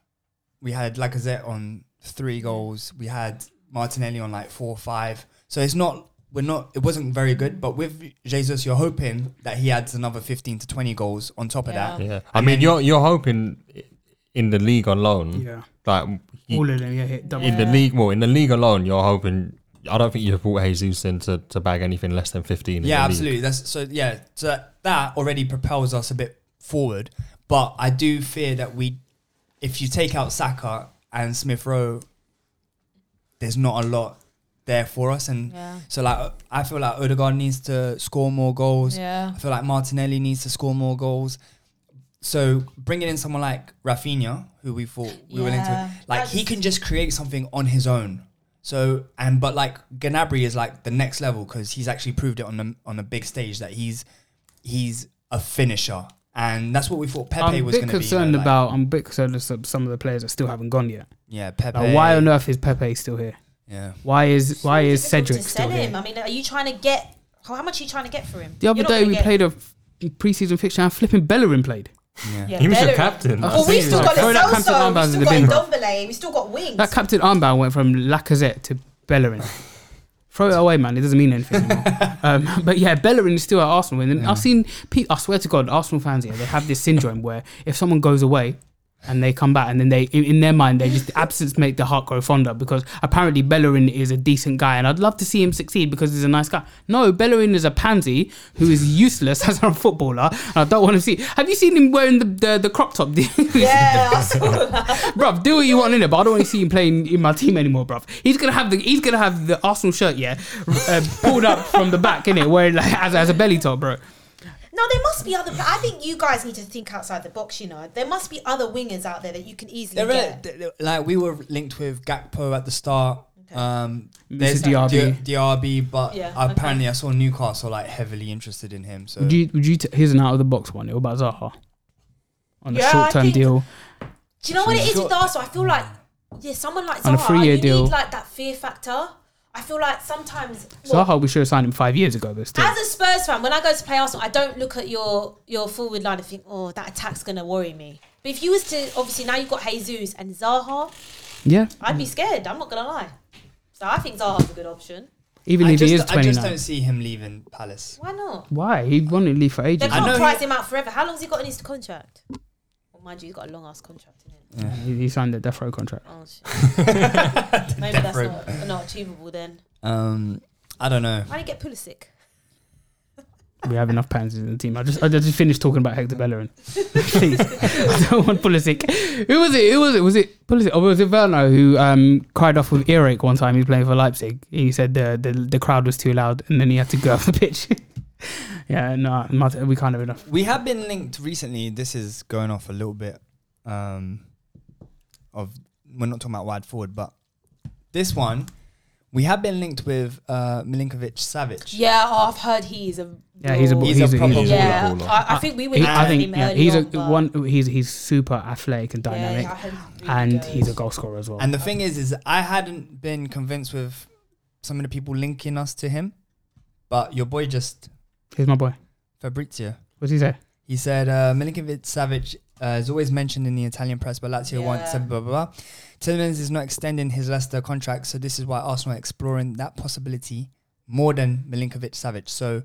S2: we had Lacazette on three goals. We had Martinelli on like four or five. So it's not, we're not, it wasn't very good. But with Jesus, you're hoping that he adds another 15 to 20 goals on top of that.
S3: yeah, I mean, you're you're hoping in the league alone,
S4: Yeah.
S3: like he-
S4: all of them yeah, hit double.
S3: in the league. Well, in the league alone, you're hoping. I don't think you've brought Jesus in to, to bag anything less than 15. in the
S2: Yeah,
S3: league.
S2: absolutely. That's so. Yeah, so that- that already propels us a bit forward. But I do fear that we, if you take out Saka and Smith Rowe, there's not a lot there for us. And
S5: Yeah.
S2: so, like, I feel like Odegaard needs to score more goals.
S5: Yeah.
S2: I feel like Martinelli needs to score more goals. So bringing in someone like Rafinha, who we thought we were linked
S5: Yeah.
S2: with, like he
S5: That's-
S2: can just create something on his own. So and but like Gnabry is like the next level because he's actually proved it on the on the big stage that he's he's a finisher, and that's what we thought Pepe
S4: I'm a
S2: was
S4: bit
S2: going to be. you know,
S4: concerned
S2: like-
S4: about. I'm a bit concerned about some- some of the players that still haven't gone yet.
S2: yeah Pepe.
S4: Like, why on earth is Pepe still here?
S2: Yeah,
S4: Why is why is Cedric
S5: to
S4: still
S5: sell
S4: here?
S5: him. I mean, are you trying to get how, how much are you trying to get for him?
S4: The other
S5: You're not
S4: day
S5: gonna
S4: we
S5: get-
S4: played a f- preseason fixture and flipping Bellerin played.
S5: Yeah,
S3: He was the
S5: Bellerin.
S3: captain.
S4: Oh,
S5: Well, we still got
S4: Throw
S5: Lo
S4: that captain
S5: Celso,
S4: armband
S5: we
S4: in
S5: still
S4: the
S5: got
S4: bin.
S5: Ndombele, we still got wings.
S4: That captain armband went from Lacazette to Bellerin. Throw it away, man. It doesn't mean anything. anymore. um, but yeah, Bellerin is still at Arsenal, and then I've seen. pe- I swear to God, Arsenal fans here they have this syndrome where if someone goes away and they come back, and then they in, in their mind they just absence make the heart grow fonder because apparently Bellerin is a decent guy, and I'd love to see him succeed because he's a nice guy. No, Bellerin is a pansy who is useless as a footballer, and I don't want to see. Have you seen him wearing the the, the crop top?
S5: Yeah, I saw that.
S4: bruv, do what you want in it, but I don't want to see him playing in my team anymore, bruv. He's gonna have the he's gonna have the Arsenal shirt, yeah, uh, pulled up from the back, innit, wearing like as, as a belly top, bro.
S5: No, there must be other. I think you guys need to think outside the box. You know, there must be other wingers out there that you can easily
S2: There are,
S5: get.
S2: th- th- like we were linked with Gakpo at the start. Um, there's
S4: DRB.
S2: D- DRB, but
S5: Yeah,
S2: apparently
S5: okay.
S2: I saw Newcastle like heavily interested in him. So
S4: Would you would you t- here's an out of the box one? What about Zaha on a
S5: Yeah, I
S4: short term
S5: think-
S4: deal?
S5: Do you know what it is
S2: Sure.
S5: with Arsenal? I feel like yeah, someone like
S4: On a
S5: Zaha,
S4: three-year
S5: you
S4: deal.
S5: need like that fear factor. I feel like sometimes well,
S4: Zaha, we should have signed him five years ago, but still.
S5: As a Spurs fan, when I go to play Arsenal, I don't look at your your forward line and think, "Oh, that attack's going to worry me." But if you was to obviously now you've got Jesus and Zaha,
S4: yeah,
S5: I'd be scared. I'm not going to lie. So I think Zaha's a good option.
S4: even
S2: I
S4: if
S2: just,
S4: he is
S2: I
S4: twenty
S2: just don't
S4: nine.
S2: see him leaving Palace.
S5: Why not?
S4: Why he wanted to leave for
S5: They
S4: ages?
S2: I know
S5: can't
S2: he-
S5: price him out forever. How long's he got in his contract? Well, mind you, he's got a long ass contract. Isn't it?
S4: He, he signed a death row contract.
S5: Oh shit. Maybe that's not, not achievable then.
S2: Um, I don't know.
S5: Why do you get Pulisic?
S4: We have enough pansies in the team. I just I just finished talking about Hector Bellerin. Please, I don't want Pulisic. Who was it? Who was it? Was it Pulisic or was it Werner who um, cried off with earache one time? He was playing for Leipzig. He said the the, the crowd was too loud, and then he had to go off the pitch. yeah, no, Mart- we can't have enough.
S2: We have been linked recently. This is going off a little bit. Um, of we're not talking about wide forward, but this one we have been linked with uh, Milinkovic Savic.
S5: Yeah, oh, I've heard he's a
S4: Yeah, he's a
S5: real-
S4: he's,
S2: He's a
S4: he's a,
S2: proper
S4: he's a-
S3: baller.
S5: yeah.
S3: baller.
S5: I, I think we would.
S4: he-
S5: have
S4: I
S5: him
S4: think yeah,
S5: early
S4: he's a
S5: on, but-
S4: one. He's he's super athletic and
S5: Yeah,
S4: dynamic,
S5: I heard really
S4: and
S5: good.
S4: he's a goal scorer as well.
S2: And the thing is, is I hadn't been convinced with some of the people linking us to him, but your boy just
S4: Here's my boy.
S2: Fabrizio.
S4: What's he say?
S2: He said uh, Milinkovic Savic uh, is always mentioned in the Italian press, but Lazio wants
S5: Yeah.
S2: blah blah blah. Tillman's is not extending his Leicester contract, so this is why Arsenal are exploring that possibility more than Milinkovic Savic. So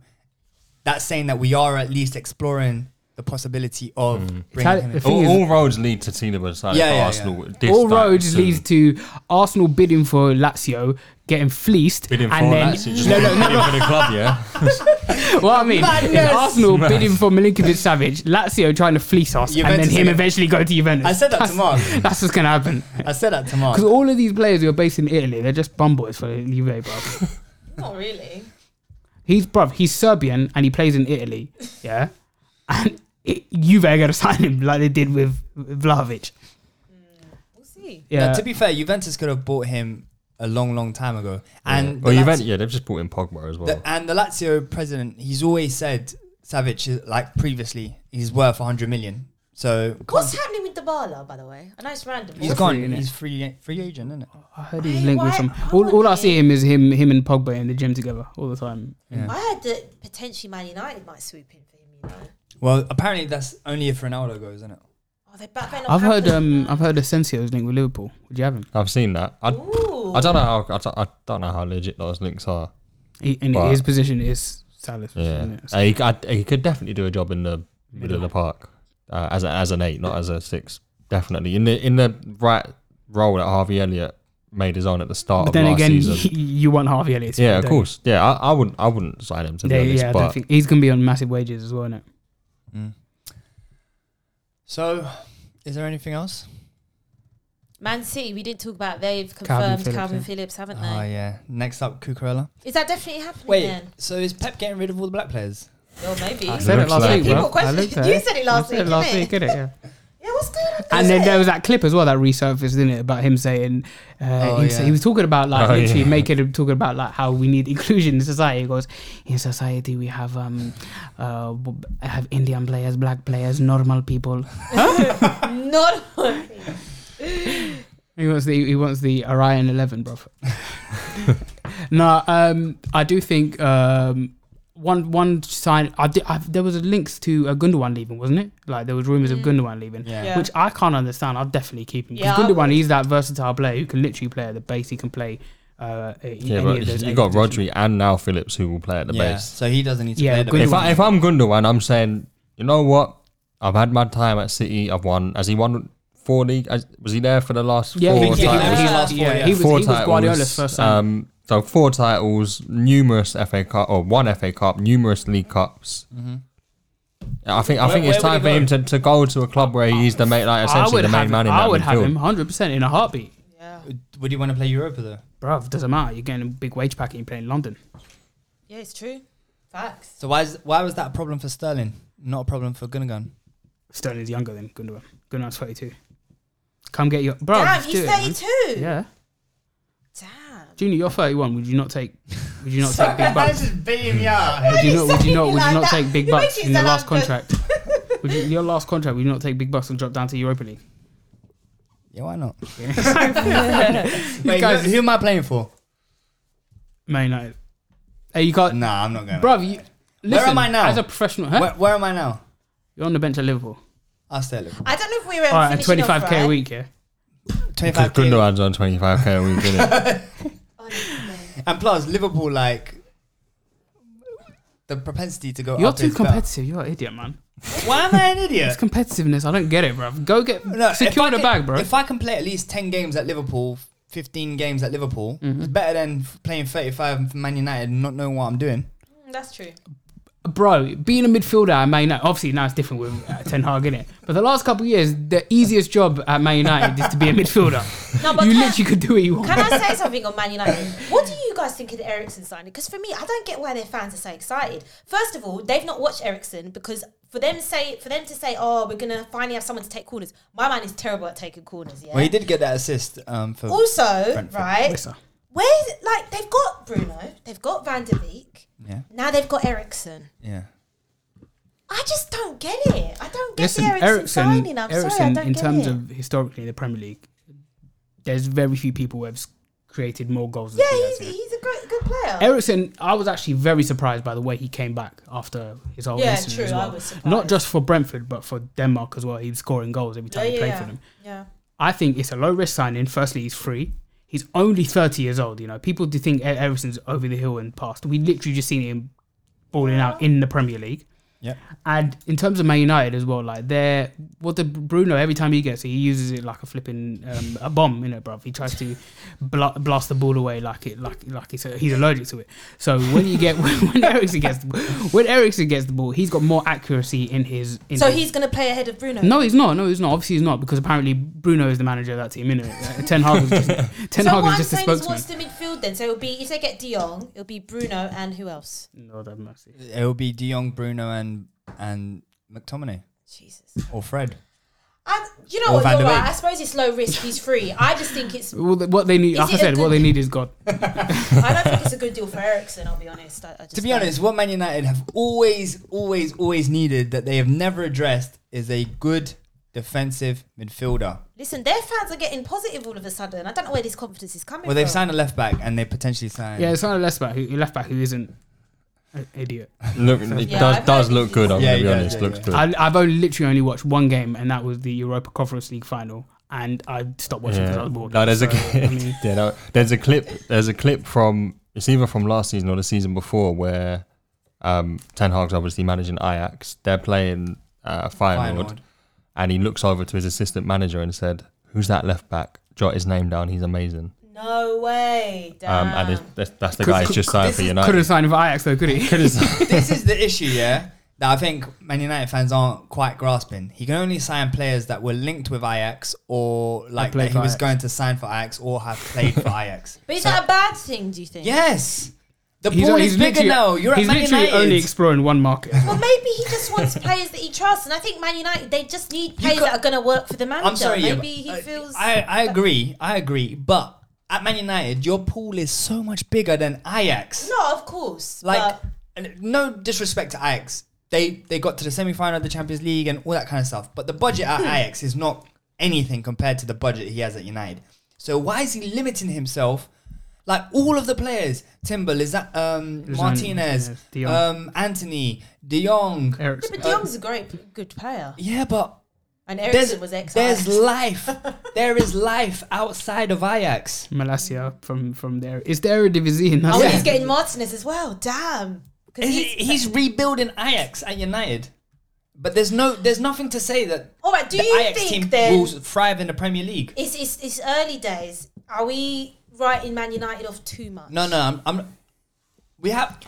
S2: that's saying that we are at least exploring the possibility of
S3: Mm.
S2: bringing
S4: Itali-
S2: him
S4: the
S2: in.
S4: thing
S3: All,
S4: is-
S3: all roads lead to Tino side
S2: Yeah, yeah, yeah.
S3: Arsenal. this
S4: all
S3: time
S4: roads
S3: soon.
S4: leads to Arsenal bidding for Lazio, getting fleeced,
S3: bidding for
S4: and then
S3: that. Just bidding for the club, yeah.
S4: what I mean, is Arsenal bidding for Milinkovic Savage, Lazio trying to fleece us, and
S2: Juventus
S4: then him
S2: again.
S4: eventually go to Juventus.
S2: I said that to
S4: that's,
S2: Mark.
S4: That's what's gonna happen.
S2: I said that to Mark.
S4: Because all of these players who are based in Italy, they're just bum boys for Juve, bro.
S5: Not really.
S4: He's bruv, he's Serbian and he plays in Italy, yeah. And it, Juve are gonna sign him like they did with Vlahovic.
S5: We'll see.
S4: Yeah,
S2: Now, to be fair, Juventus could have bought him a long, long time ago. And
S3: well,
S2: the
S3: Juventus,
S2: Lazio-
S3: yeah, they've just brought in Pogba as well.
S2: the-
S4: uh,
S2: and the Lazio president, he's always said Savic, is- like previously, he's worth 100 million. So
S5: What's
S2: can't-
S5: happening with Dybala, by the way? I know it's random.
S2: he's
S5: but-
S2: gone.
S4: free, innit?
S2: he's free free agent, isn't it?
S4: I heard he's
S5: Hey,
S4: linked with
S5: why-
S4: some.
S5: I
S4: All,
S5: wanna
S4: all I
S5: be-
S4: see him is him, him and Pogba in the gym together all the time.
S5: I heard that potentially Man United might swoop in for him. You know.
S2: Well, apparently that's only if Ronaldo goes, isn't it?
S5: Oh, they're back going on Oh.
S4: I've heard
S5: campus
S4: um
S5: now.
S4: I've heard Asensio's linked with Liverpool. Would you have him?
S3: I've seen that. I,
S5: Ooh.
S3: I don't know how I don't, I don't know how legit those links are.
S4: He, and
S3: But-
S4: his position is Salah.
S3: Yeah,
S4: isn't it?
S3: Uh, he, I, he could definitely do a job in the middle of the park uh, as a, as an eight, not as a six. Definitely in the in the right role that Harvey Elliott made his own at the start
S4: But
S3: of
S4: then
S3: last
S4: again,
S3: season.
S4: you, you want Harvey Elliott.
S3: yeah, of course. Yeah, I, I wouldn't I wouldn't sign him to be
S4: Yeah,
S3: honest.
S4: yeah, I
S3: but
S4: don't think he's gonna be on massive wages as well, isn't it?
S2: So, is there anything else?
S5: Man City, we didn't talk about. They've
S4: Calvin
S5: confirmed Calvin Phillips,
S4: Phillips, yeah.
S5: haven't they?
S2: Oh yeah. Next up, Cucurella.
S5: Is that definitely happening?
S2: Wait.
S5: Then?
S2: So is Pep getting rid of all the black players?
S5: Well, maybe.
S4: I said it
S3: looks
S4: last
S3: like
S4: week.
S3: it.
S4: bro.
S5: People
S4: I
S5: question-
S4: looked at
S5: you
S4: it.
S5: said it last
S4: I
S5: week,
S4: said last
S5: didn't
S4: week,
S5: it?
S4: didn't it? Yeah.
S5: yeah, what's going on?
S4: And then there was that clip as well that resurfaced, didn't it, about him saying uh,
S5: Oh,
S4: he, was-
S2: yeah.
S4: he was talking about like
S3: Oh,
S4: literally
S3: yeah.
S4: making him talking about like how we need inclusion in society. He goes, in society we have um, uh, b- have Indian players, black players, normal people.
S5: not.
S4: He wants the he wants the Orion Eleven, bro. no, um, I do think um, one one sign. I did, i there was links to uh, Gundogan leaving, wasn't it? Like there was rumors of Gundogan leaving,
S2: Yeah.
S5: Yeah.
S4: which I can't understand. I'll definitely keep him because
S5: Yeah, I
S4: Gundogan
S5: would.
S4: he's that versatile player who can literally play at the base. He can play Uh, in
S3: Yeah,
S4: any
S3: but
S4: of those
S3: you
S4: eight
S3: got
S4: positions.
S3: Rodri and now Phillips who will play at the
S2: yeah,
S3: base.
S2: so he doesn't need to
S4: Yeah,
S2: play the
S4: good
S2: best.
S3: If I if I'm Gundogan, I'm saying, you know what? I've had my time at City. I've won. Has he won four league? has- Was he there for the last
S4: Yeah,
S3: four
S4: he, he,
S2: yeah,
S3: titles?
S2: was
S4: he-
S2: last four,
S4: yeah,
S2: yeah.
S4: he was,
S3: four
S4: he was Guardiola's first signing.
S3: Um, so four titles, numerous FA Cup or one FA Cup, numerous League Cups.
S4: Mm-hmm.
S3: I think I
S2: Where-
S3: think
S2: where
S3: it's
S2: would
S3: time
S2: he
S3: for him
S2: go?
S3: to, to go to a club where he's the main, like
S4: I
S3: essentially
S4: would
S3: the
S4: have him,
S3: main man in
S4: I
S3: that
S4: would
S3: midfield.
S4: have him 100% in a heartbeat.
S2: Would you want to play Europa though?
S4: Bruv, doesn't matter. You're getting a big wage packet. You're playing in London.
S5: Yeah, it's true. Facts.
S2: So why is why was that a problem for Sterling? Not a problem for Gundogan.
S4: Sterling's younger than Gundogan. Gundogan's 32. Come get your... Bro,
S5: Damn,
S4: just do
S5: he's
S4: it, man.
S5: 32.
S4: Yeah.
S5: Damn.
S4: Junior, you're 31. Would you not take... Would you not take big bucks?
S2: just beating me out.
S4: Would you not, would you not,
S5: saying
S4: would you
S5: like
S4: not
S5: that.
S4: take big
S5: You
S4: bucks
S5: make it
S4: in your
S5: sound
S4: last
S5: like
S4: contract? Would you, your last contract, would you not take big bucks and drop down to Europa League?
S2: Yeah, why not? Wait, who, who am I playing for?
S4: Man United. Hey, you got...
S2: Nah, I'm not going.
S4: Bruv, you... Listen,
S2: am I now?
S4: As a professional... Huh?
S2: where, where am I now?
S4: You're on the bench at Liverpool.
S2: I'll stay at Liverpool.
S5: I don't know if we were um,
S4: All right, and
S5: finishing off
S4: 25k a
S5: right.
S4: week, yeah?
S3: 'Cause
S2: 25
S3: Gundogan's on 25k a week, isn't
S2: And plus, Liverpool like the propensity to go.
S4: You're
S2: up
S4: too
S2: is better.
S4: competitive. You're an idiot, man.
S2: Why am I an idiot?
S4: It's competitiveness. I don't get it, bro. Go get
S2: No,
S4: secure
S2: if I
S4: the
S2: can-
S4: bag, bro.
S2: If I can play at least 10 games at Liverpool, 15 games at Liverpool, it's
S4: Mm-hmm.
S2: better than f- playing 35 for Man United and not knowing what I'm doing.
S5: Mm, That's true.
S4: bro, being a midfielder at Man United, obviously now it's different with uh, Ten Hag, innit? But the last couple of years, the easiest job at Man United is to be a midfielder.
S5: No, but
S4: you
S5: can-
S4: literally could do what you want.
S5: Can I say something on Man United? What do you guys think of the Ericsson signing? Because for me, I don't get why their fans are so excited. First of all, they've not watched Ericsson because for them say for them to say, "Oh, we're gonna finally have someone to take corners." My man is terrible at taking corners. Yeah.
S2: Well, he did get that assist um, for.
S5: also,
S2: Brentford.
S5: right?
S4: Wissa.
S5: Where's like they've got Bruno, they've got Van der Beek,
S2: Yeah.
S5: now they've got Ericsson.
S2: Yeah.
S5: I just don't get it. I don't get
S4: Listen,
S5: the Ericsson,
S4: Ericsson,
S5: signing. I'm sorry, I
S4: Ericsson
S5: don't
S4: in
S5: get
S4: terms
S5: it.
S4: of historically in the Premier League, there's very few people who have s- created more goals. than
S5: yeah,
S4: he has,
S5: he's,
S4: innit?
S5: he's a great good player.
S4: Ericsson, I was actually very surprised by the way he came back after his whole
S5: Yeah,
S4: incident
S5: true,
S4: as
S5: I
S4: well.
S5: was surprised.
S4: Not just for Brentford, but for Denmark as well. He was scoring goals every time
S5: yeah,
S4: he played
S5: yeah,
S4: for them.
S5: yeah.
S4: I think it's a low risk signing. Firstly, he's free. He's only 30 years old. You know, people do think E- Ericsson's over the hill and past. We literally just seen him balling out in the Premier League.
S2: Yeah.
S4: And in terms of Man United as well, like they're what the Bruno every time he gets it, he uses it like a flipping um, a bomb, you know, bruv. He tries to bla- blast the ball away like it, like like he's he's allergic to it. So when you get when, when Ericsson gets the, when Ericsson gets the ball, he's got more accuracy in his. In
S5: So
S4: his,
S5: he's gonna play ahead of Bruno.
S4: no, he's not. No, he's not. Obviously, he's not because apparently Bruno is the manager of that team. Innit? Uh, Ten Hag is just, Ten
S5: So
S4: Hag
S5: what
S4: is
S5: I'm
S4: just a
S5: saying is,
S4: spokesman.
S5: what's the midfield then? So it'll be if they get De Jong, it'll be Bruno and who else?
S4: Lord have mercy.
S2: It will be De Jong, Bruno, and and McTominay
S5: Jesus.
S2: or Fred.
S5: And you know
S2: Or
S5: what?
S2: Van
S5: You're
S2: der
S5: right.
S2: Beek.
S5: I suppose it's low risk. He's free. I just think it's.
S4: Well, th- what they need,
S5: Is
S4: like I
S5: it a
S4: said, what
S5: good-
S4: they need is God.
S5: I don't think it's a good deal for Ericsson. I'll be honest. I, I just
S2: To be
S5: don't.
S2: honest, what Man United have always, always, always needed that they have never addressed is a good defensive midfielder.
S5: listen, their fans are getting positive all of a sudden. I don't know where this confidence is coming
S2: Well,
S5: from.
S2: they've signed a left back and they potentially signed.
S4: Yeah, it's not a left back. Who, a left back who isn't an idiot.
S3: it? Look, it
S5: Yeah,
S3: does
S5: I've
S3: does
S5: heard
S3: look
S5: he's-
S3: good. I'm
S2: Yeah,
S3: gonna
S2: he
S3: be
S2: does,
S3: honest,
S2: yeah,
S3: looks
S2: yeah.
S3: good.
S4: I, I've only literally only watched one game, and that was the Europa Conference League final. And I stopped watching because I
S3: Yeah.
S4: was bored.
S3: No, there's a
S4: So, I mean,
S3: yeah, no, there's a clip there's a clip from it's either from last season or the season before where um, Ten Hag's obviously managing Ajax. They're playing uh, Feyenoord,
S2: Feyenoord.
S3: and he looks over to his assistant manager and said, "Who's that left back? Jot his name down. He's amazing."
S5: No way. Damn.
S2: Uh,
S3: Um, and it's, that's, that's the guy who's just signed
S2: this
S3: for
S2: is-
S3: United.
S4: couldn't sign for Ajax though, could he?
S2: this is the issue, yeah, that I think Man United fans aren't quite grasping. He can only sign players that were linked with Ajax or like
S4: played
S2: that he
S4: for
S2: was
S4: Ajax.
S2: going to sign for Ajax or have played for Ajax.
S5: but is that a bad thing? Do you think?
S2: Yes. The pool is bigger
S4: literally-
S2: now. You're
S4: he's
S2: at Man
S4: literally
S2: United.
S4: only exploring one market.
S5: Well, maybe he just wants players that he trusts, and I think Man United they just need players
S2: got-
S5: that are going to work for the manager.
S2: I'm sorry. yeah,
S5: maybe he
S2: but, uh,
S5: feels.
S2: I, I agree. I agree. But at Man United, your pool is so much bigger than Ajax.
S5: no, of course.
S2: Like,
S5: but-
S2: and no disrespect to Ajax. They they got to the semi final of the Champions League and all that kind of stuff. But the budget
S5: Hmm.
S2: at Ajax is not anything compared to the budget he has at United. So why is he limiting himself? Like all of the players, Timber, Liza- um, Martinez,
S4: yes, De Jong.
S2: um, Anthony, De Jong.
S4: Eriksen.
S5: But De Jong's a great, good player.
S2: Yeah, but
S5: And
S2: There's,
S5: Ericsson was ex.
S2: there's life. there is life outside of Ajax.
S4: Malasia from from there. Is there a division?
S5: Oh,
S2: Yeah.
S5: he's getting Martinez as well. Damn. 'Cause
S2: He- He's rebuilding Ajax at United. But there's no, there's nothing to say that
S5: All right, do
S2: the
S5: you
S2: Ajax
S5: think
S2: team
S5: then-
S2: will thrive in the Premier League.
S5: It's, it's it's early days. Are we writing Man United off too much?
S2: No, no, I'm. I'm we have.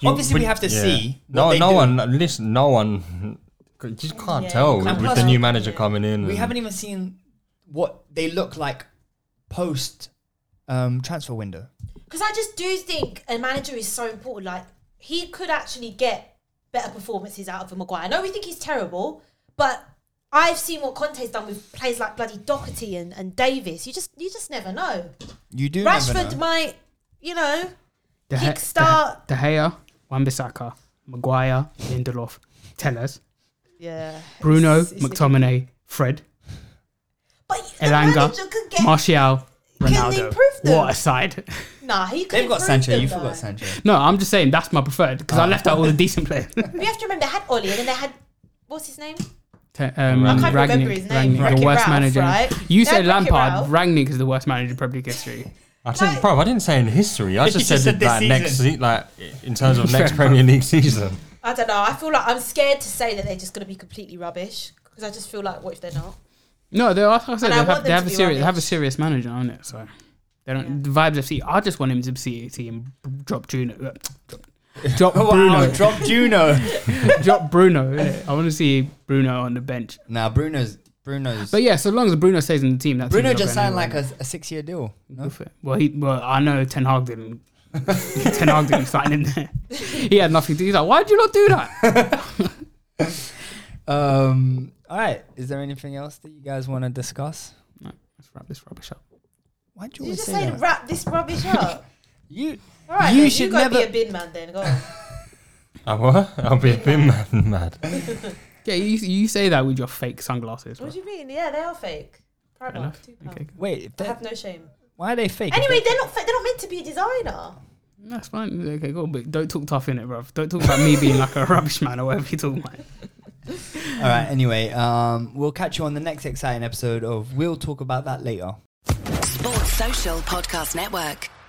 S3: You-
S2: obviously, we have to
S3: yeah.
S2: see. what
S3: No,
S2: they
S3: no
S2: do.
S3: one. Listen, no one. You just can't tell
S5: you
S3: with
S5: can't
S3: with the
S2: tell.
S3: new manager coming in.
S2: We
S4: Mm.
S3: and-
S2: haven't even seen what they look like post um, transfer window.
S5: Because I just do think a manager is so important. Like he could actually get better performances out of a Maguire. I know we think he's terrible, but I've seen what Conte's done with players like bloody Doherty and, and Davis. You just you just never know.
S2: You do.
S5: Rashford might, you know,
S4: De He-
S5: Kickstart.
S4: De, De Gea, Wan-Bissaka, Maguire, Lindelof, Tellers,
S5: yeah.
S4: Bruno,
S5: It's- it's
S4: McTominay, Fred,
S5: But the
S4: Elanga,
S5: manager could get.
S4: Martial,
S5: they
S4: Ronaldo.
S5: improve them?
S4: What a side!
S5: nah, he could.
S2: They've got
S5: improve
S2: Sancho.
S5: them,
S2: You
S5: though.
S2: forgot Sancho.
S4: No, I'm just saying that's my preferred because
S5: Ah.
S4: I left out all the decent players. Te-
S5: We have to remember they had Oli and then they had what's his name?
S4: um,
S5: I can't remember
S4: Ragnick-
S5: his name.
S4: Ragnick,
S5: Wreck-It
S4: the worst
S5: Ralph,
S4: manager.
S5: right?
S4: You
S5: They
S4: said
S5: had Wreck-It
S4: Lampard.
S5: Ralph.
S4: Ragnick is the worst manager in Premier League history.
S3: I said, bro, I didn't say in history. I
S2: You
S3: just
S2: just
S3: said,
S2: said this
S3: like next
S2: season.
S3: se- like in terms of next Premier League season.
S5: I don't know. I feel like I'm scared to say that they're just going to be completely rubbish because I just feel like what if they're not?
S4: No, they are. Like I said,
S5: And
S4: they
S5: I
S4: have,
S5: want
S4: they
S5: them
S4: have
S5: to
S4: a
S5: be
S4: serious, they have a
S5: rubbish.
S4: serious manager on it. So they don't the vibes FC. I just want him to be CAT and drop Juno. uh, Drop, drop
S2: Wow,
S4: Bruno.
S2: drop Juno.
S4: drop Bruno. innit? I want to see Bruno on the bench.
S2: now Bruno's Bruno's.
S4: But yeah, so long as Bruno stays in the team, that's
S2: Bruno just signed like a, a six-year deal. No?
S4: Well, he. Well, I know Ten Hag didn't. Ten Hag didn't sign him there. He had nothing to. He's like, why did you not do that?
S2: Um. All right. Is there anything else that you guys want to discuss?
S4: no, let's wrap this rubbish up.
S2: Why'd you
S5: Did you
S2: always
S5: just
S2: say
S5: say
S2: that?
S5: wrap this rubbish up?
S2: you.
S5: All right,
S2: You
S5: then,
S2: should
S5: you gotta
S2: never-
S5: be a bin man then. Go on.
S3: I what? I'll be a bit mad, mad.
S4: Yeah, you, you say that with your fake sunglasses.
S5: what
S4: Right?
S5: do you mean? Yeah, they are fake. Primark,
S4: Enough.
S5: two pounds.
S4: Okay,
S2: Wait.
S5: I
S2: that-
S5: have no shame.
S2: why are they fake?
S5: Anyway, they're not. Fa- they're not meant to be a designer.
S4: that's fine. Okay, cool. But don't talk tough in it, bruv. Don't talk about me being like a rubbish man or whatever you're talking about.
S2: All right. Anyway, um, we'll catch you on the next exciting episode of. We'll talk about that later.
S6: Sports Social Podcast Network.